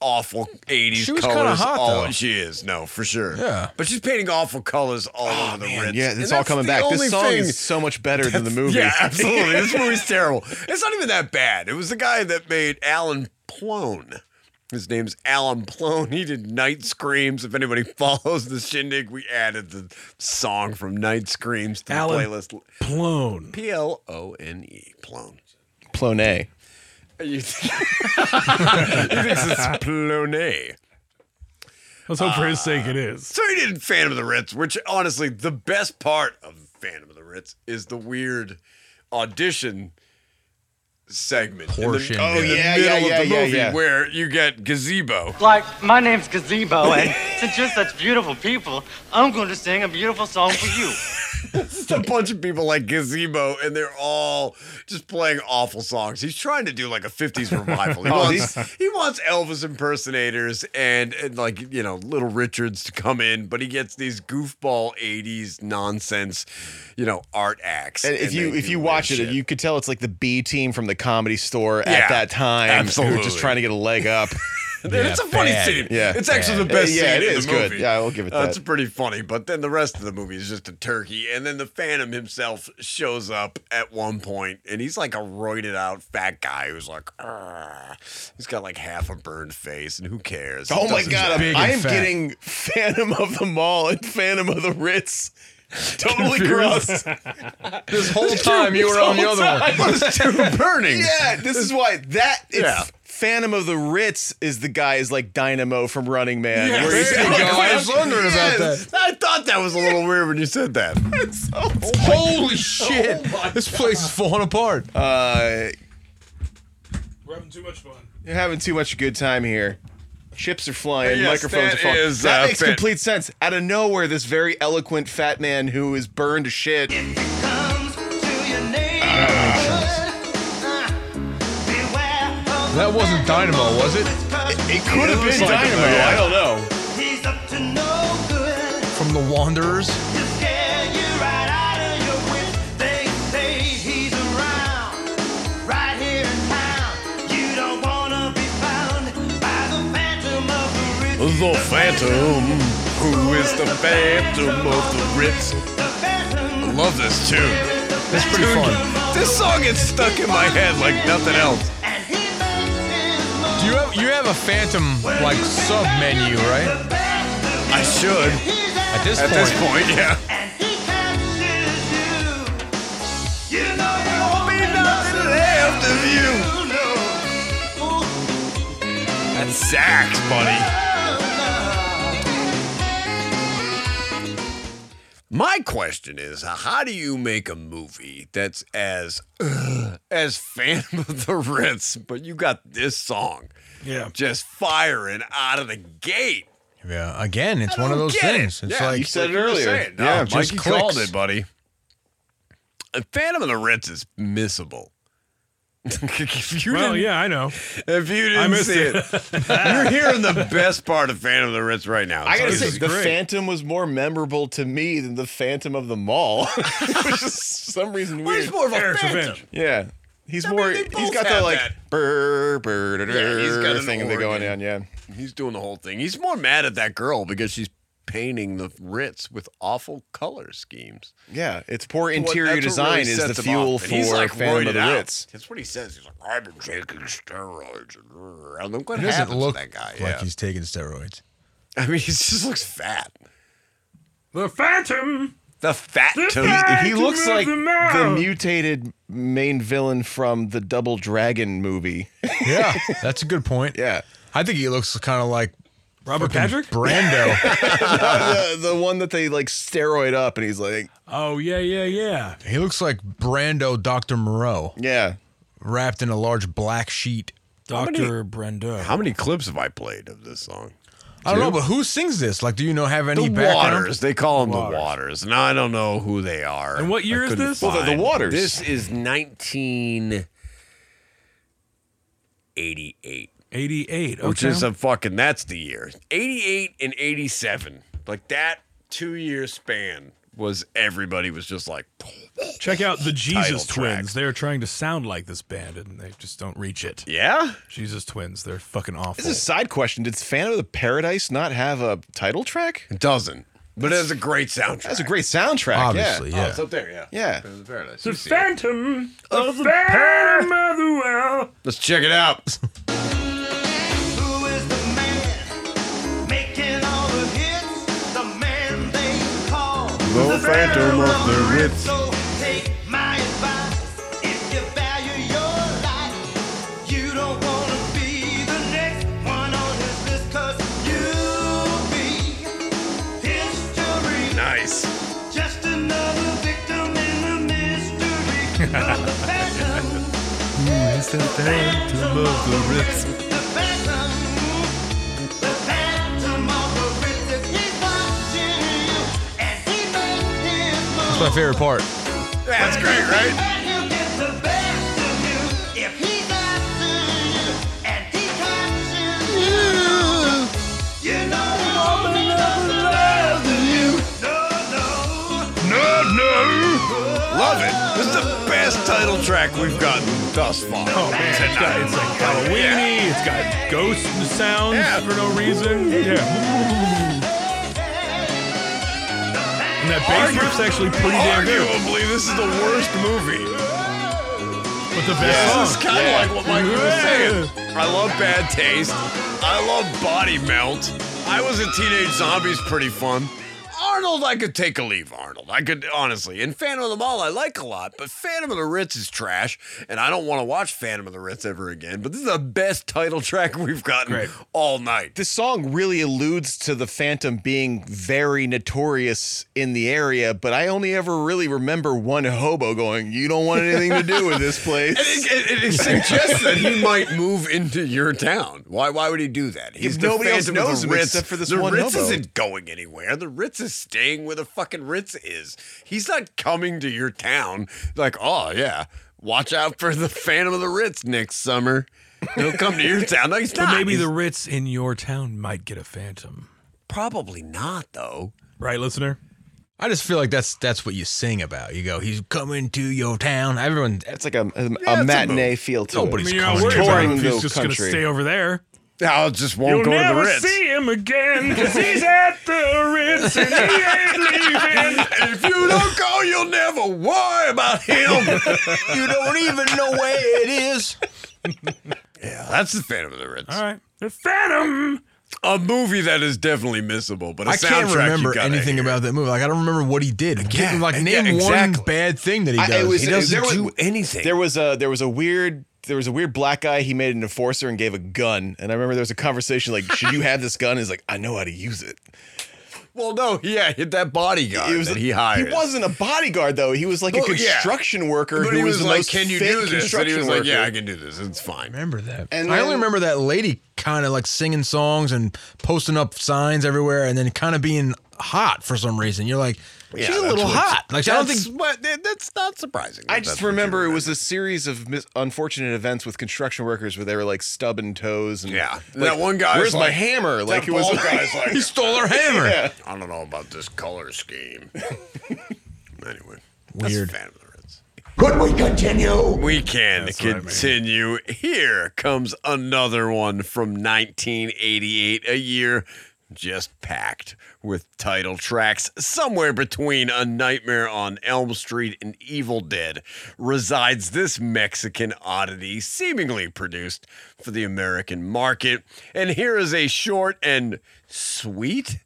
[SPEAKER 2] awful 80s
[SPEAKER 4] She was kinda
[SPEAKER 2] colors.
[SPEAKER 4] hot,
[SPEAKER 2] all,
[SPEAKER 4] though.
[SPEAKER 2] She is, no, for sure.
[SPEAKER 4] Yeah. Oh,
[SPEAKER 2] But she's painting awful colors all over the Ritz.
[SPEAKER 4] Yeah,
[SPEAKER 2] And
[SPEAKER 4] it's all
[SPEAKER 2] that's
[SPEAKER 4] coming
[SPEAKER 2] the
[SPEAKER 4] back.
[SPEAKER 2] only
[SPEAKER 4] This song
[SPEAKER 2] thing-
[SPEAKER 4] is so much better than the movie.
[SPEAKER 2] Yeah, absolutely. this movie's terrible. It's not even that bad. It was the guy that made Alan Plone. His name's Alan Plone. He did Night Screams. If anybody follows the shindig, we added the song from Night Screams to
[SPEAKER 1] Alan
[SPEAKER 2] the playlist.
[SPEAKER 1] Plone.
[SPEAKER 2] P L O N E. Plone.
[SPEAKER 4] Plone.
[SPEAKER 2] You think he thinks it's Plone.
[SPEAKER 1] Let's hope for his sake it is.
[SPEAKER 2] So he did Phantom of the Ritz, which honestly, the best part of Phantom of the Ritz is the weird audition segment. in the-
[SPEAKER 3] Portion,
[SPEAKER 2] oh, in the
[SPEAKER 4] yeah.
[SPEAKER 2] middle
[SPEAKER 4] Yeah, yeah,
[SPEAKER 2] of the
[SPEAKER 4] yeah,
[SPEAKER 2] movie
[SPEAKER 4] yeah.
[SPEAKER 2] where you get gazebo.
[SPEAKER 13] Like, my name's Gazebo, and since you're such beautiful people, I'm going to sing a beautiful song for you.
[SPEAKER 2] it's just a bunch of people like Gazebo, and they're all just playing awful songs. He's trying to do like a 50s revival. He,
[SPEAKER 4] Oh,
[SPEAKER 2] wants, he wants Elvis impersonators and, and like, you know, Little Richards to come in, but he gets these goofball 80s nonsense, you know, art acts.
[SPEAKER 4] And if you
[SPEAKER 2] they
[SPEAKER 4] if
[SPEAKER 2] do
[SPEAKER 4] you
[SPEAKER 2] weird
[SPEAKER 4] watch it,
[SPEAKER 2] shit.
[SPEAKER 4] you could tell it's like the B team from the Comedy Store
[SPEAKER 2] Yeah,
[SPEAKER 4] at that time. Who were
[SPEAKER 2] absolutely.
[SPEAKER 4] just trying to get a leg up.
[SPEAKER 2] And it's a funny scene.
[SPEAKER 4] Yeah,
[SPEAKER 2] it's actually the
[SPEAKER 4] bad.
[SPEAKER 2] best
[SPEAKER 4] yeah,
[SPEAKER 2] scene
[SPEAKER 4] it
[SPEAKER 2] in
[SPEAKER 4] is
[SPEAKER 2] the
[SPEAKER 4] good.
[SPEAKER 2] movie.
[SPEAKER 4] Yeah, I will give it
[SPEAKER 2] Uh,
[SPEAKER 4] that.
[SPEAKER 2] it's pretty funny, but then the rest of the movie is just a turkey, and then the Phantom himself shows up at one point, and he's like a roided out fat guy who's like, "Argh." he's got like half a burned face, and who cares?
[SPEAKER 4] oh
[SPEAKER 2] It
[SPEAKER 4] my
[SPEAKER 2] doesn't
[SPEAKER 4] god,
[SPEAKER 2] matter.
[SPEAKER 4] I'm, I am getting Phantom of the Mall and Phantom of the Ritz. Totally
[SPEAKER 2] Confused.
[SPEAKER 4] crossed.
[SPEAKER 2] This whole time you were on the other one. Those two burning.
[SPEAKER 4] Yeah, this is why that it's
[SPEAKER 2] Yeah.
[SPEAKER 4] Phantom of the Ritz is the guy is like Dynamo from Running Man.
[SPEAKER 2] Yeah, there you go. I was wondering about that. I thought that was a little weird when you said that.
[SPEAKER 3] Holy shit!
[SPEAKER 2] Oh
[SPEAKER 3] this place is falling apart.
[SPEAKER 4] Uh,
[SPEAKER 1] We're having too much fun.
[SPEAKER 4] You're having too much good time here. Chips are flying,
[SPEAKER 1] Yes,
[SPEAKER 4] microphones
[SPEAKER 1] that
[SPEAKER 4] are falling.
[SPEAKER 1] is,
[SPEAKER 4] that
[SPEAKER 1] uh,
[SPEAKER 4] makes
[SPEAKER 1] fit.
[SPEAKER 4] complete sense. Out of nowhere, this very eloquent fat man who is burned to shit.
[SPEAKER 3] That wasn't Dynamo, was it?
[SPEAKER 4] It, could have been Dynamo. I don't know.
[SPEAKER 3] From the Wanderers.
[SPEAKER 15] They say he's around, right here in town. You don't wanna be found by the phantom of the Ritz.
[SPEAKER 2] The Phantom. Who is the Phantom of the Ritz? I love this tune. That's pretty fun. This song gets stuck in my head like nothing else.
[SPEAKER 3] Do you have you have a Phantom like sub menu, right?
[SPEAKER 2] I should.
[SPEAKER 3] At this
[SPEAKER 2] At
[SPEAKER 3] point.
[SPEAKER 2] this point, yeah. Left of you. That's sax, buddy. My question is, how do you make a movie that's as ugh, as Phantom of the Ritz, but you got this song,
[SPEAKER 1] yeah,
[SPEAKER 2] just firing out of the gate?
[SPEAKER 3] Yeah. Again, it's one of those
[SPEAKER 2] get it.
[SPEAKER 3] things. It's
[SPEAKER 2] Yeah,
[SPEAKER 3] like
[SPEAKER 2] you said it earlier. No,
[SPEAKER 3] yeah,
[SPEAKER 2] Mikey
[SPEAKER 3] just clicks.
[SPEAKER 2] called it, buddy. Uh, Phantom of the Ritz is missable. if you
[SPEAKER 1] well,
[SPEAKER 2] didn't-
[SPEAKER 1] yeah, I know.
[SPEAKER 2] If you
[SPEAKER 1] I
[SPEAKER 2] didn't
[SPEAKER 1] missed
[SPEAKER 2] see it,
[SPEAKER 1] it.
[SPEAKER 2] you're hearing the best part of Phantom of the Ritz right now.
[SPEAKER 4] I gotta
[SPEAKER 2] This
[SPEAKER 4] say,
[SPEAKER 2] is
[SPEAKER 4] the
[SPEAKER 2] great.
[SPEAKER 4] Phantom was more memorable to me than the Phantom of the Mall. it was just for some reason weird.
[SPEAKER 2] He's more of a Phantom.
[SPEAKER 4] Yeah. He's more. he's
[SPEAKER 2] both
[SPEAKER 4] got the
[SPEAKER 2] have
[SPEAKER 4] like
[SPEAKER 2] that.
[SPEAKER 4] burr burr
[SPEAKER 2] Yeah, he's got
[SPEAKER 4] burr
[SPEAKER 2] an
[SPEAKER 4] thing that going
[SPEAKER 2] organ.
[SPEAKER 4] on. Yeah.
[SPEAKER 2] He's doing the whole thing. He's more mad at that girl because she's painting the Ritz with awful color schemes.
[SPEAKER 4] Yeah, it's poor
[SPEAKER 2] What-
[SPEAKER 4] interior
[SPEAKER 2] that's what
[SPEAKER 4] design
[SPEAKER 2] really
[SPEAKER 4] is
[SPEAKER 2] sets
[SPEAKER 4] the
[SPEAKER 2] him
[SPEAKER 4] fuel
[SPEAKER 2] off.
[SPEAKER 4] for
[SPEAKER 2] And he's, like,
[SPEAKER 4] Phantom
[SPEAKER 2] roided
[SPEAKER 4] of the
[SPEAKER 2] out.
[SPEAKER 4] Ritz.
[SPEAKER 2] That's what he says. He's like, I've been taking steroids. And look what
[SPEAKER 3] It
[SPEAKER 2] happens
[SPEAKER 3] doesn't
[SPEAKER 2] to
[SPEAKER 3] look
[SPEAKER 2] that guy.
[SPEAKER 3] like
[SPEAKER 2] Yeah.
[SPEAKER 3] he's taking steroids.
[SPEAKER 2] I mean, he just looks fat.
[SPEAKER 10] The Phantom.
[SPEAKER 2] The fat
[SPEAKER 10] The
[SPEAKER 2] toad.
[SPEAKER 4] He, he
[SPEAKER 10] Phantom
[SPEAKER 4] looks
[SPEAKER 10] of
[SPEAKER 4] like
[SPEAKER 10] the
[SPEAKER 4] the
[SPEAKER 10] Mall.
[SPEAKER 4] mutated main villain from the Double Dragon movie.
[SPEAKER 3] Yeah, that's a good point.
[SPEAKER 4] Yeah.
[SPEAKER 3] I think he looks kind of like
[SPEAKER 1] Robert
[SPEAKER 3] fucking
[SPEAKER 1] Patrick?
[SPEAKER 3] Brando.
[SPEAKER 4] the, the one that they like steroid up, and he's like,
[SPEAKER 1] Oh yeah, yeah, yeah.
[SPEAKER 3] he looks like Brando Dr. Moreau
[SPEAKER 4] yeah.
[SPEAKER 3] wrapped in a large black sheet.
[SPEAKER 1] Doctor Brendo.
[SPEAKER 2] How many clips have I played of this song?
[SPEAKER 3] I don't know, but who sings this? Like, do you know have any
[SPEAKER 2] the
[SPEAKER 3] background?
[SPEAKER 2] Waters. They call them the Waters. And I don't know who they are.
[SPEAKER 1] And what year
[SPEAKER 2] I
[SPEAKER 1] is
[SPEAKER 2] couldn't
[SPEAKER 1] this?
[SPEAKER 4] Well, they're the
[SPEAKER 2] find.
[SPEAKER 4] Waters.
[SPEAKER 2] This is 1988,
[SPEAKER 1] 88. Okay.
[SPEAKER 2] which is a fucking, that's the year. 88 and 87. Like that two year span was everybody was just like,
[SPEAKER 1] Check out the Jesus
[SPEAKER 2] Title track.
[SPEAKER 1] Twins. They're trying to sound like this band and they just don't reach it.
[SPEAKER 2] yeah?
[SPEAKER 1] Jesus Twins. They're fucking awful.
[SPEAKER 4] This is a side question. Did Phantom of the Paradise not have a title track?
[SPEAKER 2] It doesn't. But it has a great soundtrack.
[SPEAKER 4] That's a great soundtrack.
[SPEAKER 3] Obviously,
[SPEAKER 4] yeah.
[SPEAKER 2] Oh,
[SPEAKER 3] yeah.
[SPEAKER 2] it's up there, yeah.
[SPEAKER 4] Yeah.
[SPEAKER 2] Phantom of the Paradise.
[SPEAKER 10] The
[SPEAKER 2] You see it.
[SPEAKER 10] Phantom of the Phantom of the Well.
[SPEAKER 2] Let's check it out.
[SPEAKER 15] Who is the man making all the hits? The man they call
[SPEAKER 2] The Phantom of the Ritz.
[SPEAKER 15] So take my advice. If you value your life, you don't want to be the next one on his list, cause you'll be history.
[SPEAKER 2] Nice.
[SPEAKER 15] Just another victim in the mystery of the Phantom. Phantom of the Ritz. The Phantom. The Phantom of the Ritz. If he's watching you and he makes his move,
[SPEAKER 3] That's my favorite part.
[SPEAKER 2] That's great, right? No, no. Love it. This is the best title track we've gotten thus far.
[SPEAKER 1] Oh man, it's got, it's like Halloweeny. It's got ghost sounds for no reason. Yeah. And that bass
[SPEAKER 2] Argu-
[SPEAKER 1] riff's actually pretty damn good.
[SPEAKER 2] Arguably, this is the worst movie.
[SPEAKER 1] But the best
[SPEAKER 2] Yeah,
[SPEAKER 1] song.
[SPEAKER 2] this is kind of like what Michael was saying. I love Bad Taste. I love Body Melt. I was a teenage zombie's pretty fun. Arnold, I could take a leave, Arnold. I could, honestly. And Phantom of the Mall, I like a lot, but Phantom of the Ritz is trash, and I don't want to watch Phantom of the Ritz ever again. But this is the best title track we've gotten all night.
[SPEAKER 4] This song really alludes to the Phantom being very notorious in the area, but I only ever really remember one hobo going, "You don't want anything to do with this place."
[SPEAKER 2] It, it, it suggests that he might move into your town. Why? Why would he do that?
[SPEAKER 4] If nobody else
[SPEAKER 2] Phantom of
[SPEAKER 4] knows
[SPEAKER 2] the
[SPEAKER 4] him
[SPEAKER 2] Ritz.
[SPEAKER 4] except for this
[SPEAKER 2] the
[SPEAKER 4] one
[SPEAKER 2] Ritz
[SPEAKER 4] hobo.
[SPEAKER 2] isn't going anywhere. The Ritz is staying where the fucking Ritz is. He's not coming to your town. Like, oh yeah, watch out for the Phantom of the Ritz next summer. He'll come to your town. No, he's
[SPEAKER 1] But
[SPEAKER 2] not.
[SPEAKER 1] maybe
[SPEAKER 2] He's-
[SPEAKER 1] the Ritz in your town might get a phantom.
[SPEAKER 2] Probably not, though.
[SPEAKER 1] Right, listener?
[SPEAKER 3] I just feel like that's that's what you sing about. You go, he's coming to your town. Everyone, that's
[SPEAKER 4] like a a,
[SPEAKER 3] it's a
[SPEAKER 4] matinee
[SPEAKER 3] move.
[SPEAKER 4] feel to
[SPEAKER 3] Nobody's
[SPEAKER 4] it.
[SPEAKER 1] I mean, you're not worried about him if he's just going to stay over there.
[SPEAKER 2] I'll just
[SPEAKER 4] won't
[SPEAKER 1] You'll
[SPEAKER 4] go to the
[SPEAKER 1] never
[SPEAKER 4] Ritz.
[SPEAKER 1] see him again because he's
[SPEAKER 15] at the Ritz and he ain't leaving.
[SPEAKER 2] If you don't go, you'll never worry about him.
[SPEAKER 15] you don't even know where it is.
[SPEAKER 2] Yeah, that's the Phantom of the Ritz.
[SPEAKER 1] All right.
[SPEAKER 15] The Phantom.
[SPEAKER 2] A movie that is definitely missable, but I
[SPEAKER 3] I can't remember anything
[SPEAKER 2] Hear.
[SPEAKER 3] about that movie. Like I don't remember what he did. Give- like name
[SPEAKER 4] exactly.
[SPEAKER 3] one bad thing that he
[SPEAKER 4] I-
[SPEAKER 3] does.
[SPEAKER 4] it was-
[SPEAKER 3] he doesn't
[SPEAKER 4] there was-
[SPEAKER 3] do
[SPEAKER 2] anything.
[SPEAKER 4] There was a there was a weird there was a weird black guy. He made an enforcer and gave a gun. And I remember there was a conversation like, "Should you have this gun?" He's like, "I know how to use it."
[SPEAKER 2] Well, no, yeah, hit that bodyguard
[SPEAKER 4] He was
[SPEAKER 2] that
[SPEAKER 4] a-
[SPEAKER 2] he hired.
[SPEAKER 4] He wasn't a bodyguard though. He was like a
[SPEAKER 2] Well, yeah.
[SPEAKER 4] construction worker
[SPEAKER 2] But
[SPEAKER 4] who
[SPEAKER 2] he
[SPEAKER 4] was,
[SPEAKER 2] was,
[SPEAKER 4] the
[SPEAKER 2] like,
[SPEAKER 4] most
[SPEAKER 2] "Can you
[SPEAKER 4] fit
[SPEAKER 2] do this?" And he
[SPEAKER 4] construction
[SPEAKER 2] was like,
[SPEAKER 4] worker.
[SPEAKER 2] "Yeah, I can do this. It's fine."
[SPEAKER 3] Remember that?
[SPEAKER 4] And
[SPEAKER 3] I
[SPEAKER 4] then-
[SPEAKER 3] only remember that lady kind of like singing songs and posting up signs everywhere, and then kind of being hot for some reason. You're like,
[SPEAKER 4] Yeah,
[SPEAKER 3] she's a
[SPEAKER 4] that's
[SPEAKER 3] little
[SPEAKER 4] what's-
[SPEAKER 3] hot. Like I don't
[SPEAKER 4] that's
[SPEAKER 3] think
[SPEAKER 2] what- that- that's not surprising.
[SPEAKER 4] I
[SPEAKER 2] that
[SPEAKER 4] just
[SPEAKER 2] that's what you
[SPEAKER 4] remember it was a series of mis- unfortunate events with construction workers where they were like stubbing toes and yeah.
[SPEAKER 2] that one guy.
[SPEAKER 4] Where's my hammer? Like it was
[SPEAKER 2] guy's like
[SPEAKER 4] he stole her hammer.
[SPEAKER 2] Yeah. I don't know about this color scheme. anyway, weird. That's Phantom of the Ritz.
[SPEAKER 16] Could we continue?
[SPEAKER 2] We can
[SPEAKER 16] That's what I mean.
[SPEAKER 2] continue. Here comes another one from 1988, a year just packed with title tracks somewhere between A Nightmare on Elm Street and Evil Dead resides this Mexican oddity seemingly produced for the American market. And here is a short and sweet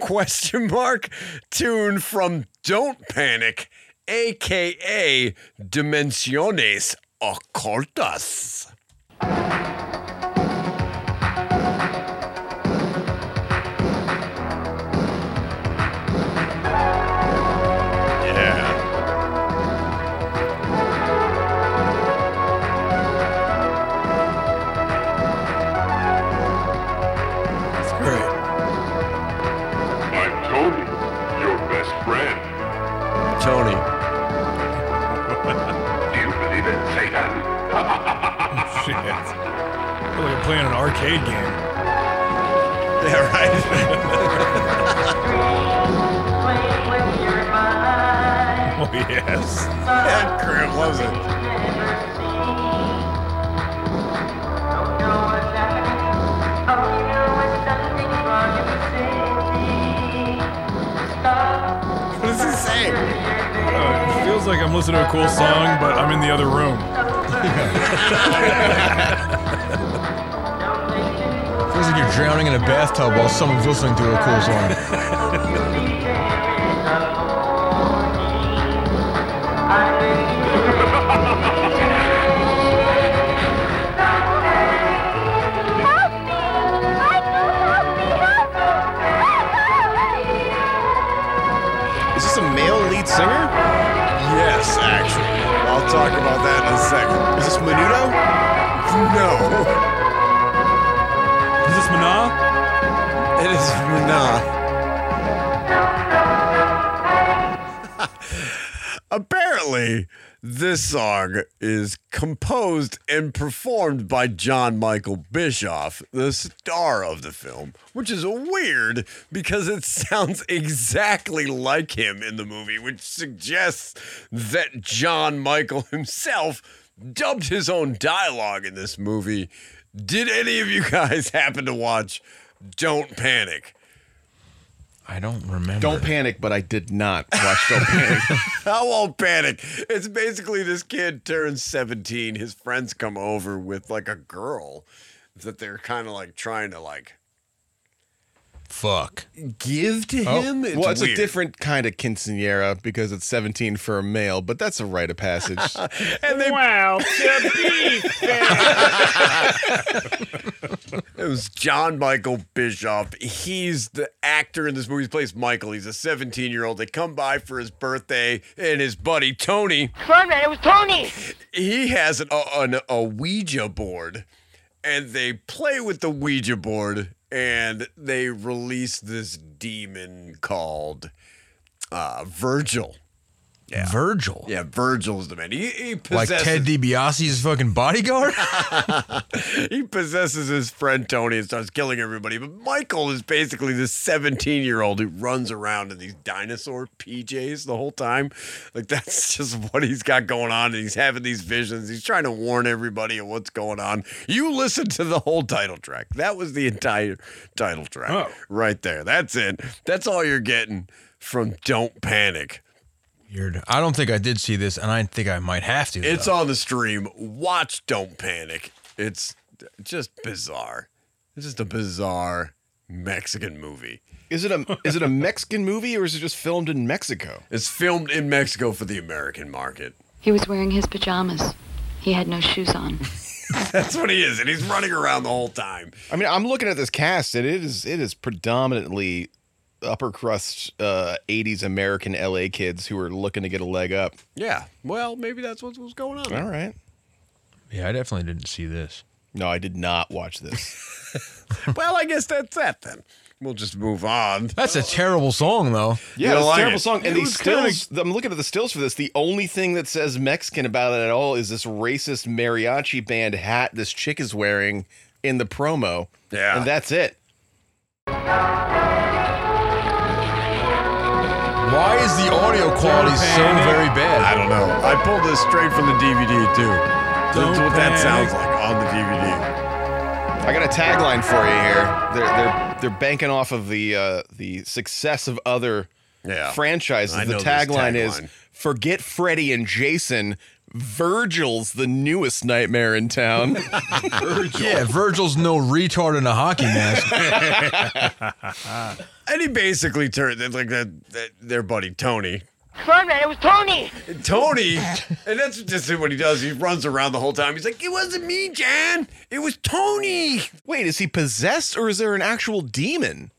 [SPEAKER 2] question mark tune from Don't Panic, aka Dimensiones Occultas. Yeah.
[SPEAKER 16] I'm Tony, your best friend.
[SPEAKER 2] Tony.
[SPEAKER 16] Do you believe in Satan?
[SPEAKER 1] Shit. I feel like I'm playing an arcade game.
[SPEAKER 2] Yeah,
[SPEAKER 1] Oh, yes.
[SPEAKER 2] Yeah, Graham loves it. What does he say?
[SPEAKER 1] Uh, it feels like I'm listening to a cool song, but I'm in the other room.
[SPEAKER 3] feels like you're drowning in a bathtub while someone's listening to a cool song.
[SPEAKER 4] Is this a male lead singer?
[SPEAKER 2] Yes, actually. I'll talk about that in a second.
[SPEAKER 4] Is this Menudo?
[SPEAKER 2] No.
[SPEAKER 1] Is this Mana?
[SPEAKER 2] It is Mana. Apparently, this song is composed and performed by John Michael Bischoff, the star of the film, which is weird because it sounds exactly like him in the movie, which suggests that John Michael himself dubbed his own dialogue in this movie. Did any of you guys happen to watch Don't Panic?
[SPEAKER 3] I don't remember.
[SPEAKER 4] Don't panic, but I did not watch Don't Panic.
[SPEAKER 2] I won't panic. It's basically this kid turns 17. His friends come over with like a girl that they're kind of like trying to like
[SPEAKER 3] Fuck.
[SPEAKER 2] give to
[SPEAKER 4] Oh,
[SPEAKER 2] him.
[SPEAKER 4] well, it's a
[SPEAKER 2] weird.
[SPEAKER 4] different kind of quinceanera because it's 17 for a male, but that's a rite of passage.
[SPEAKER 10] And they- well, to be
[SPEAKER 2] It was John Michael Bischoff. He's the actor in this movie. He plays Michael. He's a 17 year old. They come by for his birthday, and his buddy Tony,
[SPEAKER 13] Fun man, it was Tony.
[SPEAKER 2] he has an, a, an, a Ouija board, and they play with the Ouija board, and they release this demon called uh, Virgil.
[SPEAKER 3] Virgil.
[SPEAKER 2] Yeah, Virgil's the man. He, he
[SPEAKER 3] Like
[SPEAKER 2] possesses
[SPEAKER 3] Ted DiBiase's fucking bodyguard?
[SPEAKER 2] he possesses his friend Tony and starts killing everybody. But Michael is basically this 17 year old who runs around in these dinosaur PJs the whole time. Like, that's just what he's got going on. And he's having these visions. He's trying to warn everybody of what's going on. You listen to the whole title track. That was the entire title track right there. That's it. That's all you're getting from Don't Panic.
[SPEAKER 3] Weird. I don't think I did see this, and I think I might have to.
[SPEAKER 2] It's
[SPEAKER 3] though.
[SPEAKER 2] on the stream. Watch Don't Panic. It's just bizarre. It's just a bizarre Mexican movie.
[SPEAKER 4] Is it a is it a Mexican movie or is it just filmed in Mexico?
[SPEAKER 2] It's filmed in Mexico for the American market.
[SPEAKER 7] He was wearing his pajamas. He had no shoes on.
[SPEAKER 2] That's what he is, and he's running around the whole time.
[SPEAKER 4] I mean, I'm looking at this cast, and it is it is predominantly upper crust uh, '80s American LA kids who are looking to get a leg up.
[SPEAKER 2] Yeah. Well, maybe that's what's, what's going on.
[SPEAKER 4] All right.
[SPEAKER 3] Yeah, I definitely didn't see this.
[SPEAKER 4] No, I did not watch this.
[SPEAKER 2] well, I guess that's that then. We'll just move on.
[SPEAKER 3] That's a terrible song, though.
[SPEAKER 4] Yeah, it's a terrible song. And
[SPEAKER 3] It
[SPEAKER 4] these
[SPEAKER 3] was kinda-
[SPEAKER 4] stills, I'm looking at the stills for this. The only thing that says Mexican about it at all is this racist mariachi band hat this chick is wearing in the promo.
[SPEAKER 2] Yeah.
[SPEAKER 4] And that's it.
[SPEAKER 3] Why is the audio quality so very bad?
[SPEAKER 2] I don't know. I pulled this straight from the DVD too.
[SPEAKER 4] Don't
[SPEAKER 2] That's what that
[SPEAKER 4] panic.
[SPEAKER 2] sounds like on the DVD.
[SPEAKER 4] I got a tagline for you here. They're they're they're banking off of the uh, the success of other franchises.
[SPEAKER 2] I
[SPEAKER 4] the
[SPEAKER 2] know this
[SPEAKER 4] tagline, is
[SPEAKER 2] tagline.
[SPEAKER 4] "Forget Freddy and Jason. Virgil's the newest nightmare in town."
[SPEAKER 3] Yeah, Virgil's no retard in a hockey mask.
[SPEAKER 2] and he basically turned like that, that their buddy Tony
[SPEAKER 13] Fun man, it was Tony.
[SPEAKER 2] Tony, and that's just what he does. He runs around the whole time. He's like, "It wasn't me, Jan. It was Tony."
[SPEAKER 4] Wait, is he possessed or is there an actual demon?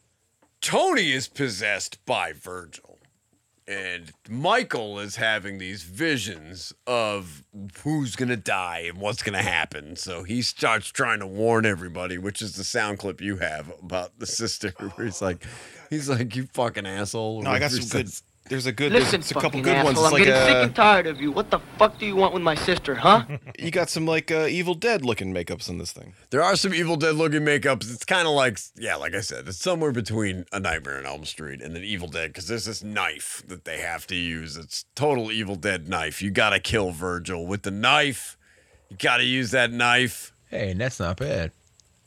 [SPEAKER 2] Tony is possessed by Virgil, and Michael is having these visions of who's gonna die and what's gonna happen. So he starts trying to warn everybody, which is the sound clip you have about the sister. Where he's like, "He's like, you fucking asshole."
[SPEAKER 4] No, I got some good. There's a good.
[SPEAKER 13] Listen,
[SPEAKER 4] there's a couple
[SPEAKER 13] fucking
[SPEAKER 4] good
[SPEAKER 13] asshole,
[SPEAKER 4] ones.
[SPEAKER 13] I'm
[SPEAKER 4] It's like
[SPEAKER 13] getting
[SPEAKER 4] uh,
[SPEAKER 13] sick and tired of you. What the fuck do you want with my sister, huh?
[SPEAKER 4] you got some like uh, Evil Dead looking makeups in this thing.
[SPEAKER 2] There are some Evil Dead looking makeups. It's kind of like, yeah, like I said, it's somewhere between A Nightmare on Elm Street and an Evil Dead because there's this knife that they have to use. It's total Evil Dead knife. You got to kill Virgil with the knife. You got to use that knife.
[SPEAKER 3] Hey, and that's not bad.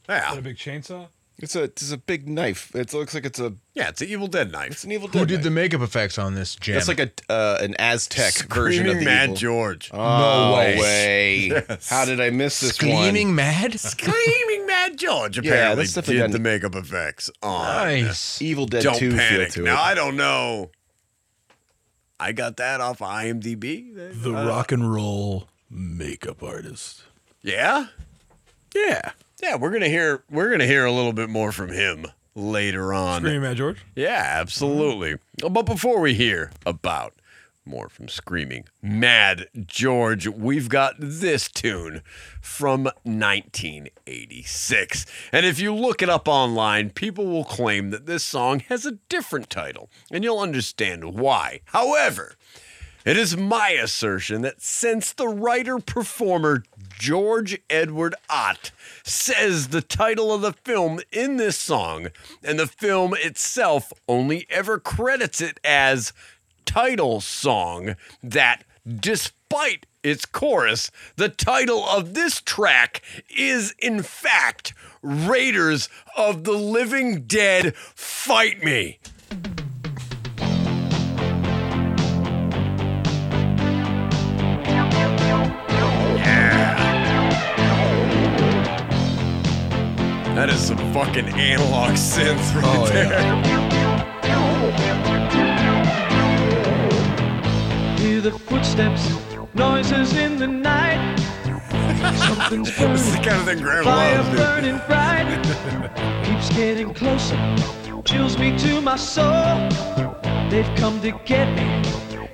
[SPEAKER 2] Yeah.
[SPEAKER 1] a big chainsaw?
[SPEAKER 4] It's a it's a big knife. It looks like it's a
[SPEAKER 2] yeah, it's an Evil Dead knife. It's
[SPEAKER 4] an Evil Dead.
[SPEAKER 3] Who did the makeup effects on this jam?
[SPEAKER 4] That's like a uh, an Aztec version of
[SPEAKER 2] Screaming
[SPEAKER 4] the
[SPEAKER 2] Mad
[SPEAKER 4] evil.
[SPEAKER 2] George.
[SPEAKER 4] Oh,
[SPEAKER 2] No
[SPEAKER 4] no
[SPEAKER 2] way.
[SPEAKER 4] way!
[SPEAKER 2] Yes.
[SPEAKER 4] How did I miss this one?
[SPEAKER 3] Screaming Mad?
[SPEAKER 2] Screaming Mad George
[SPEAKER 4] Yeah,
[SPEAKER 2] apparently
[SPEAKER 4] that's definitely
[SPEAKER 2] did
[SPEAKER 4] got
[SPEAKER 2] the
[SPEAKER 4] an-
[SPEAKER 2] makeup effects on
[SPEAKER 3] Nice.
[SPEAKER 4] Evil Dead
[SPEAKER 2] Don't
[SPEAKER 4] 2 feel
[SPEAKER 2] Panic.
[SPEAKER 4] to
[SPEAKER 2] Now,
[SPEAKER 4] it.
[SPEAKER 2] I don't know. I got that off IMDb.
[SPEAKER 1] The
[SPEAKER 2] Uh,
[SPEAKER 1] rock and roll makeup artist.
[SPEAKER 2] Yeah. Yeah. Yeah, we're gonna hear we're gonna hear a little bit more from him later on.
[SPEAKER 1] Screaming Mad George.
[SPEAKER 2] Yeah, absolutely. But before we hear about more from Screaming Mad George, we've got this tune from 1986. And if you look it up online, people will claim that this song has a different title, and you'll understand why. However, It is my assertion that since the writer performer George Edward Ott says the title of the film in this song, and the film itself only ever credits it as title song, that despite its chorus, the title of this track is in fact Raiders of the Living Dead Fight Me. That is some fucking analog synth right there.
[SPEAKER 15] Hear the footsteps, noises in the night. Something's burning.
[SPEAKER 2] This is the kind of thing Graham
[SPEAKER 15] fire
[SPEAKER 2] loves, dude.
[SPEAKER 15] burning bright. Keeps getting closer, chills me to my soul. They've come to get me.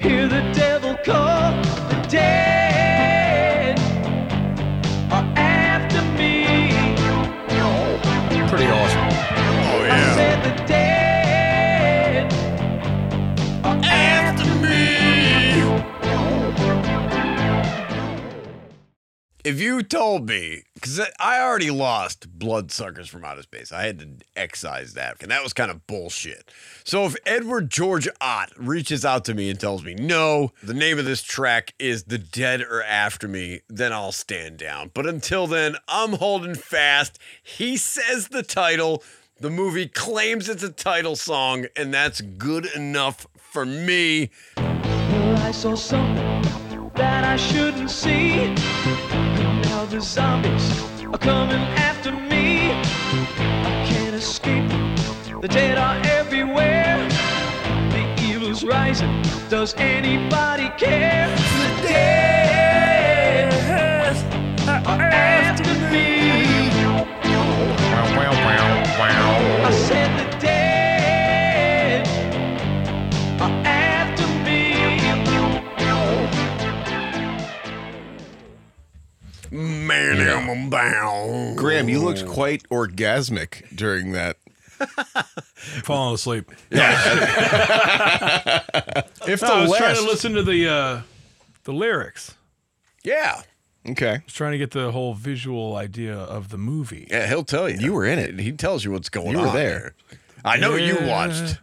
[SPEAKER 15] Hear the devil call. The dead are after me.
[SPEAKER 3] Pretty awesome.
[SPEAKER 2] Oh
[SPEAKER 15] I said the dead are after
[SPEAKER 2] If you told me, because I already lost Bloodsuckers from Outer Space, I had to excise that, and that was kind of bullshit. So if Edward George Ott reaches out to me and tells me, no, the name of this track is The Dead Are After Me, then I'll stand down. But until then, I'm holding fast. He says the title, the movie claims it's a title song, and that's good enough for me.
[SPEAKER 15] Well, I saw something that I shouldn't see. And now the zombies are coming after me. I can't escape them. The dead are everywhere. The evil's rising. Does anybody care? The dead are after me. I said the dead are after me.
[SPEAKER 2] Man, I'm bound.
[SPEAKER 4] Graham, you looked quite orgasmic during that.
[SPEAKER 1] Falling asleep.
[SPEAKER 4] If
[SPEAKER 1] No,
[SPEAKER 4] the
[SPEAKER 1] I was trying to
[SPEAKER 4] last-
[SPEAKER 1] listen to the uh, the lyrics.
[SPEAKER 2] Yeah.
[SPEAKER 4] Okay.
[SPEAKER 1] I was trying to get the whole visual idea of the movie.
[SPEAKER 2] Yeah, he'll tell you. You were in it. He tells you what's going
[SPEAKER 1] You
[SPEAKER 2] on.
[SPEAKER 1] were there.
[SPEAKER 2] I know you
[SPEAKER 1] Yeah.
[SPEAKER 2] watched.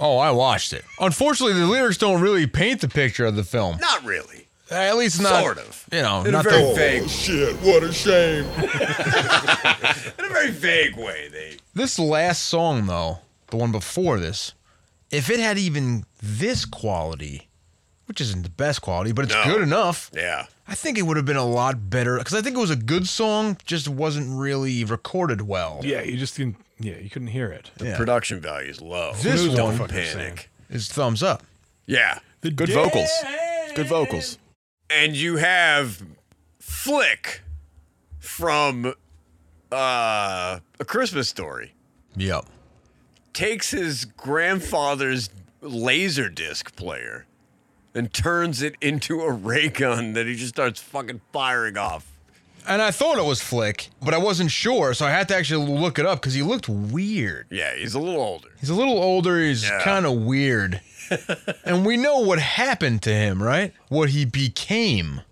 [SPEAKER 3] Oh, I watched it. Unfortunately, the lyrics don't really paint the picture of the film.
[SPEAKER 2] Not really.
[SPEAKER 3] At least not
[SPEAKER 2] Sort of.
[SPEAKER 3] You know,
[SPEAKER 2] In a
[SPEAKER 3] not
[SPEAKER 2] very
[SPEAKER 3] the-
[SPEAKER 2] vague.
[SPEAKER 3] shit! What a shame.
[SPEAKER 2] In a very vague way, they.
[SPEAKER 3] This last song, though, the one before this, if it had even this quality, which isn't the best quality, but it's
[SPEAKER 2] No.
[SPEAKER 3] good enough.
[SPEAKER 2] Yeah.
[SPEAKER 3] I think it would have been a lot better because I think it was a good song, just wasn't really recorded well.
[SPEAKER 1] Yeah, you just didn't. Yeah, you couldn't hear it.
[SPEAKER 3] Yeah.
[SPEAKER 2] Production value is low.
[SPEAKER 3] This
[SPEAKER 2] Don't
[SPEAKER 3] one-
[SPEAKER 2] panic.
[SPEAKER 3] It's thumbs up.
[SPEAKER 2] Yeah.
[SPEAKER 4] Good vocals. Good vocals.
[SPEAKER 2] And you have Flick from uh, A Christmas Story.
[SPEAKER 3] Yep.
[SPEAKER 2] takes his grandfather's laser disc player and turns it into a ray gun that he just starts fucking firing off.
[SPEAKER 3] And I thought it was Flick, but I wasn't sure, so I had to actually look it up because he looked weird.
[SPEAKER 2] Yeah, he's a little older.
[SPEAKER 3] He's a little older. He's
[SPEAKER 2] Yeah.
[SPEAKER 3] kind of weird. and we know what happened to him, right? What he became.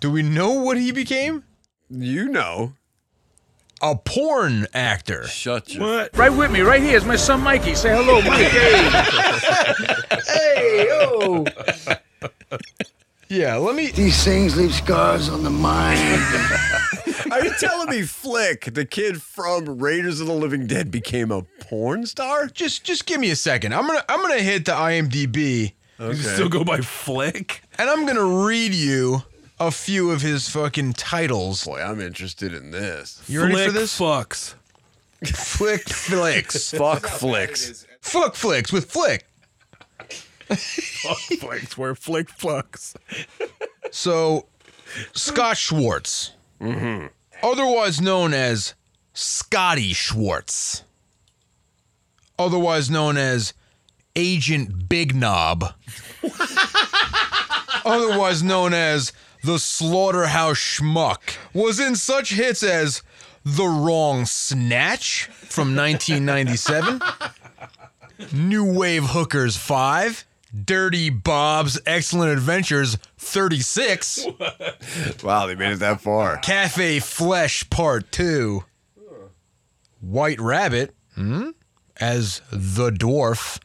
[SPEAKER 3] Do we know what he became?
[SPEAKER 2] You know.
[SPEAKER 3] A porn actor.
[SPEAKER 2] Shut your
[SPEAKER 8] What? Right with me, right here is my son Mikey. Say hello, Mike.
[SPEAKER 6] Hey, yo!
[SPEAKER 3] Yeah, let me.
[SPEAKER 6] These things leave scars on the mind.
[SPEAKER 2] Are you telling me Flick, the kid from Raiders of the Living Dead, became a porn star?
[SPEAKER 3] Just just give me a second. I'm gonna I'm gonna hit the IMDb.
[SPEAKER 1] You can still go by Flick.
[SPEAKER 3] And I'm gonna read you a few of his fucking titles.
[SPEAKER 2] Boy, I'm interested in this.
[SPEAKER 3] You ready for
[SPEAKER 1] Flick
[SPEAKER 3] this?
[SPEAKER 1] Fucks.
[SPEAKER 3] Flick flicks.
[SPEAKER 2] Fuck flicks.
[SPEAKER 3] Fuck flicks with flick.
[SPEAKER 1] Fuck flicks where Flick fucks.
[SPEAKER 3] So, Scott Schwartz,
[SPEAKER 1] Mm-hmm.
[SPEAKER 3] otherwise known as Scotty Schwartz, otherwise known as Agent Big Knob, otherwise known as the Slaughterhouse Schmuck, was in such hits as The Wrong Snatch from 1997, New Wave Hookers 5, Dirty Bob's Excellent Adventures 36.
[SPEAKER 4] wow, they made it that far.
[SPEAKER 3] Cafe Flesh Part 2. White Rabbit hmm, as the dwarf.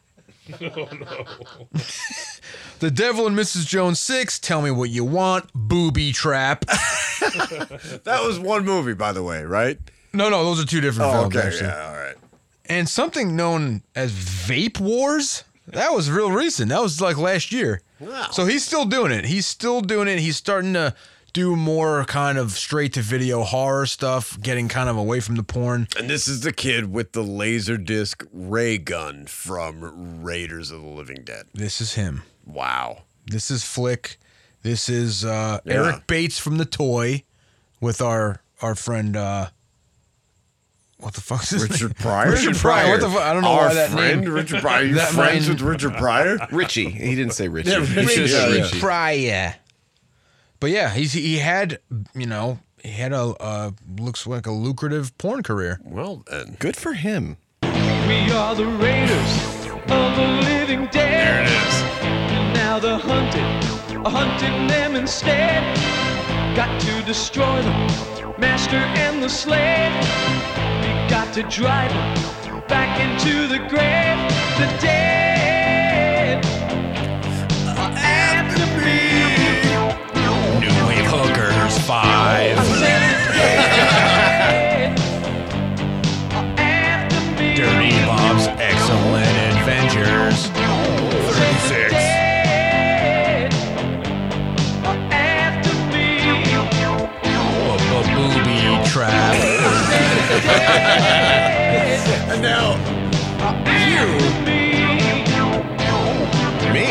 [SPEAKER 3] The Devil and Mrs. Jones 6. Tell me what you want. Booby Trap.
[SPEAKER 2] that was one movie, by the way, right?
[SPEAKER 3] No, no, those are two different
[SPEAKER 2] Oh,
[SPEAKER 3] films.
[SPEAKER 2] okay,
[SPEAKER 3] actually.
[SPEAKER 2] yeah, all right.
[SPEAKER 3] And something known as Vape Wars. That was real recent. That was like last year.
[SPEAKER 2] Wow.
[SPEAKER 3] So he's still doing it. He's still doing it. He's starting to do more kind of straight to video horror stuff, getting kind of away from the porn.
[SPEAKER 2] And this is the kid with the laserdisc ray gun from Raiders of the Living Dead.
[SPEAKER 3] This is him.
[SPEAKER 2] Wow.
[SPEAKER 3] This is Flick. This is uh,
[SPEAKER 2] Yeah.
[SPEAKER 3] Eric Bates from The Toy with our our friend. Uh, what the fuck's his
[SPEAKER 2] Richard
[SPEAKER 3] name?
[SPEAKER 2] Pryor?
[SPEAKER 3] Richard Pryor. What the fuck? I don't know
[SPEAKER 2] Our
[SPEAKER 3] why that
[SPEAKER 2] friend,
[SPEAKER 3] name.
[SPEAKER 2] Richard Pryor. Are you
[SPEAKER 3] That
[SPEAKER 2] friends
[SPEAKER 3] name-
[SPEAKER 2] with Richard Pryor?
[SPEAKER 4] Richie. He didn't say Richie.
[SPEAKER 3] Yeah,
[SPEAKER 4] He should've
[SPEAKER 3] Richie.
[SPEAKER 4] said Richie.
[SPEAKER 3] Pryor. But yeah, he's he had you know he had a uh, looks like a lucrative porn career.
[SPEAKER 2] Well, then.
[SPEAKER 4] good for him.
[SPEAKER 15] We are the raiders of the living dead. There it is. Now the hunted are hunting them instead. Got to destroy them, master and the slave. We got to drive them back into the grave. The dead are after me.
[SPEAKER 1] New Wave Hookers 5. Dirty Bob's Excellent Adventures 36. Booby Trap.
[SPEAKER 2] And now, uh, you. Me?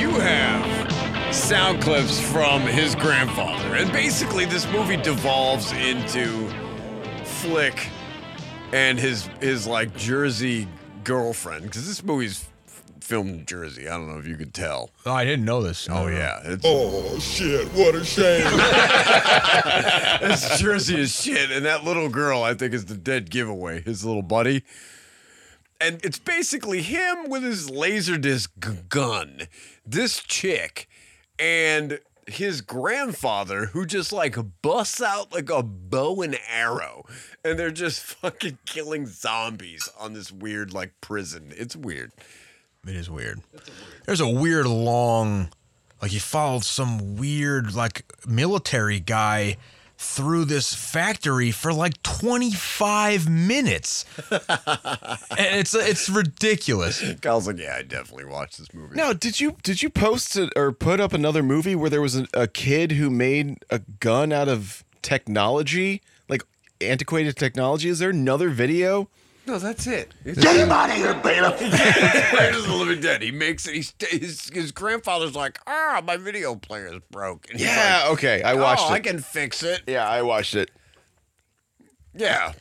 [SPEAKER 2] You have sound clips from his grandfather. And basically, this movie devolves into Flick and his, his like, Jersey girlfriend. Because this movie's f- filmed in Jersey. I don't know if you could tell.
[SPEAKER 3] Oh, I didn't know this.
[SPEAKER 2] Oh, yeah. It's, oh, shit. What a shame. That's Jersey as shit. And that little girl, I think, is the dead giveaway, his little buddy. And it's basically him with his laserdisc g- gun, this chick, and his grandfather, who just like busts out like a bow and arrow. And they're just fucking killing zombies on this weird like prison. It's weird.
[SPEAKER 3] It is weird. There's a weird long, like he followed some weird like military guy through this factory for like 25 minutes, and it's it's ridiculous.
[SPEAKER 2] Kyle's like, yeah, I definitely watched this movie.
[SPEAKER 4] Now, did you did you post it or put up another movie where there was a, a kid who made a gun out of technology, like antiquated technology? Is there another video?
[SPEAKER 2] No, that's it.
[SPEAKER 4] Get him outta
[SPEAKER 2] here, Beta. Raiders of the Living Dead. He makes it. He sta his, his grandfather's like, ah, my video player is broke. And he's
[SPEAKER 4] Yeah,
[SPEAKER 2] like,
[SPEAKER 4] okay, I watched
[SPEAKER 2] "Oh, I
[SPEAKER 4] it."
[SPEAKER 2] can fix it.
[SPEAKER 4] Yeah, I watched it.
[SPEAKER 2] Yeah.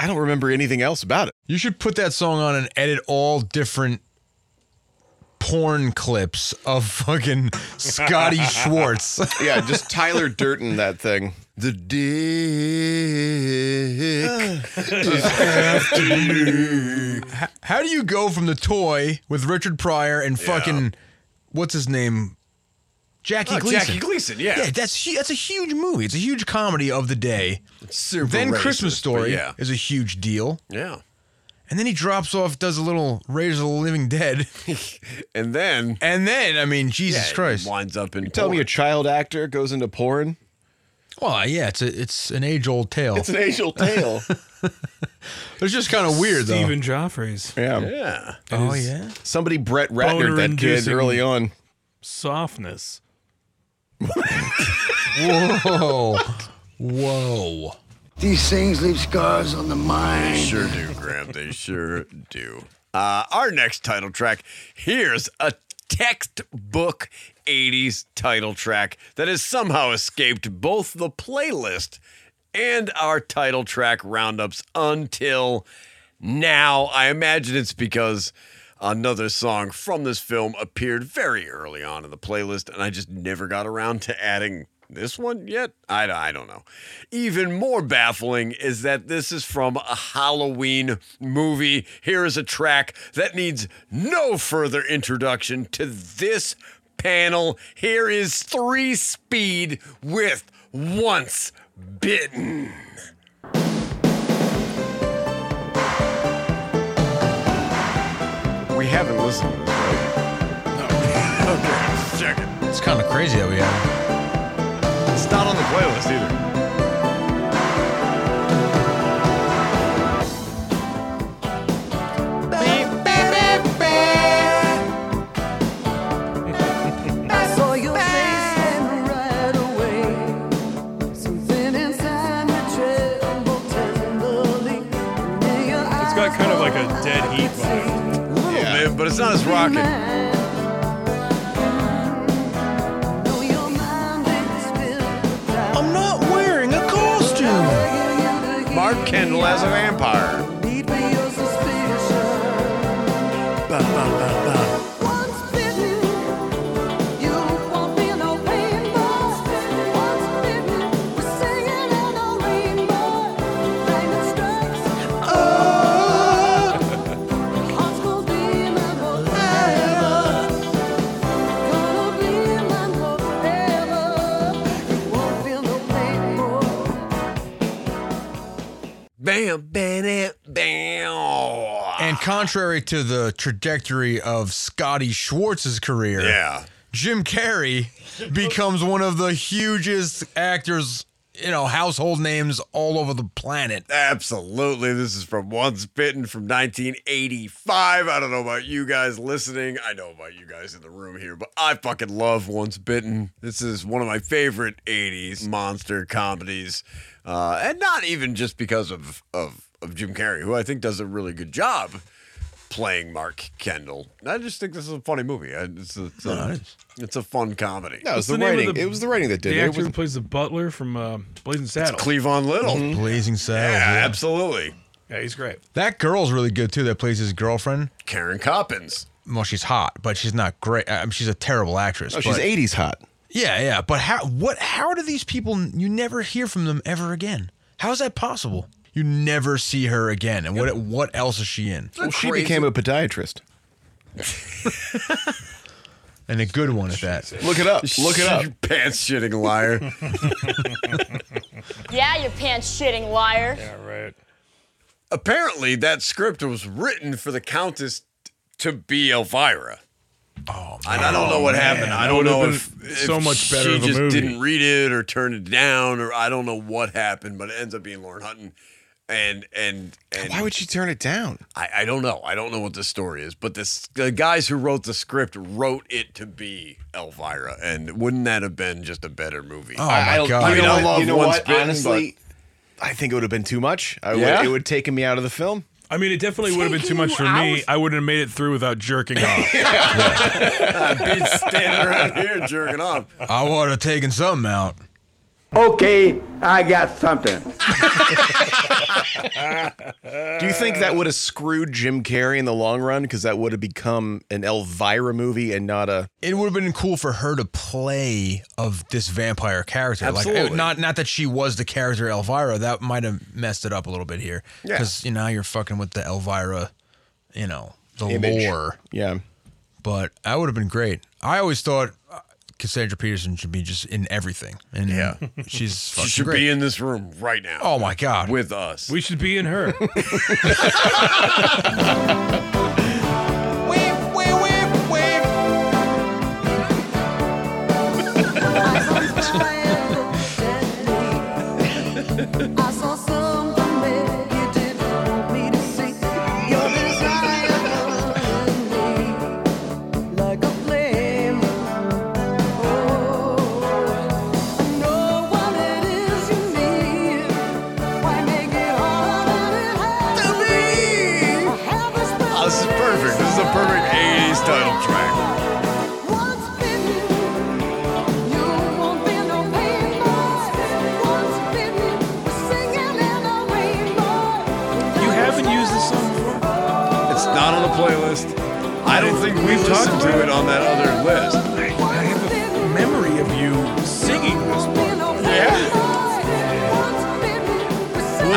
[SPEAKER 4] I don't remember anything else about it.
[SPEAKER 3] You should put that song on and edit all different porn clips of fucking Scotty Schwartz.
[SPEAKER 4] yeah, just Tyler Durton that thing.
[SPEAKER 2] The dick is
[SPEAKER 3] after you. How, how do you go from the toy with Richard Pryor and fucking what's his name? Jackie
[SPEAKER 2] Oh,
[SPEAKER 3] Gleason.
[SPEAKER 2] Jackie Gleason, yeah.
[SPEAKER 3] Yeah, that's hu- that's a huge movie. It's a huge comedy of the day.
[SPEAKER 2] super
[SPEAKER 3] then
[SPEAKER 2] racist,
[SPEAKER 3] Christmas
[SPEAKER 2] but
[SPEAKER 3] Story
[SPEAKER 2] yeah.
[SPEAKER 3] is a huge deal.
[SPEAKER 2] Yeah.
[SPEAKER 3] And then he drops off, does a little Raiders of the Living Dead.
[SPEAKER 2] and then.
[SPEAKER 3] And then, I mean, Jesus
[SPEAKER 2] yeah,
[SPEAKER 3] Christ.
[SPEAKER 2] He winds up in.
[SPEAKER 4] You tell me
[SPEAKER 2] porn.
[SPEAKER 4] a child actor goes into porn?
[SPEAKER 3] Well, yeah, it's a, it's an age old tale.
[SPEAKER 4] It's an age old tale.
[SPEAKER 3] It's just kind of weird, though.
[SPEAKER 1] Stephen Joffreys.
[SPEAKER 4] Yeah.
[SPEAKER 2] Yeah.
[SPEAKER 1] Oh, yeah.
[SPEAKER 4] Somebody Brett Ratner that kid
[SPEAKER 1] Boner-inducing
[SPEAKER 4] early on.
[SPEAKER 1] Softness.
[SPEAKER 3] Whoa. Whoa.
[SPEAKER 6] These things leave scars on the
[SPEAKER 2] They
[SPEAKER 6] mind.
[SPEAKER 2] sure do, Graham. They sure do. Uh, our next title track here's a textbook 80s title track that has somehow escaped both the playlist and our title track roundups until now. I imagine it's because another song from this film appeared very early on in the playlist, and I just never got around to adding this one yet? I, I don't know. Even more baffling is that this is from a Halloween movie. Here is a track that needs no further introduction to this panel. Here is Three Speed with Once Bitten.
[SPEAKER 4] We haven't listened to this, right?
[SPEAKER 2] Oh, okay, check it.
[SPEAKER 3] It's kind of crazy that we have.
[SPEAKER 4] It's not on the playlist either.
[SPEAKER 15] I saw your face and right away. Something inside me trembled tenderly. And your
[SPEAKER 2] It's got kind of like a dead heat vibe. A little bit, but it's not as rocking.
[SPEAKER 15] I'm not wearing a costume.
[SPEAKER 2] Mark Kendall as a vampire. Ba, ba, ba, ba.
[SPEAKER 15] Oh.
[SPEAKER 2] Bam, bam, bam.
[SPEAKER 3] And contrary to the trajectory of Scotty Schwartz's career,
[SPEAKER 2] Yeah.
[SPEAKER 3] Jim Carrey becomes one of the hugest actors, you know, household names all over the planet.
[SPEAKER 2] Absolutely. This is from Once Bitten from 1985. I don't know about you guys listening. I know about you guys in the room here, but I fucking love Once Bitten. This is one of my favorite 80s monster comedies. Uh, and not even just because of, of, of Jim Carrey, who I think does a really good job playing Mark Kendall. I just think this is a funny movie. I- It's a, it's a, it's a fun comedy.
[SPEAKER 4] No, it was
[SPEAKER 1] What's
[SPEAKER 4] the,
[SPEAKER 1] the name of
[SPEAKER 4] writing.
[SPEAKER 1] the-
[SPEAKER 4] it was the writing that did
[SPEAKER 1] the
[SPEAKER 4] it.
[SPEAKER 1] actor
[SPEAKER 4] It was
[SPEAKER 1] who plays the butler from uh, Blazing Saddles. Mm-hmm.
[SPEAKER 2] Cleavon Little.
[SPEAKER 3] Blazing Saddles.
[SPEAKER 2] Yeah,
[SPEAKER 3] yeah.
[SPEAKER 2] absolutely.
[SPEAKER 1] Yeah, he's great.
[SPEAKER 3] That girl's really good too. That plays his girlfriend.
[SPEAKER 2] Karen Coppins.
[SPEAKER 3] Well, she's hot, but she's not great. I mean, she's a terrible actress.
[SPEAKER 4] Oh, she's
[SPEAKER 3] but-
[SPEAKER 4] 80s hot.
[SPEAKER 3] Yeah, yeah. But how? What? How do these people? You never hear from them ever again. How is that possible? You never see her again. And what? What else is she in?
[SPEAKER 4] Well, she became a podiatrist.
[SPEAKER 3] and a good one at that.
[SPEAKER 4] Look it up. Look it up.
[SPEAKER 2] You pants shitting liar.
[SPEAKER 18] Yeah, you pants shitting liar.
[SPEAKER 1] right.
[SPEAKER 2] Apparently, that script was written for the Countess t- to be Elvira. Oh, and I don't know what
[SPEAKER 1] man.
[SPEAKER 2] happened. I
[SPEAKER 1] That
[SPEAKER 2] don't
[SPEAKER 1] would've
[SPEAKER 2] know
[SPEAKER 1] been
[SPEAKER 2] if, if
[SPEAKER 1] so much better
[SPEAKER 2] she
[SPEAKER 1] of a
[SPEAKER 2] just
[SPEAKER 1] movie.
[SPEAKER 2] didn't read it or turn it down, or I don't know what happened. But it ends up being Lauren Hutton, and and and
[SPEAKER 4] Why would she turn it down?
[SPEAKER 2] I, I don't know. I don't know what the story is, but this the guys who wrote the script wrote it to be Elvira, and wouldn't that have been just a better movie?
[SPEAKER 1] Oh,
[SPEAKER 4] I, I,
[SPEAKER 2] I mean,
[SPEAKER 4] You know
[SPEAKER 2] I
[SPEAKER 4] what?
[SPEAKER 2] love
[SPEAKER 4] you know
[SPEAKER 2] Once
[SPEAKER 4] what?
[SPEAKER 2] Bitten,
[SPEAKER 4] Honestly, I think it would have been too much. I
[SPEAKER 2] Yeah?
[SPEAKER 4] would, it would have taken me out of the film.
[SPEAKER 1] I mean, it definitely would have been too much for me. I wouldn't have made it through without jerking off.
[SPEAKER 2] I'd be standing around here jerking off.
[SPEAKER 3] I would have taken something out.
[SPEAKER 6] Okay, I got something.
[SPEAKER 4] Do you think
[SPEAKER 2] Uh.
[SPEAKER 4] that would have screwed Jim Carrey in the long run? Because that would have become an Elvira movie and not a.
[SPEAKER 3] It would have been cool for her to play of this vampire character. Like,
[SPEAKER 4] Absolutely.
[SPEAKER 3] it- not not that she was the character Elvira. That might have messed it up a little bit here.
[SPEAKER 4] Yeah.
[SPEAKER 3] Because you know now you're fucking with the Elvira, you know, the
[SPEAKER 4] Image.
[SPEAKER 3] lore.
[SPEAKER 4] Yeah.
[SPEAKER 3] But that would have been great. I always thought uh, Cassandra Peterson should be just in everything. And yeah, she's
[SPEAKER 2] She
[SPEAKER 3] fucking
[SPEAKER 2] should
[SPEAKER 3] great.
[SPEAKER 2] be in this room right now.
[SPEAKER 3] Oh my god.
[SPEAKER 2] With us. Oh,
[SPEAKER 1] we should be in her.
[SPEAKER 15] I saw something there you didn't want me to see. Your desire burned me like a flame. Oh, I know what it is you need. Why make it harder than it has to be?
[SPEAKER 2] Oh, this is perfect. This is a perfect 80s title track.
[SPEAKER 1] You haven't used this song before?
[SPEAKER 2] It's not on the playlist. I don't think we listened to it on that other list.
[SPEAKER 1] Memory of you singing singing this part.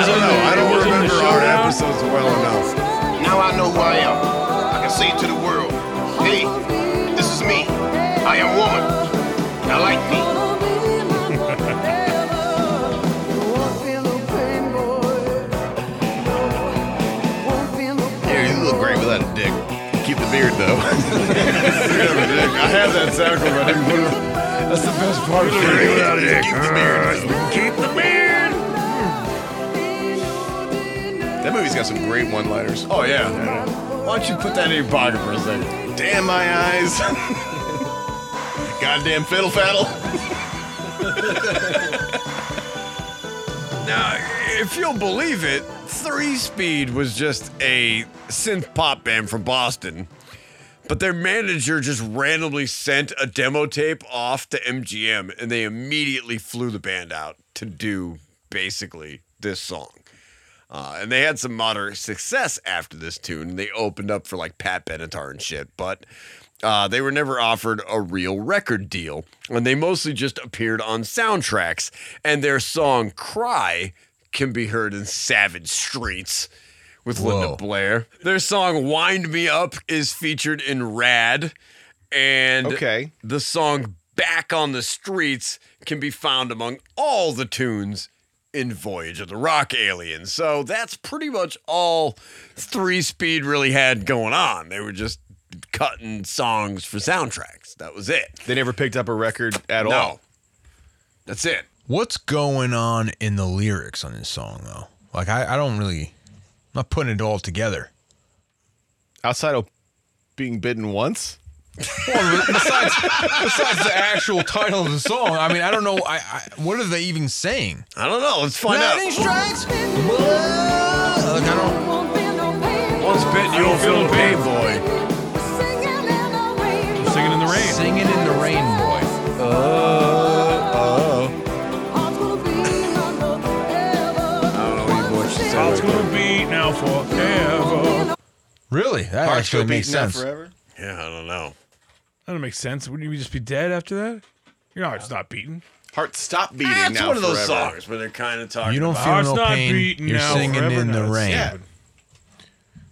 [SPEAKER 2] I don't know. I don't remember our episodes well enough.
[SPEAKER 20] Now I know who I am. I can say to the world, hey, this is me. I am woman. Now like me.
[SPEAKER 4] Here, you look great without a dick. Keep the beard though.
[SPEAKER 2] I have that sound clip. I didn't put it. That's the best part of it. Keep the beard. Keep the beard.
[SPEAKER 4] That movie's got some great one-liners.
[SPEAKER 2] Oh yeah. Why don't you put that in your pocket for a second?
[SPEAKER 4] Damn my eyes. Goddamn fiddle faddle.
[SPEAKER 2] Now, if you'll believe it, Three Speed was just a synth pop band from Boston, but their manager just randomly sent a demo tape off to MGM and they immediately flew the band out to do basically this song. Uh, and they had some moderate success after this tune. and They opened up for like Pat Benatar and shit, but uh, they were never offered a real record deal. And they mostly just appeared on soundtracks. And their song Cry can be heard in Savage Streets with Linda Blair. Their song Wind Me Up is featured in Rad. And
[SPEAKER 4] Okay.
[SPEAKER 2] the song Back on the Streets can be found among all the tunes in Voyage of the Rock Alien. So that's pretty much all Three Speed really had going on. They were just cutting songs for soundtracks. That was it.
[SPEAKER 4] They never picked up a record at
[SPEAKER 2] No.
[SPEAKER 4] all.
[SPEAKER 2] That's it.
[SPEAKER 3] What's going on in the lyrics on this song though? Like I, I don't really, I'm not putting it all together.
[SPEAKER 4] Outside of being bitten once.
[SPEAKER 3] Well, besides, besides the actual title of the song, I mean, I don't know. I, I what are they even saying?
[SPEAKER 2] I don't know. Let's find
[SPEAKER 3] Lightning
[SPEAKER 2] out.
[SPEAKER 3] strikes blood. Like, I don't.
[SPEAKER 2] Once bitten, you don't feel the pain, boy.
[SPEAKER 1] Singing in the rain.
[SPEAKER 3] Singing in the rain, boy.
[SPEAKER 2] Oh,
[SPEAKER 1] It's gonna be now forever.
[SPEAKER 3] Really? That
[SPEAKER 1] Hearts
[SPEAKER 3] actually
[SPEAKER 1] gonna beat
[SPEAKER 3] makes
[SPEAKER 1] now
[SPEAKER 3] sense.
[SPEAKER 1] forever.
[SPEAKER 2] Yeah, I don't know.
[SPEAKER 1] That don't make sense. Wouldn't you just be dead after that? Your heart's not beating.
[SPEAKER 4] Heart stop beating
[SPEAKER 2] That's
[SPEAKER 4] now
[SPEAKER 2] Ah, one of those
[SPEAKER 4] forever.
[SPEAKER 2] songs where they're kind of talking.
[SPEAKER 3] You don't
[SPEAKER 2] about-
[SPEAKER 3] feel
[SPEAKER 1] Heart's
[SPEAKER 3] no
[SPEAKER 1] not
[SPEAKER 3] pain.
[SPEAKER 1] beating
[SPEAKER 3] You're
[SPEAKER 1] now
[SPEAKER 3] singing
[SPEAKER 1] forever.
[SPEAKER 3] in
[SPEAKER 1] No,
[SPEAKER 3] the
[SPEAKER 1] it's
[SPEAKER 3] rain.
[SPEAKER 1] stupid.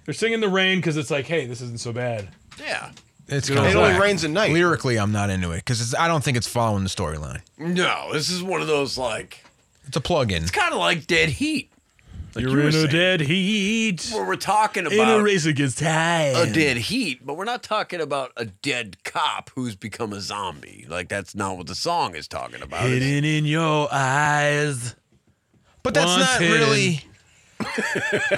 [SPEAKER 1] They're singing the rain because it's like, hey, this isn't so bad.
[SPEAKER 2] Yeah.
[SPEAKER 3] It's
[SPEAKER 1] It
[SPEAKER 3] kinda
[SPEAKER 1] only
[SPEAKER 3] whack.
[SPEAKER 4] rains at night.
[SPEAKER 3] Lyrically, I'm not into it because I don't think it's following the storyline.
[SPEAKER 2] No, this is one of those like
[SPEAKER 3] It's a plug-in.
[SPEAKER 2] it's kind of like Dead Heat. Like
[SPEAKER 1] You're
[SPEAKER 2] you were
[SPEAKER 1] in a
[SPEAKER 2] saying.
[SPEAKER 1] dead heat.
[SPEAKER 2] Where we're talking
[SPEAKER 1] In a
[SPEAKER 2] about
[SPEAKER 1] race against time.
[SPEAKER 2] a dead heat, but we're not talking about a dead cop who's become a zombie. Like that's not what the song is talking about. It's-
[SPEAKER 1] Hidden in your eyes.
[SPEAKER 3] But that's
[SPEAKER 1] Once
[SPEAKER 3] not
[SPEAKER 1] hidden.
[SPEAKER 3] really.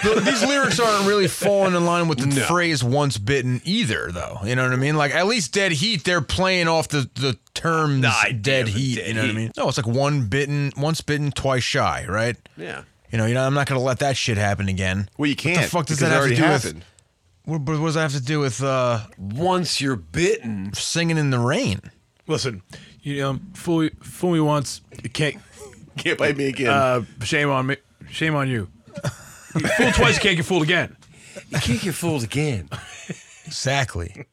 [SPEAKER 3] Th- These lyrics aren't really falling in line with the
[SPEAKER 1] No.
[SPEAKER 3] phrase "once bitten" either, though. You know what I mean? Like at least "dead heat," they're playing off the the terms
[SPEAKER 2] idea
[SPEAKER 3] "dead
[SPEAKER 2] of a
[SPEAKER 3] heat."
[SPEAKER 2] dead
[SPEAKER 3] you know what I
[SPEAKER 2] heat.
[SPEAKER 3] mean? No, it's like one bitten, once bitten, twice shy, right?
[SPEAKER 2] Yeah.
[SPEAKER 3] You know, you know, I'm not gonna let that shit happen again.
[SPEAKER 4] Well, you
[SPEAKER 3] What
[SPEAKER 4] can't.
[SPEAKER 3] the fuck does
[SPEAKER 4] because
[SPEAKER 3] that
[SPEAKER 4] it
[SPEAKER 3] have to
[SPEAKER 4] already
[SPEAKER 3] do
[SPEAKER 4] happened.
[SPEAKER 3] with? What, what does that have to do with uh,
[SPEAKER 2] Once you're bitten,
[SPEAKER 3] singing in the rain?
[SPEAKER 1] Listen, you know, fool, fool me once, you can't.
[SPEAKER 4] Can't bite me again.
[SPEAKER 1] Uh, shame on me. Shame on you. fool twice, you can't get fooled again.
[SPEAKER 2] you can't get fooled again.
[SPEAKER 3] Exactly.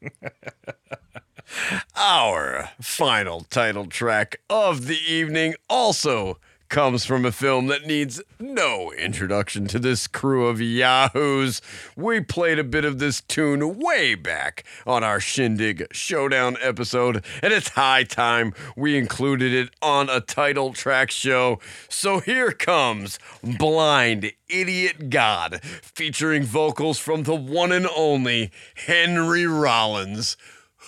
[SPEAKER 2] Our final title track of the evening also comes from a film that needs no introduction to this crew of yahoos. We played a bit of this tune way back on our Shindig Showdown episode, and it's high time we included it on a title track show. So here comes Blind Idiot God, featuring vocals from the one and only Henry Rollins.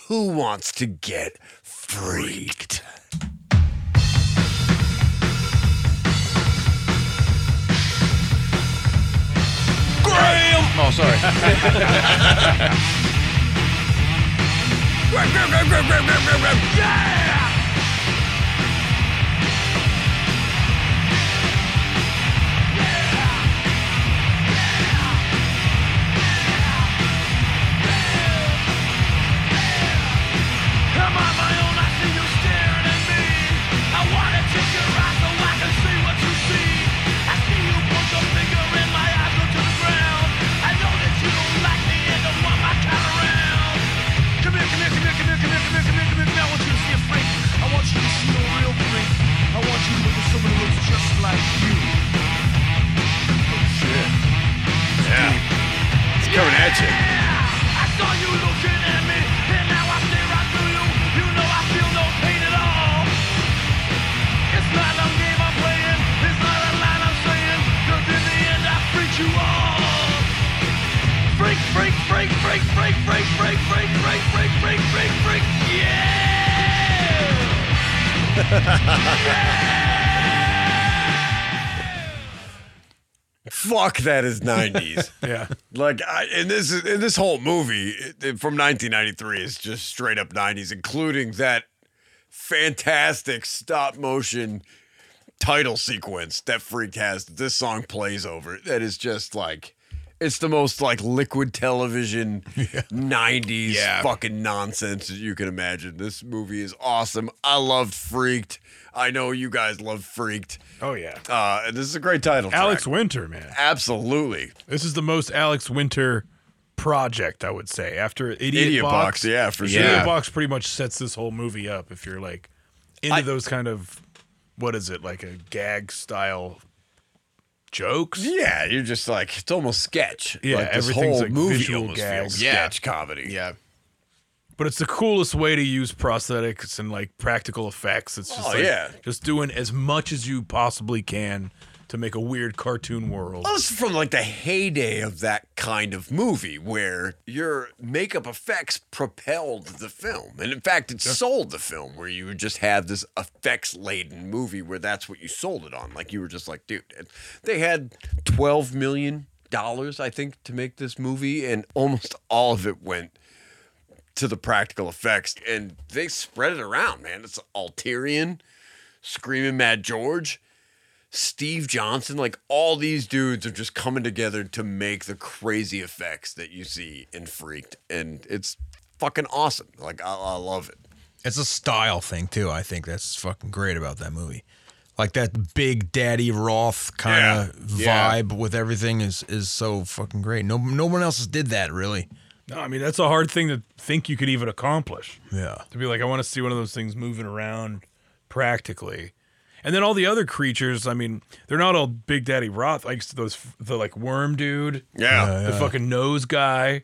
[SPEAKER 2] Who wants to get freaked? Graham!
[SPEAKER 4] Oh, sorry.
[SPEAKER 15] Am I my own? I see you staring at me. I wanna take your eyes so I can see what you see. I see you put your finger in my eyes, go to the ground. I know that you don't like me and don't want my kind around. Come here, come here, come here, come here, come here, come here, come here, come here. I want you to see a freak.
[SPEAKER 2] Yeah. It's coming at you.
[SPEAKER 15] Freak, freak, freak, freak, freak, freak, freak, freak, freak, freak, freak, freak, freak, yeah!
[SPEAKER 2] Fuck, that is nineties.
[SPEAKER 1] yeah,
[SPEAKER 2] like I, and this is and this whole movie it- it- from 1993 is just straight up nineties, including that fantastic stop motion title sequence that Freak has. that This song plays over. That is just like. It's the most like liquid television 90s
[SPEAKER 1] Yeah.
[SPEAKER 2] fucking nonsense that you can imagine. This movie is awesome. I loved Freaked. I know you guys love Freaked.
[SPEAKER 1] Oh yeah.
[SPEAKER 2] Uh, and this is a great title.
[SPEAKER 1] Alex
[SPEAKER 2] track.
[SPEAKER 1] Winter, man.
[SPEAKER 2] Absolutely.
[SPEAKER 1] This is the most Alex Winter project, I would say. After Idiot,
[SPEAKER 2] Idiot Box, yeah, for sure.
[SPEAKER 1] Idiot
[SPEAKER 2] Yeah.
[SPEAKER 1] Box pretty much sets this whole movie up if you're like into those kind of what is it, like a gag style jokes?
[SPEAKER 2] Yeah, you're just like it's almost sketch.
[SPEAKER 1] Yeah,
[SPEAKER 2] like this
[SPEAKER 1] everything's
[SPEAKER 2] whole
[SPEAKER 1] like
[SPEAKER 2] movie
[SPEAKER 1] visual
[SPEAKER 2] almost
[SPEAKER 1] gags.
[SPEAKER 2] feels
[SPEAKER 1] Yeah.
[SPEAKER 2] sketch comedy. Yeah.
[SPEAKER 1] But it's the coolest way to use prosthetics and like practical effects. It's just
[SPEAKER 2] Oh,
[SPEAKER 1] like
[SPEAKER 2] yeah.
[SPEAKER 1] just doing as much as you possibly can to make a weird cartoon world.
[SPEAKER 2] Well, it's from like the heyday of that kind of movie where your makeup effects propelled the film. And in fact, it sold the film where you would just have this effects laden movie where that's what you sold it on. Like you were just like, dude, and they had 12 million dollars I think to make this movie and almost all of it went to the practical effects and they spread it around, man. It's Alterian, Screaming Mad George, Steve Johnson, like all these dudes are just coming together to make the crazy effects that you see in Freaked, and it's fucking awesome. Like I, I love it.
[SPEAKER 3] It's a style thing too. I think that's fucking great about that movie. Like that big daddy Roth kind of
[SPEAKER 1] Yeah.
[SPEAKER 3] vibe with everything is is so fucking great. No no one else did that really.
[SPEAKER 1] No, I mean that's a hard thing to think you could even accomplish.
[SPEAKER 3] Yeah.
[SPEAKER 1] To be like, I want to see one of those things moving around practically. And then all the other creatures, I mean, they're not all Big Daddy Roth. Like those, the like worm dude.
[SPEAKER 2] Yeah.
[SPEAKER 1] The
[SPEAKER 2] Yeah, yeah.
[SPEAKER 1] fucking nose guy.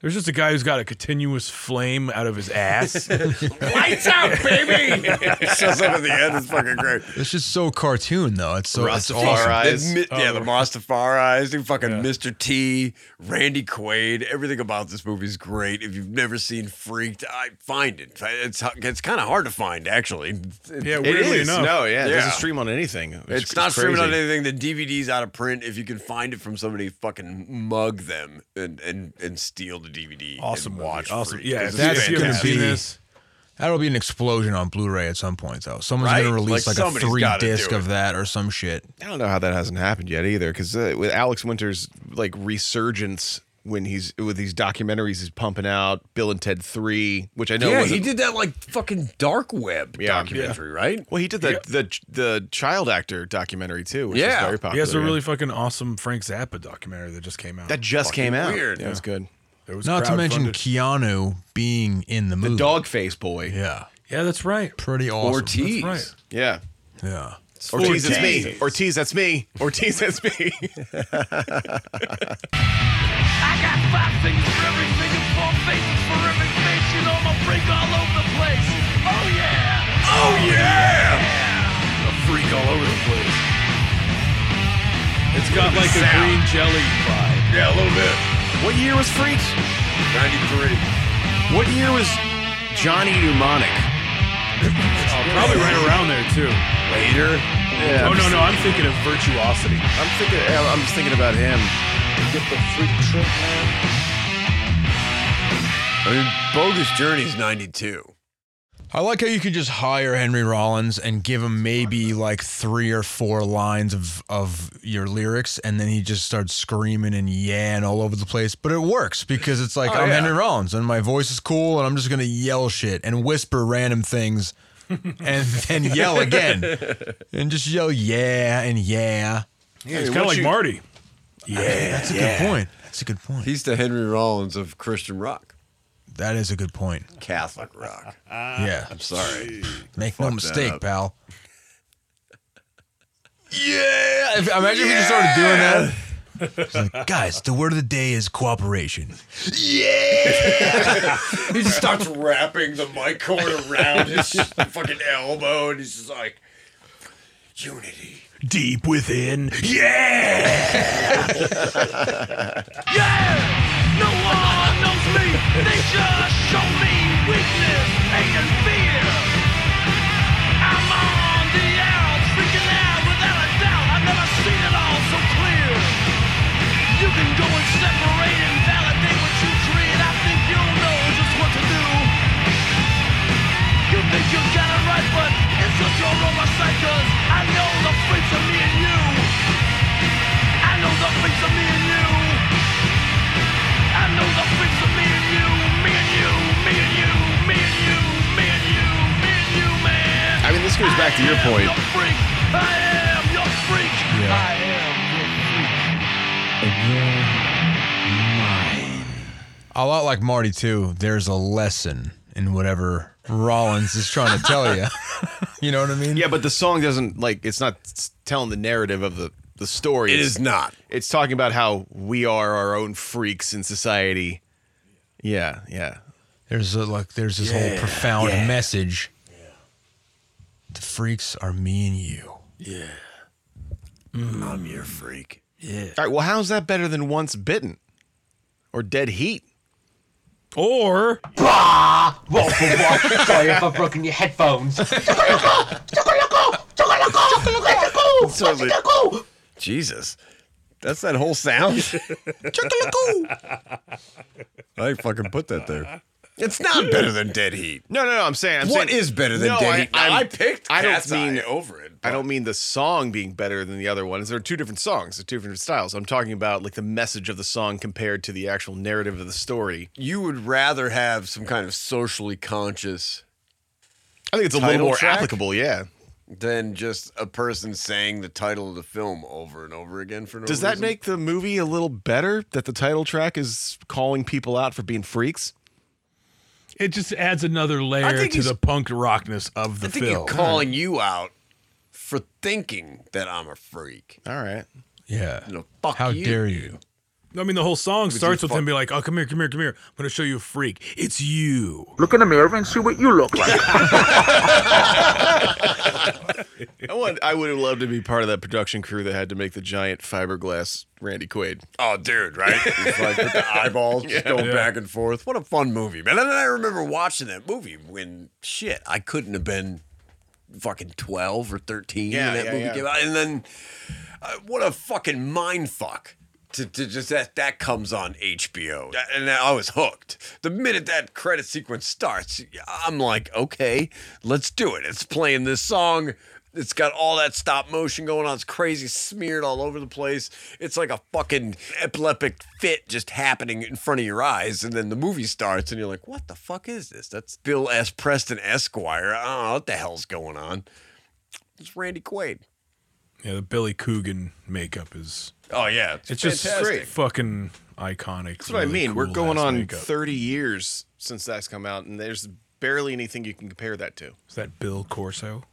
[SPEAKER 1] There's just a guy who's got a continuous flame out of his ass.
[SPEAKER 2] Lights out, baby! Shows up at the end. It's fucking great.
[SPEAKER 3] It's just so cartoon though. It's so it's
[SPEAKER 2] The
[SPEAKER 3] awesome. Oh.
[SPEAKER 2] mi- yeah, the
[SPEAKER 1] oh,
[SPEAKER 2] Rastafari's, the fucking Mr. T, Randy Quaid. Everything about this movie is great. If you've never seen Freaked, I find it. It's it's kind of hard to find actually. It-
[SPEAKER 4] It is. No, yeah, it doesn't stream on anything. which
[SPEAKER 2] It's,
[SPEAKER 4] is
[SPEAKER 2] not streaming on
[SPEAKER 4] crazy.
[SPEAKER 2] anything. The DVD's out of print. If you can find it from somebody, fucking mug them and and and steal the DVD.
[SPEAKER 1] Awesome
[SPEAKER 2] and
[SPEAKER 1] movie.
[SPEAKER 2] watch.
[SPEAKER 1] Awesome.
[SPEAKER 2] Freak,
[SPEAKER 1] Yeah,
[SPEAKER 2] 'cause
[SPEAKER 1] that's
[SPEAKER 2] it's
[SPEAKER 1] gonna be
[SPEAKER 2] fantastic.
[SPEAKER 1] this-
[SPEAKER 3] That'll be an explosion on Blu-ray at some point though. Someone's
[SPEAKER 4] Right?
[SPEAKER 3] gonna release
[SPEAKER 4] Like,
[SPEAKER 3] like, a
[SPEAKER 4] somebody's
[SPEAKER 3] three
[SPEAKER 4] gotta do
[SPEAKER 3] disc
[SPEAKER 4] it.
[SPEAKER 3] of that or some shit.
[SPEAKER 4] I don't know how that hasn't happened yet either, because uh, with Alex Winter's like resurgence when he's with these documentaries he's pumping out, Bill and Ted Three, which I know
[SPEAKER 2] yeah,
[SPEAKER 4] wasn't-
[SPEAKER 2] he did that like fucking dark web documentary, right?
[SPEAKER 4] Well, he did the the the child actor documentary too, which is very popular.
[SPEAKER 1] He has a
[SPEAKER 4] yeah.
[SPEAKER 1] really fucking awesome Frank Zappa documentary that just came out.
[SPEAKER 4] that just
[SPEAKER 1] Fucking
[SPEAKER 4] came out.
[SPEAKER 1] Weird.
[SPEAKER 4] Yeah, it was good.
[SPEAKER 1] It was
[SPEAKER 3] Not to mention
[SPEAKER 1] crowdfunded.
[SPEAKER 3] Keanu being in the movie. The
[SPEAKER 4] dog face boy.
[SPEAKER 3] Yeah.
[SPEAKER 1] Yeah, that's right.
[SPEAKER 3] Pretty awesome.
[SPEAKER 1] Ortiz. That's
[SPEAKER 4] Yeah.
[SPEAKER 3] Yeah.
[SPEAKER 4] Ortiz, that's me.
[SPEAKER 3] Ortiz.
[SPEAKER 4] Ortiz, that's me. Ortiz, that's me.
[SPEAKER 15] I got five fingers for every finger, four faces for every face. You know I'm a freak all over the place. Oh yeah.
[SPEAKER 2] Oh yeah. A freak
[SPEAKER 10] uh,
[SPEAKER 2] all over the place.
[SPEAKER 1] It's got like a
[SPEAKER 2] Sound.
[SPEAKER 1] green jelly vibe.
[SPEAKER 2] Yeah, a little bit.
[SPEAKER 4] What year was Freaks?
[SPEAKER 2] 93.
[SPEAKER 4] What year was Johnny Mnemonic?
[SPEAKER 1] Probably right around there too.
[SPEAKER 2] Later.
[SPEAKER 4] Yeah.
[SPEAKER 1] oh no, no, I'm thinking of virtuosity.
[SPEAKER 4] I'm thinking. I'm just thinking about him.
[SPEAKER 2] Get the freak trip, man. I mean, Bogus Journey's 92.
[SPEAKER 3] I like how you could just hire Henry Rollins and give him maybe like three or four lines of, of your lyrics, and then he just starts screaming and yaying all over the place. But it works because it's like,
[SPEAKER 1] Oh,
[SPEAKER 3] I'm
[SPEAKER 1] yeah.
[SPEAKER 3] Henry Rollins, and my voice is cool, and I'm just going to yell shit and whisper random things and then yell again. And just yell, yeah, and yeah.
[SPEAKER 1] Yeah, it's kind of like Marty.
[SPEAKER 3] Yeah, that's a
[SPEAKER 2] yeah.
[SPEAKER 3] good point. That's a good point.
[SPEAKER 2] He's the Henry Rollins of Christian rock,
[SPEAKER 3] That is a good point.
[SPEAKER 2] Catholic rock.
[SPEAKER 1] Uh,
[SPEAKER 3] Yeah.
[SPEAKER 2] I'm sorry.
[SPEAKER 3] Make
[SPEAKER 2] Fuck
[SPEAKER 3] no
[SPEAKER 2] that
[SPEAKER 3] mistake,
[SPEAKER 2] up.
[SPEAKER 3] pal. yeah. If, imagine if you just started doing that. It's like, guys, the word of the day is cooperation.
[SPEAKER 2] Yeah! he just starts wrapping the mic cord around his fucking elbow, and he's just like, Unity.
[SPEAKER 1] Deep within. Yeah!
[SPEAKER 15] No one knows me. They just show me weakness, hate, and fear. I'm on the out, freaking out without a doubt. I've never seen it all so clear. You can go and separate and validate what you create. I think you'll know just what to do. You think you got it right, but it's just your oversight, 'cause I know the freaks of me and you. I know the freaks of me and you. I know the freaks of me and you, me and you, me and you, me and you, me and you, me and you, man.
[SPEAKER 4] I mean, this goes back to your point.
[SPEAKER 15] Freak, I am your freak. I am your freak.
[SPEAKER 3] A lot like Marty too. There's a lesson in whatever Rollins is trying to tell you. You know what I mean?
[SPEAKER 4] Yeah, but the song doesn't like it's not s- telling the narrative of the the story.
[SPEAKER 2] It
[SPEAKER 4] It's-
[SPEAKER 2] is not.
[SPEAKER 4] It's talking about how we are our own freaks in society. Yeah, yeah.
[SPEAKER 3] There's a, like there's this
[SPEAKER 4] Yeah,
[SPEAKER 3] whole profound
[SPEAKER 4] yeah.
[SPEAKER 3] message. The freaks are me and you.
[SPEAKER 2] Yeah. I'm your freak.
[SPEAKER 4] Yeah. All right. Well, how's that better than once bitten or dead heat?
[SPEAKER 1] Or
[SPEAKER 4] bah!
[SPEAKER 9] Sorry if I've broken your headphones.
[SPEAKER 2] Jesus. That's that whole sound? I fucking put that there. It's not better than Dead Heat.
[SPEAKER 4] No, no, no. I'm saying. I'm
[SPEAKER 2] What
[SPEAKER 4] saying-
[SPEAKER 2] is better than Dead Heat? Now,
[SPEAKER 4] I'm-
[SPEAKER 2] I picked
[SPEAKER 4] I don't
[SPEAKER 2] Cat's
[SPEAKER 4] mean
[SPEAKER 2] Eye over it,
[SPEAKER 4] I don't mean the song being better than the other ones. There are two different songs, they're two different styles. I'm talking about like the message of the song compared to the actual narrative of the story.
[SPEAKER 2] You would rather have some kind of socially conscious.
[SPEAKER 4] I think it's a little
[SPEAKER 2] title
[SPEAKER 4] more
[SPEAKER 2] track
[SPEAKER 4] applicable. Yeah.
[SPEAKER 2] Than just a person saying the title of the film over and over again for no
[SPEAKER 4] Does that
[SPEAKER 2] reason.
[SPEAKER 4] make the movie a little better that the title track is calling people out for being freaks?
[SPEAKER 1] It just adds another layer
[SPEAKER 2] think
[SPEAKER 1] to
[SPEAKER 2] he's-
[SPEAKER 1] the punk rockness of the
[SPEAKER 2] I think
[SPEAKER 1] film.
[SPEAKER 2] he's calling you out for thinking that I'm a freak.
[SPEAKER 4] All right.
[SPEAKER 3] Yeah.
[SPEAKER 2] No, fuck
[SPEAKER 1] How
[SPEAKER 2] you.
[SPEAKER 1] dare you? I mean, the whole song
[SPEAKER 2] you
[SPEAKER 1] starts with
[SPEAKER 2] fuck-
[SPEAKER 1] him being like, "Oh, come here, come here, come here. I'm gonna show you a freak. It's you."
[SPEAKER 9] Look in the mirror and see what you look like.
[SPEAKER 4] I want. I would have loved to be part of that production crew that had to make the giant fiberglass Randy Quaid.
[SPEAKER 2] Oh, dude, right? It's like with the eyeballs just
[SPEAKER 4] Yeah.
[SPEAKER 2] going
[SPEAKER 4] Yeah.
[SPEAKER 2] back and forth. What a fun movie, man. And then I remember watching that movie when, shit, I couldn't have been fucking 12 or 13
[SPEAKER 4] Yeah,
[SPEAKER 2] when that
[SPEAKER 4] yeah,
[SPEAKER 2] movie
[SPEAKER 4] yeah.
[SPEAKER 2] came out. And then uh, what a fucking mind fuck. To, to just that that comes on HBO That- and I was hooked. The minute that credit sequence starts, I'm like, okay, let's do it. It's playing this song. It's got all that stop motion going on. It's crazy, smeared all over the place. It's like a fucking epileptic fit just happening in front of your eyes. And then the movie starts, and you're like, what the fuck is this? That's Bill S. Preston Esquire. I don't know what the hell's going on. It's Randy Quaid.
[SPEAKER 1] Yeah, the Billy Coogan makeup is.
[SPEAKER 2] Oh, yeah.
[SPEAKER 1] It's, just
[SPEAKER 4] fantastic.
[SPEAKER 1] fucking iconic.
[SPEAKER 4] That's what I mean. We're going on 30 years since that's come out, and there's barely anything you can compare that to.
[SPEAKER 1] Is that Bill Corso?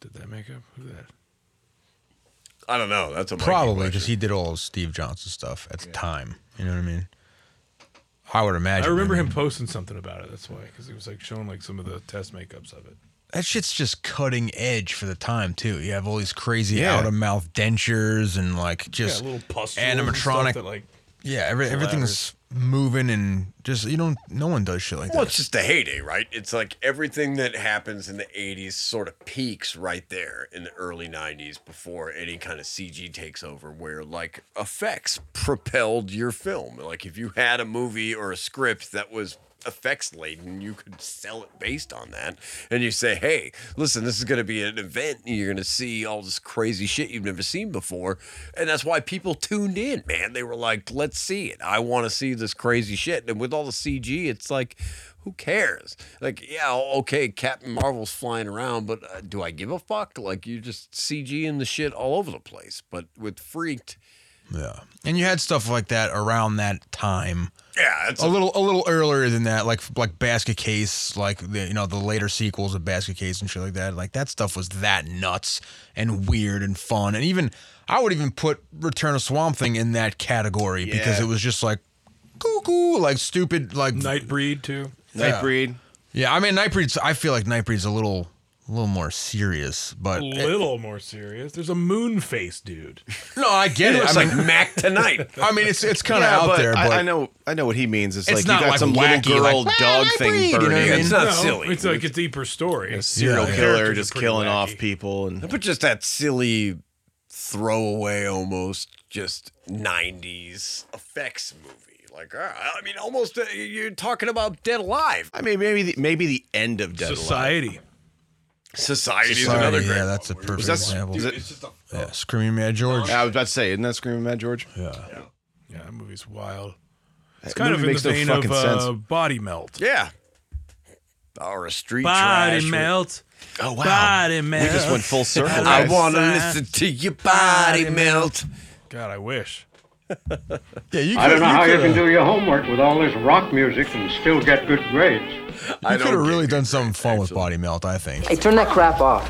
[SPEAKER 1] Did that makeup? Who that?
[SPEAKER 2] I don't know. That's a Mikey
[SPEAKER 3] Probably
[SPEAKER 2] question.
[SPEAKER 3] because he did all of Steve Johnson stuff at the time. You know what I mean? I would imagine.
[SPEAKER 1] I remember
[SPEAKER 3] mean,
[SPEAKER 1] him posting something about it. That's why, because he was like showing like some of the test makeups of it.
[SPEAKER 3] That shit's just cutting edge for the time too. You have all these crazy
[SPEAKER 1] Yeah.
[SPEAKER 3] out of mouth dentures and like just
[SPEAKER 1] yeah, little pustules and stuff
[SPEAKER 3] animatronic.
[SPEAKER 1] that like
[SPEAKER 3] yeah, every, everything's moving and just you don't. No one does shit like
[SPEAKER 2] Well,
[SPEAKER 3] that.
[SPEAKER 2] it's just the heyday, right? It's like everything that happens in the 80s sort of peaks right there in the early 90s before any kind of CG takes over, where like effects propelled your film. Like if you had a movie or a script that was effects laden, you could sell it based on that. And you say, hey, listen, this is going to be an event. And you're going to see all this crazy shit you've never seen before. And that's why people tuned in, man. They were like, let's see it. I want to see this crazy shit. And with all the CG, it's like, who cares? Like, yeah, okay, Captain Marvel's flying around, but uh, do I give a fuck? Like, you just CG and the shit all over the place. But with Freaked,
[SPEAKER 3] Yeah. And you had stuff like that around that time.
[SPEAKER 2] Yeah, it's
[SPEAKER 3] a little a little earlier than that, like like Basket Case, like the you know the later sequels of Basket Case and shit like that. Like that stuff was that nuts and weird and fun, and even I would even put Return of Swamp Thing in that category because
[SPEAKER 4] Yeah.
[SPEAKER 3] it was just like cuckoo, like stupid, like
[SPEAKER 1] Nightbreed too.
[SPEAKER 4] Nightbreed.
[SPEAKER 3] Yeah, I mean Nightbreed's. I feel like Nightbreed's a little a little more serious, but
[SPEAKER 1] A little more serious. There's a moon face dude.
[SPEAKER 3] No, I get
[SPEAKER 1] He
[SPEAKER 3] it.
[SPEAKER 1] looks
[SPEAKER 3] I
[SPEAKER 1] like Mac tonight.
[SPEAKER 3] I mean, it's it's kind of
[SPEAKER 1] Yeah,
[SPEAKER 3] out
[SPEAKER 1] but
[SPEAKER 3] there,
[SPEAKER 1] I-
[SPEAKER 3] but
[SPEAKER 4] I know, I know what he means. It's,
[SPEAKER 3] It's
[SPEAKER 4] like you
[SPEAKER 3] not
[SPEAKER 4] got
[SPEAKER 3] like
[SPEAKER 4] some
[SPEAKER 3] wacky,
[SPEAKER 4] little girl
[SPEAKER 3] like,
[SPEAKER 1] "Ah,
[SPEAKER 4] dog
[SPEAKER 3] "Well,
[SPEAKER 4] thing
[SPEAKER 3] Nightbreed," you know what I
[SPEAKER 4] burning.
[SPEAKER 3] mean?
[SPEAKER 4] it's not
[SPEAKER 1] No,
[SPEAKER 4] silly.
[SPEAKER 1] It's like a deeper story.
[SPEAKER 4] a serial killer just killing off people and
[SPEAKER 2] but just that silly throwaway, almost just '90s effects movie. Like, uh, I mean, almost uh, you're talking about Dead Alive.
[SPEAKER 4] I mean, maybe the, maybe the end of Dead
[SPEAKER 1] Society.
[SPEAKER 2] Society is
[SPEAKER 3] Society,
[SPEAKER 2] another
[SPEAKER 3] yeah,
[SPEAKER 2] great.
[SPEAKER 3] that's a
[SPEAKER 2] one.
[SPEAKER 3] perfect
[SPEAKER 2] Is that-
[SPEAKER 3] example.
[SPEAKER 2] dude,
[SPEAKER 3] Is it-
[SPEAKER 2] it's just a-
[SPEAKER 3] yeah, Screaming Mad George.
[SPEAKER 4] I was about to say, isn't that Screaming Mad George?
[SPEAKER 1] Yeah. Yeah, that movie's wild. It's
[SPEAKER 4] That
[SPEAKER 1] kind of
[SPEAKER 4] movie
[SPEAKER 1] in the
[SPEAKER 4] makes no
[SPEAKER 1] vein of
[SPEAKER 4] fucking
[SPEAKER 1] uh,
[SPEAKER 4] sense.
[SPEAKER 1] body melt.
[SPEAKER 2] Yeah. Or a street
[SPEAKER 1] Body
[SPEAKER 2] trash with-
[SPEAKER 1] melt.
[SPEAKER 4] Oh wow.
[SPEAKER 1] Body
[SPEAKER 4] We
[SPEAKER 1] melt.
[SPEAKER 4] just went full circle.
[SPEAKER 2] I
[SPEAKER 4] guys.
[SPEAKER 2] want to listen to your body melt.
[SPEAKER 1] God, I wish.
[SPEAKER 3] yeah, you
[SPEAKER 14] I don't know how you can do your homework with all this rock music and still get good grades.
[SPEAKER 3] You could have really done something fun with Body Melt, I think.
[SPEAKER 14] Hey, turn that crap off.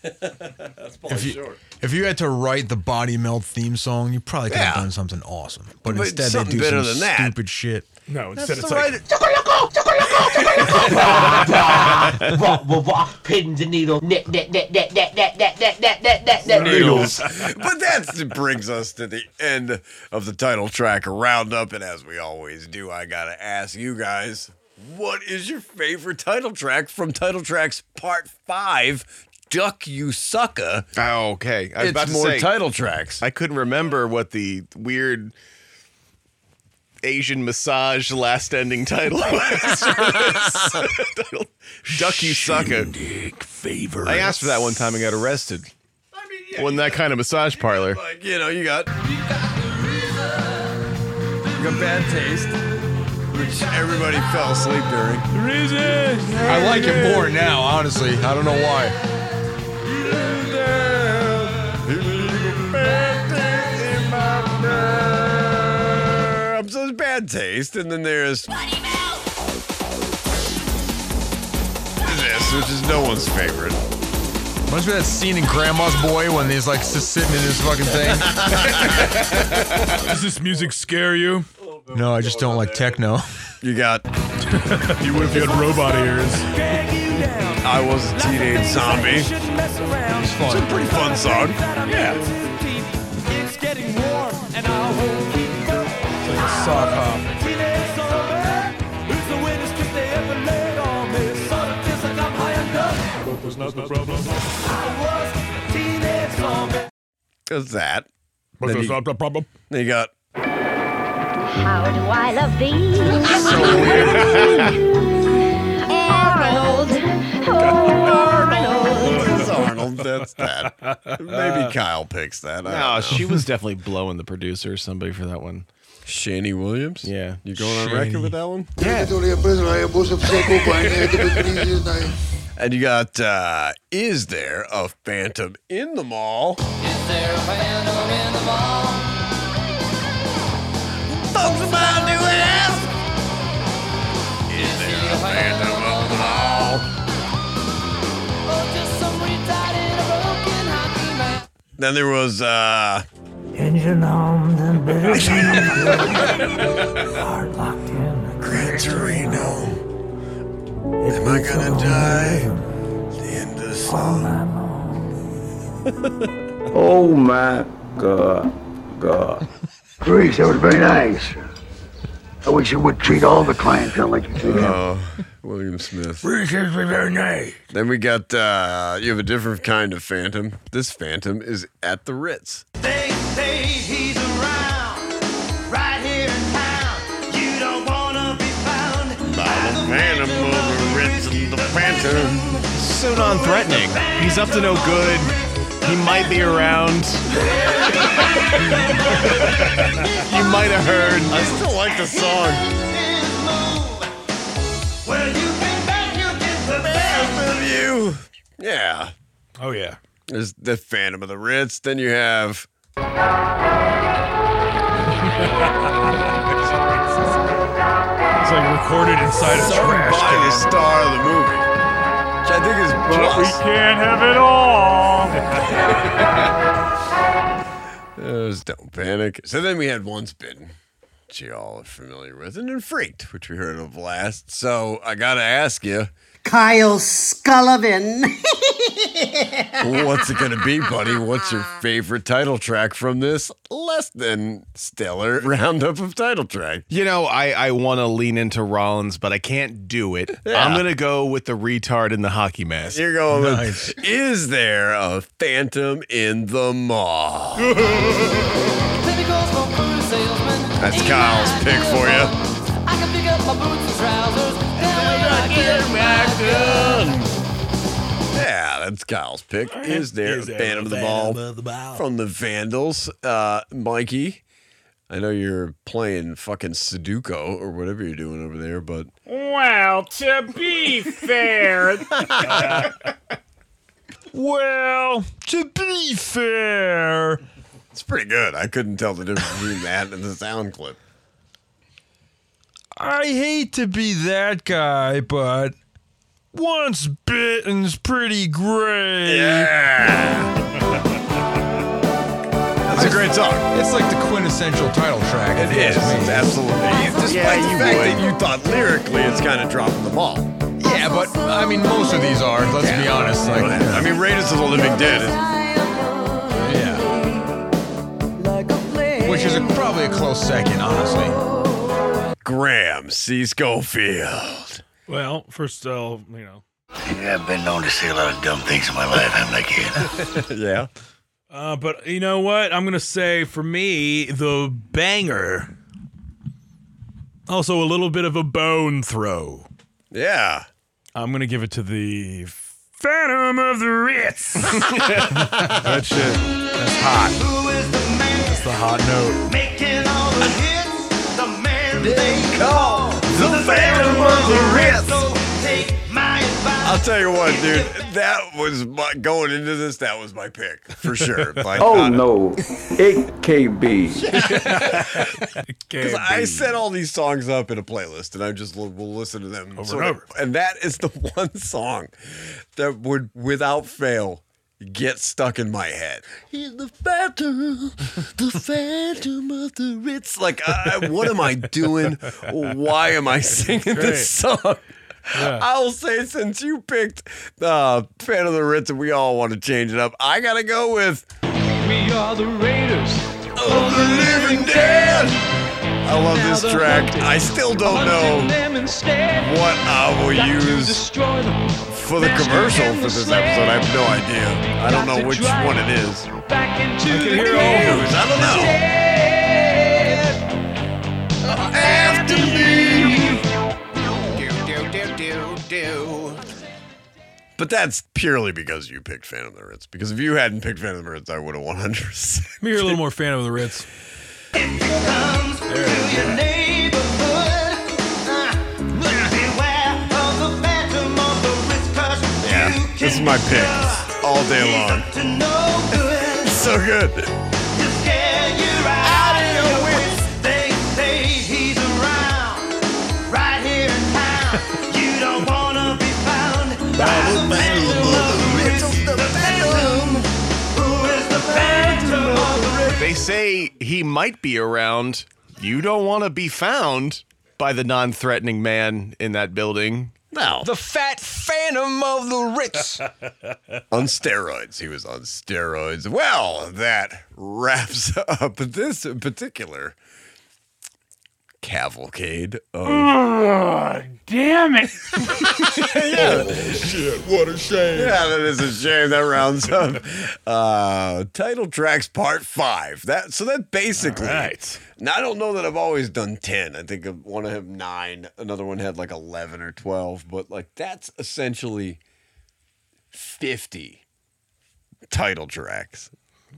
[SPEAKER 2] That's
[SPEAKER 3] If you, if you had to write the Body Melt theme song, you probably could have done something awesome. But,
[SPEAKER 2] But
[SPEAKER 3] instead, they
[SPEAKER 2] something
[SPEAKER 3] do
[SPEAKER 2] better than
[SPEAKER 3] some
[SPEAKER 2] that.
[SPEAKER 3] stupid shit.
[SPEAKER 1] No,
[SPEAKER 2] That's
[SPEAKER 1] instead it's
[SPEAKER 2] the
[SPEAKER 1] like
[SPEAKER 2] right-
[SPEAKER 21] Rock, rock, rock, pin the needle. Net, net, net, net, net, net, net, net, net, net, net, net,
[SPEAKER 2] Needles. but that brings us to the end of the title track roundup. And as we always do, I got to ask you guys what is your favorite title track from Title Tracks Part 5? Duck You Sucker.
[SPEAKER 4] Oh, okay. I was
[SPEAKER 2] It's
[SPEAKER 4] about to
[SPEAKER 2] more
[SPEAKER 4] say,
[SPEAKER 2] title tracks.
[SPEAKER 4] I couldn't remember what the weird Asian massage last ending title was. Title- Duck you sucker.
[SPEAKER 1] favor.
[SPEAKER 4] I asked for that one time and got arrested. I mean, yeah, Wasn't that kind of massage parlor?
[SPEAKER 2] Like, you know, you got. You got bad taste, which everybody fell asleep during.
[SPEAKER 3] I like it more now, honestly. I don't know why.
[SPEAKER 2] Um, so there's bad taste, and then there's this, which is no one's favorite.
[SPEAKER 3] Must be that scene in Grandma's Boy when he's like just sitting in his fucking thing.
[SPEAKER 1] Does this music scare you?
[SPEAKER 3] no, I just don't like techno.
[SPEAKER 2] You got.
[SPEAKER 1] you would if you had robot ears.
[SPEAKER 2] I was a teenage zombie. It's fun. It's a pretty fun song. Yeah.
[SPEAKER 15] It's getting warm, and I won't keep up.
[SPEAKER 1] It's like a sock hop.
[SPEAKER 15] Teenage summer, who's the winnest trip they ever laid on me? Sort of feels like I'm high enough. What was not the problem? I was teenage zombie.
[SPEAKER 2] Cause that.
[SPEAKER 1] But
[SPEAKER 2] Then
[SPEAKER 1] that's
[SPEAKER 2] you-
[SPEAKER 1] not the problem.
[SPEAKER 2] Then you got.
[SPEAKER 17] How do I love thee? Arnold. Arnold.
[SPEAKER 2] That's Arnold. That's that. Maybe Kyle picks that. I
[SPEAKER 4] Uh, No,
[SPEAKER 2] don't know.
[SPEAKER 4] she was definitely blowing the producer or somebody for that one.
[SPEAKER 2] Shani Williams?
[SPEAKER 4] Yeah.
[SPEAKER 2] You going on record with that one? And you got uh, Is There a Phantom in the Mall?
[SPEAKER 15] Is there a phantom in the mall? Folks about new ass.
[SPEAKER 2] Is There a Phantom of the Mall?
[SPEAKER 15] Or just some retarded, broken hockey man.
[SPEAKER 2] Then there was. Uh,
[SPEAKER 15] Engine on the
[SPEAKER 2] Heart
[SPEAKER 15] locked in.
[SPEAKER 2] Gran Torino. Am I gonna die? The end of the song.
[SPEAKER 6] Oh my God. God. Greece, that was very nice. I wish you would treat all the clientele like you treat him.
[SPEAKER 2] Oh, William Smith.
[SPEAKER 6] very nice.
[SPEAKER 2] Then we got. Uh, you have a different kind of phantom. This phantom is at the Ritz.
[SPEAKER 15] They say he's around, right here in town. You don't wanna be found.
[SPEAKER 2] the phantom of the Ritz and the phantom.
[SPEAKER 4] So non threatening. He's up to no good. He might be around. you might have heard.
[SPEAKER 2] I still like the song.
[SPEAKER 15] Well, you can bet you get the best.
[SPEAKER 2] Of you. Yeah.
[SPEAKER 1] Oh yeah.
[SPEAKER 2] There's the Phantom of the Ritz. Then you have.
[SPEAKER 1] like recorded inside a trash
[SPEAKER 2] by
[SPEAKER 1] can.
[SPEAKER 2] the star of the movie, which I think is
[SPEAKER 10] But we
[SPEAKER 2] plus.
[SPEAKER 10] can't have it all.
[SPEAKER 2] Those don't panic. So then we had one spin, which you all are familiar with, and then freaked, which we heard of last. So I gotta ask you,
[SPEAKER 5] Kyle Scullivan.
[SPEAKER 2] what's it gonna be, buddy? What's your favorite title track from this less than stellar roundup of title track?
[SPEAKER 4] You know, I, I want to lean into Rollins, but I can't do it.
[SPEAKER 2] Yeah.
[SPEAKER 4] I'm going to go with the retard in the hockey mask.
[SPEAKER 2] You're going with, is there a phantom in the mall? That's Kyle's pick for you.
[SPEAKER 15] I can pick up my boots and trousers.
[SPEAKER 2] Yeah, that's Kyle's pick. Is there
[SPEAKER 15] Is
[SPEAKER 2] a
[SPEAKER 15] there
[SPEAKER 2] phantom
[SPEAKER 15] a
[SPEAKER 2] of the
[SPEAKER 15] phantom
[SPEAKER 2] mall
[SPEAKER 15] of the mall?
[SPEAKER 2] from the Vandals? Uh, Mikey, I know you're playing fucking Sudoku or whatever you're doing over there, but
[SPEAKER 10] Well, to be fair.
[SPEAKER 1] well, to be fair.
[SPEAKER 2] It's pretty good. I couldn't tell the difference between that and the sound clip.
[SPEAKER 1] I hate to be that guy, but once bitten's pretty great.
[SPEAKER 2] Yeah. That's a great song.
[SPEAKER 3] It's like the quintessential title track.
[SPEAKER 2] It is, absolutely. Despite the fact that you thought lyrically it's kind of dropping the ball.
[SPEAKER 3] Yeah, but I mean, most of these are. Let's be honest. Like,
[SPEAKER 2] I mean, Raiders of the Living Dead is
[SPEAKER 3] yeah, which is a, probably a close second, honestly.
[SPEAKER 2] Graham C. Schofield.
[SPEAKER 1] Well, first of all, you know.
[SPEAKER 16] Yeah, I've been known to say a lot of dumb things in my life, haven't I, kid?
[SPEAKER 2] yeah.
[SPEAKER 1] Uh, but you know what? I'm gonna say for me the banger. Also a little bit of a bone throw.
[SPEAKER 2] Yeah.
[SPEAKER 1] I'm gonna give it to the Phantom of the Ritz. that shit. That's hot. That's the hot note.
[SPEAKER 15] Making all the hits, the man they
[SPEAKER 2] call
[SPEAKER 15] the Phantom of the Ritz. So take my advice.
[SPEAKER 2] I'll tell you what, dude. That was my going into this. That was my pick for sure. Like,
[SPEAKER 6] oh
[SPEAKER 2] not-
[SPEAKER 6] no, AKB.
[SPEAKER 2] Because I set all these songs up in a playlist, and I just will will listen to them
[SPEAKER 1] Over
[SPEAKER 2] sort
[SPEAKER 1] and
[SPEAKER 2] of- And that is the one song that would, without fail, get stuck in my head. He's the phantom, the phantom of the Ritz. Like, I, I- what am I doing? Why am I singing this song? I'll say since you picked uh, Fan of the Ritz and we all want to change it up, I gotta go with Oh,
[SPEAKER 15] We are the Raiders of the Living
[SPEAKER 2] Dead. I love this track. I still don't know what I will use for the commercial for this episode. I have no idea. I don't know which one it is.
[SPEAKER 15] Back into
[SPEAKER 2] I can
[SPEAKER 15] the
[SPEAKER 2] hear all those. I don't know. After me.
[SPEAKER 20] Do, do, do, do, do.
[SPEAKER 2] But that's purely because you picked Phantom of the Ritz. Because if you hadn't picked Phantom of the Ritz, I would have 100%.
[SPEAKER 1] Me, you're a little more fan of the Ritz.
[SPEAKER 2] Yeah, this is my pick all day long. so good.
[SPEAKER 4] They say he might be around. You don't want to be found by the non threatening man in that building.
[SPEAKER 2] No.
[SPEAKER 3] The fat phantom of the Ritz.
[SPEAKER 2] on steroids. He was on steroids. Well, that wraps up this particular cavalcade of.
[SPEAKER 10] Damn it.
[SPEAKER 2] shit, what a shame. Yeah, that is a shame. That rounds up uh, title tracks part five. That so that basically. Now I don't know that I've always done ten. I think of- one I have nine, another one had like eleven or twelve, but like that's essentially fifty title tracks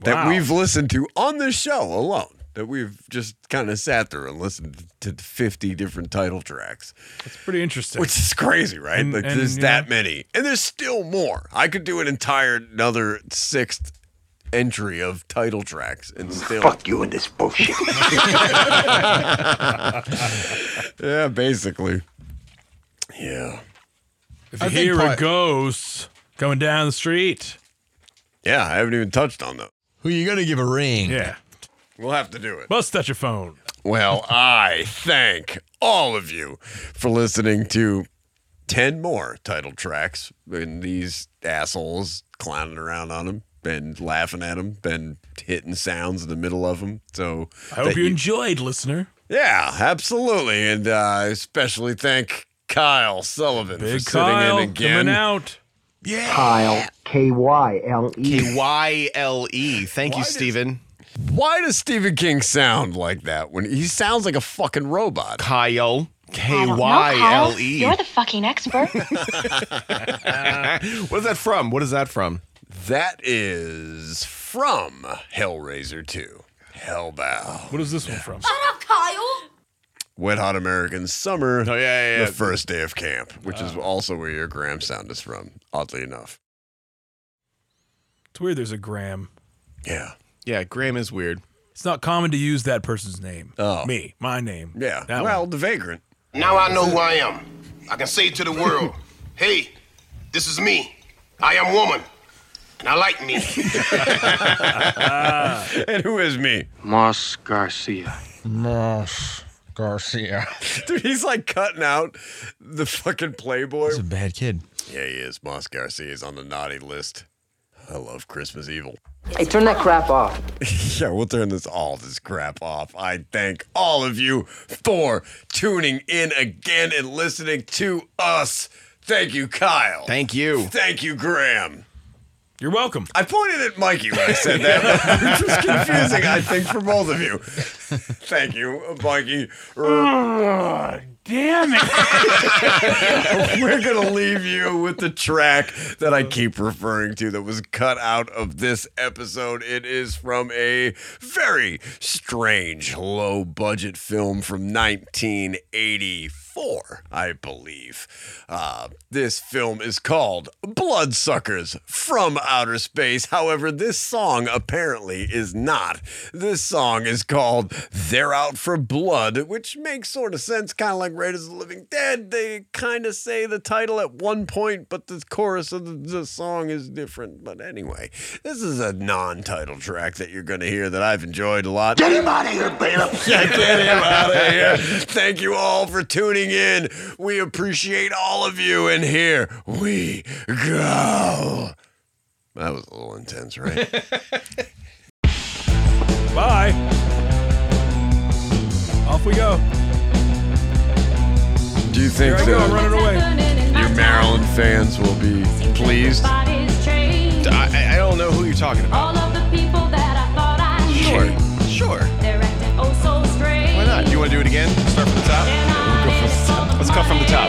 [SPEAKER 2] that
[SPEAKER 15] Wow.
[SPEAKER 2] we've listened to on this show alone. That we've just kind of sat through and listened to fifty different title tracks.
[SPEAKER 1] It's pretty interesting.
[SPEAKER 2] Which is crazy, right?
[SPEAKER 1] And-
[SPEAKER 2] like
[SPEAKER 1] and,
[SPEAKER 2] there's
[SPEAKER 1] you know-
[SPEAKER 2] that many, and there's still more. I could do an entire another sixth entry of title tracks and still fuck you in this bullshit. Yeah, basically. Yeah.
[SPEAKER 1] If you hear a ghost coming down the street.
[SPEAKER 2] Yeah, I haven't even touched on those.
[SPEAKER 3] Who you gonna give a ring?
[SPEAKER 1] Yeah.
[SPEAKER 2] We'll have to do it.
[SPEAKER 1] Must touch your phone.
[SPEAKER 2] Well, I thank all of you for listening to 10 more title tracks and these assholes clowning around on them and laughing at them and hitting sounds in the middle of them. So
[SPEAKER 1] I hope
[SPEAKER 2] that
[SPEAKER 1] you, enjoyed, listener.
[SPEAKER 2] Yeah, absolutely. And uh, especially thank Kyle Sullivan for
[SPEAKER 1] Big
[SPEAKER 2] sitting
[SPEAKER 1] Kyle
[SPEAKER 2] in again.
[SPEAKER 1] coming out.
[SPEAKER 2] Yeah.
[SPEAKER 5] Kyle. K Y L E.
[SPEAKER 4] K Y L E. Thank you, Stephen.
[SPEAKER 2] Why does Stephen King sound like that when he sounds like a fucking robot?
[SPEAKER 4] Kyle. K
[SPEAKER 7] No,
[SPEAKER 4] Y L
[SPEAKER 7] Kyle,
[SPEAKER 4] E.
[SPEAKER 7] You're the fucking expert.
[SPEAKER 4] What is that from? What is that from?
[SPEAKER 2] That is from Hellraiser 2. Hellbound.
[SPEAKER 1] What is this one from?
[SPEAKER 11] up, Kyle.
[SPEAKER 2] Wet Hot American Summer. Oh, yeah,
[SPEAKER 4] yeah, yeah.
[SPEAKER 2] The first day of camp, which is also where your Graham sound is from, oddly enough.
[SPEAKER 1] It's weird there's a Graham.
[SPEAKER 2] Yeah.
[SPEAKER 4] Yeah, Graham is weird.
[SPEAKER 1] It's not common to use that person's name.
[SPEAKER 2] Oh.
[SPEAKER 1] Me, my name.
[SPEAKER 2] Yeah.
[SPEAKER 1] That
[SPEAKER 2] well, the vagrant.
[SPEAKER 20] Now I know who I am. I can say to the world, hey, this is me. I am woman. And I like me.
[SPEAKER 2] and who is me?
[SPEAKER 19] Moss Garcia.
[SPEAKER 3] Moss Garcia.
[SPEAKER 2] Dude, he's like cutting out the fucking Playboy.
[SPEAKER 3] He's a bad kid.
[SPEAKER 2] Yeah, he is. Moss Garcia is on the naughty list. I love Christmas Evil.
[SPEAKER 5] Hey, turn that crap off.
[SPEAKER 2] yeah, we'll turn this all this crap off. I thank all of you for tuning in again and listening to us. Thank you, Kyle.
[SPEAKER 4] Thank you.
[SPEAKER 2] Thank you, Graham.
[SPEAKER 1] You're welcome.
[SPEAKER 2] I pointed at Mikey when I said that. Which was confusing, I think, for both of you. Thank you, Mikey.
[SPEAKER 1] Damn it.
[SPEAKER 2] We're going to leave you with the track that I keep referring to that was cut out of this episode. It is from a very strange low budget film from 1984, I believe. Uh, this film is called Bloodsuckers from Outer Space. However, this song apparently is not. This song is called They're Out for Blood, which makes sort of sense, kind of like Raiders of the Living Dead. They kind of say the title at one point, but the chorus of the, the song is different. But anyway, this is a non title track that you're going to hear that I've enjoyed a lot.
[SPEAKER 20] Get him outta here, Bela.
[SPEAKER 2] Yeah, get him out of here. Thank you all for tuning in. We appreciate all of you, and here we go. That was a little intense, right?
[SPEAKER 1] Bye. Off we go.
[SPEAKER 2] Do you think
[SPEAKER 1] Here I go, I'm running
[SPEAKER 2] that
[SPEAKER 1] away.
[SPEAKER 2] your Maryland fans will be pleased?
[SPEAKER 4] I, I don't know who you're talking about.
[SPEAKER 11] All of the people that I thought I knew.
[SPEAKER 4] Sure.
[SPEAKER 11] They're acting oh so strange.
[SPEAKER 4] Why not? Do you want to do it again? Start from the top? We'll go from the top. Let's cut from the top.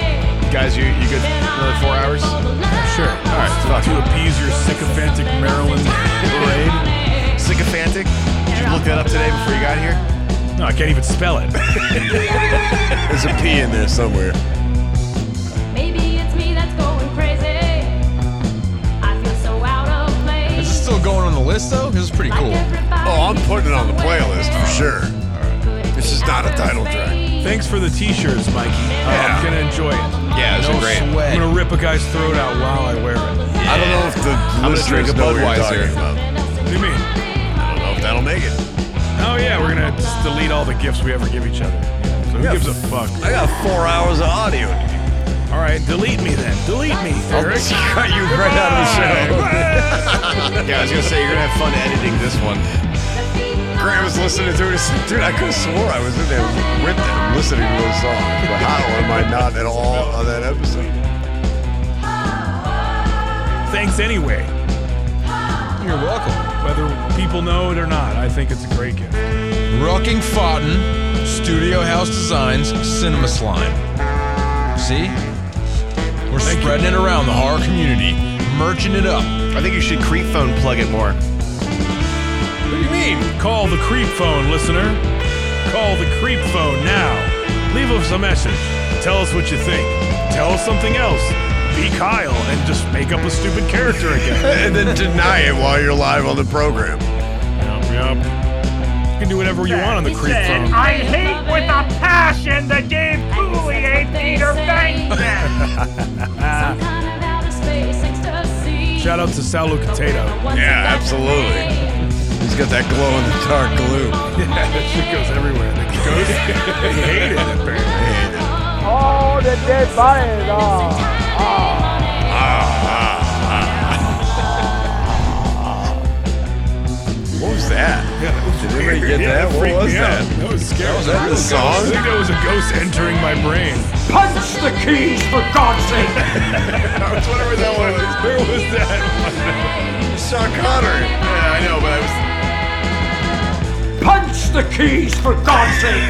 [SPEAKER 4] Guys, you, you good? Another four hours? Sure. All right. Fuck.
[SPEAKER 1] To appease your sycophantic Maryland parade.
[SPEAKER 4] Sycophantic? Did you look that up today before you got here?
[SPEAKER 1] No, I can't even spell it.
[SPEAKER 2] There's a P in there somewhere.
[SPEAKER 11] Maybe it's me that's going crazy. I feel so out of
[SPEAKER 3] Is
[SPEAKER 11] place.
[SPEAKER 3] this still going on the list though? This is pretty cool.
[SPEAKER 2] Oh, I'm putting it on the playlist for sure. This is not a title track.
[SPEAKER 1] Thanks for the t-shirts, Mikey.
[SPEAKER 2] Yeah.
[SPEAKER 1] Oh, I'm gonna enjoy it.
[SPEAKER 4] Yeah, those
[SPEAKER 1] no
[SPEAKER 4] are great.
[SPEAKER 1] Sweat. I'm gonna rip a guy's throat out while I wear it.
[SPEAKER 2] I don't know if the
[SPEAKER 4] gonna
[SPEAKER 2] listeners
[SPEAKER 4] drink a
[SPEAKER 2] know what you're talking
[SPEAKER 4] Budweiser.
[SPEAKER 2] about.
[SPEAKER 1] What do you mean?
[SPEAKER 2] I don't know if that'll make it.
[SPEAKER 1] Oh yeah, we're gonna just delete all the gifts we ever give each other. So who
[SPEAKER 2] Yeah.
[SPEAKER 1] gives a fuck?
[SPEAKER 2] I got four hours of audio.
[SPEAKER 1] All right, delete me then. Delete me,
[SPEAKER 24] Oh,
[SPEAKER 2] I'll
[SPEAKER 1] Eric.
[SPEAKER 2] cut you right out of the show.
[SPEAKER 4] Yeah, I was going to say, you're going to have fun editing this one.
[SPEAKER 2] Graham was listening to it. Dude, I could have swore I was in there with them listening to those songs. But how am I not at all on that episode?
[SPEAKER 1] Thanks anyway,
[SPEAKER 3] You're welcome.
[SPEAKER 1] whether people know it or not. I think it's a great gift.
[SPEAKER 3] Rocking Fodden, Studio House Designs, Cinema Slime. See? We're spreading it around the horror community, merching it up.
[SPEAKER 4] I think you should creep phone plug it more.
[SPEAKER 1] What do you mean? Call the creep phone, listener. Call the creep phone now. Leave us a message. Tell us what you think. Tell us something else. Be Kyle and just make up a stupid character again.
[SPEAKER 2] And then deny it while you're live on the program.
[SPEAKER 1] Yup, yup. You can do whatever you want on the creep
[SPEAKER 15] said,
[SPEAKER 1] phone.
[SPEAKER 15] I hate with a passion the game Cooley ate Peter Venkman.
[SPEAKER 1] Shout out to Sal Lucatato.
[SPEAKER 10] Yeah, absolutely. He's got that glow in the dark glue.
[SPEAKER 1] Yeah, that shit goes everywhere. It goes. They hate it apparently.
[SPEAKER 15] All the dead bodies are.
[SPEAKER 10] What was that?
[SPEAKER 1] Yeah, that was
[SPEAKER 10] Did anybody
[SPEAKER 1] weird.
[SPEAKER 10] get
[SPEAKER 1] Yeah,
[SPEAKER 10] that? What
[SPEAKER 1] freaked
[SPEAKER 10] was
[SPEAKER 1] me
[SPEAKER 10] that?
[SPEAKER 1] out. That was scary.
[SPEAKER 10] Was that
[SPEAKER 1] I
[SPEAKER 10] the
[SPEAKER 1] think I
[SPEAKER 10] song?
[SPEAKER 1] think that was a ghost entering my brain.
[SPEAKER 15] Punch the keys for God's sake.
[SPEAKER 10] I was wondering where that was. Where was that? Sean Connor. Yeah, I know, but I was.
[SPEAKER 15] Punch the keys for God's
[SPEAKER 10] sake.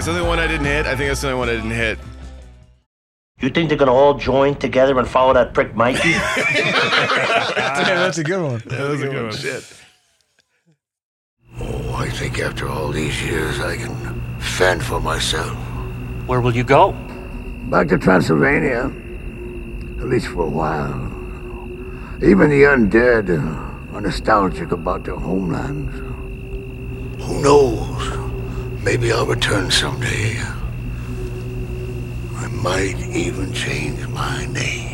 [SPEAKER 24] Is that the one I didn't hit? I think that's the only one I didn't hit.
[SPEAKER 4] You think they're gonna all join together and follow that prick Mikey?
[SPEAKER 3] Damn, that's a good one.
[SPEAKER 24] That was a good one. Shit.
[SPEAKER 6] Oh, I think after all these years, I can fend for myself.
[SPEAKER 4] Where will you go?
[SPEAKER 6] Back to Transylvania. At least for a while. Even the undead are nostalgic about their homelands. Who knows? Maybe I'll return someday. I might even change my name.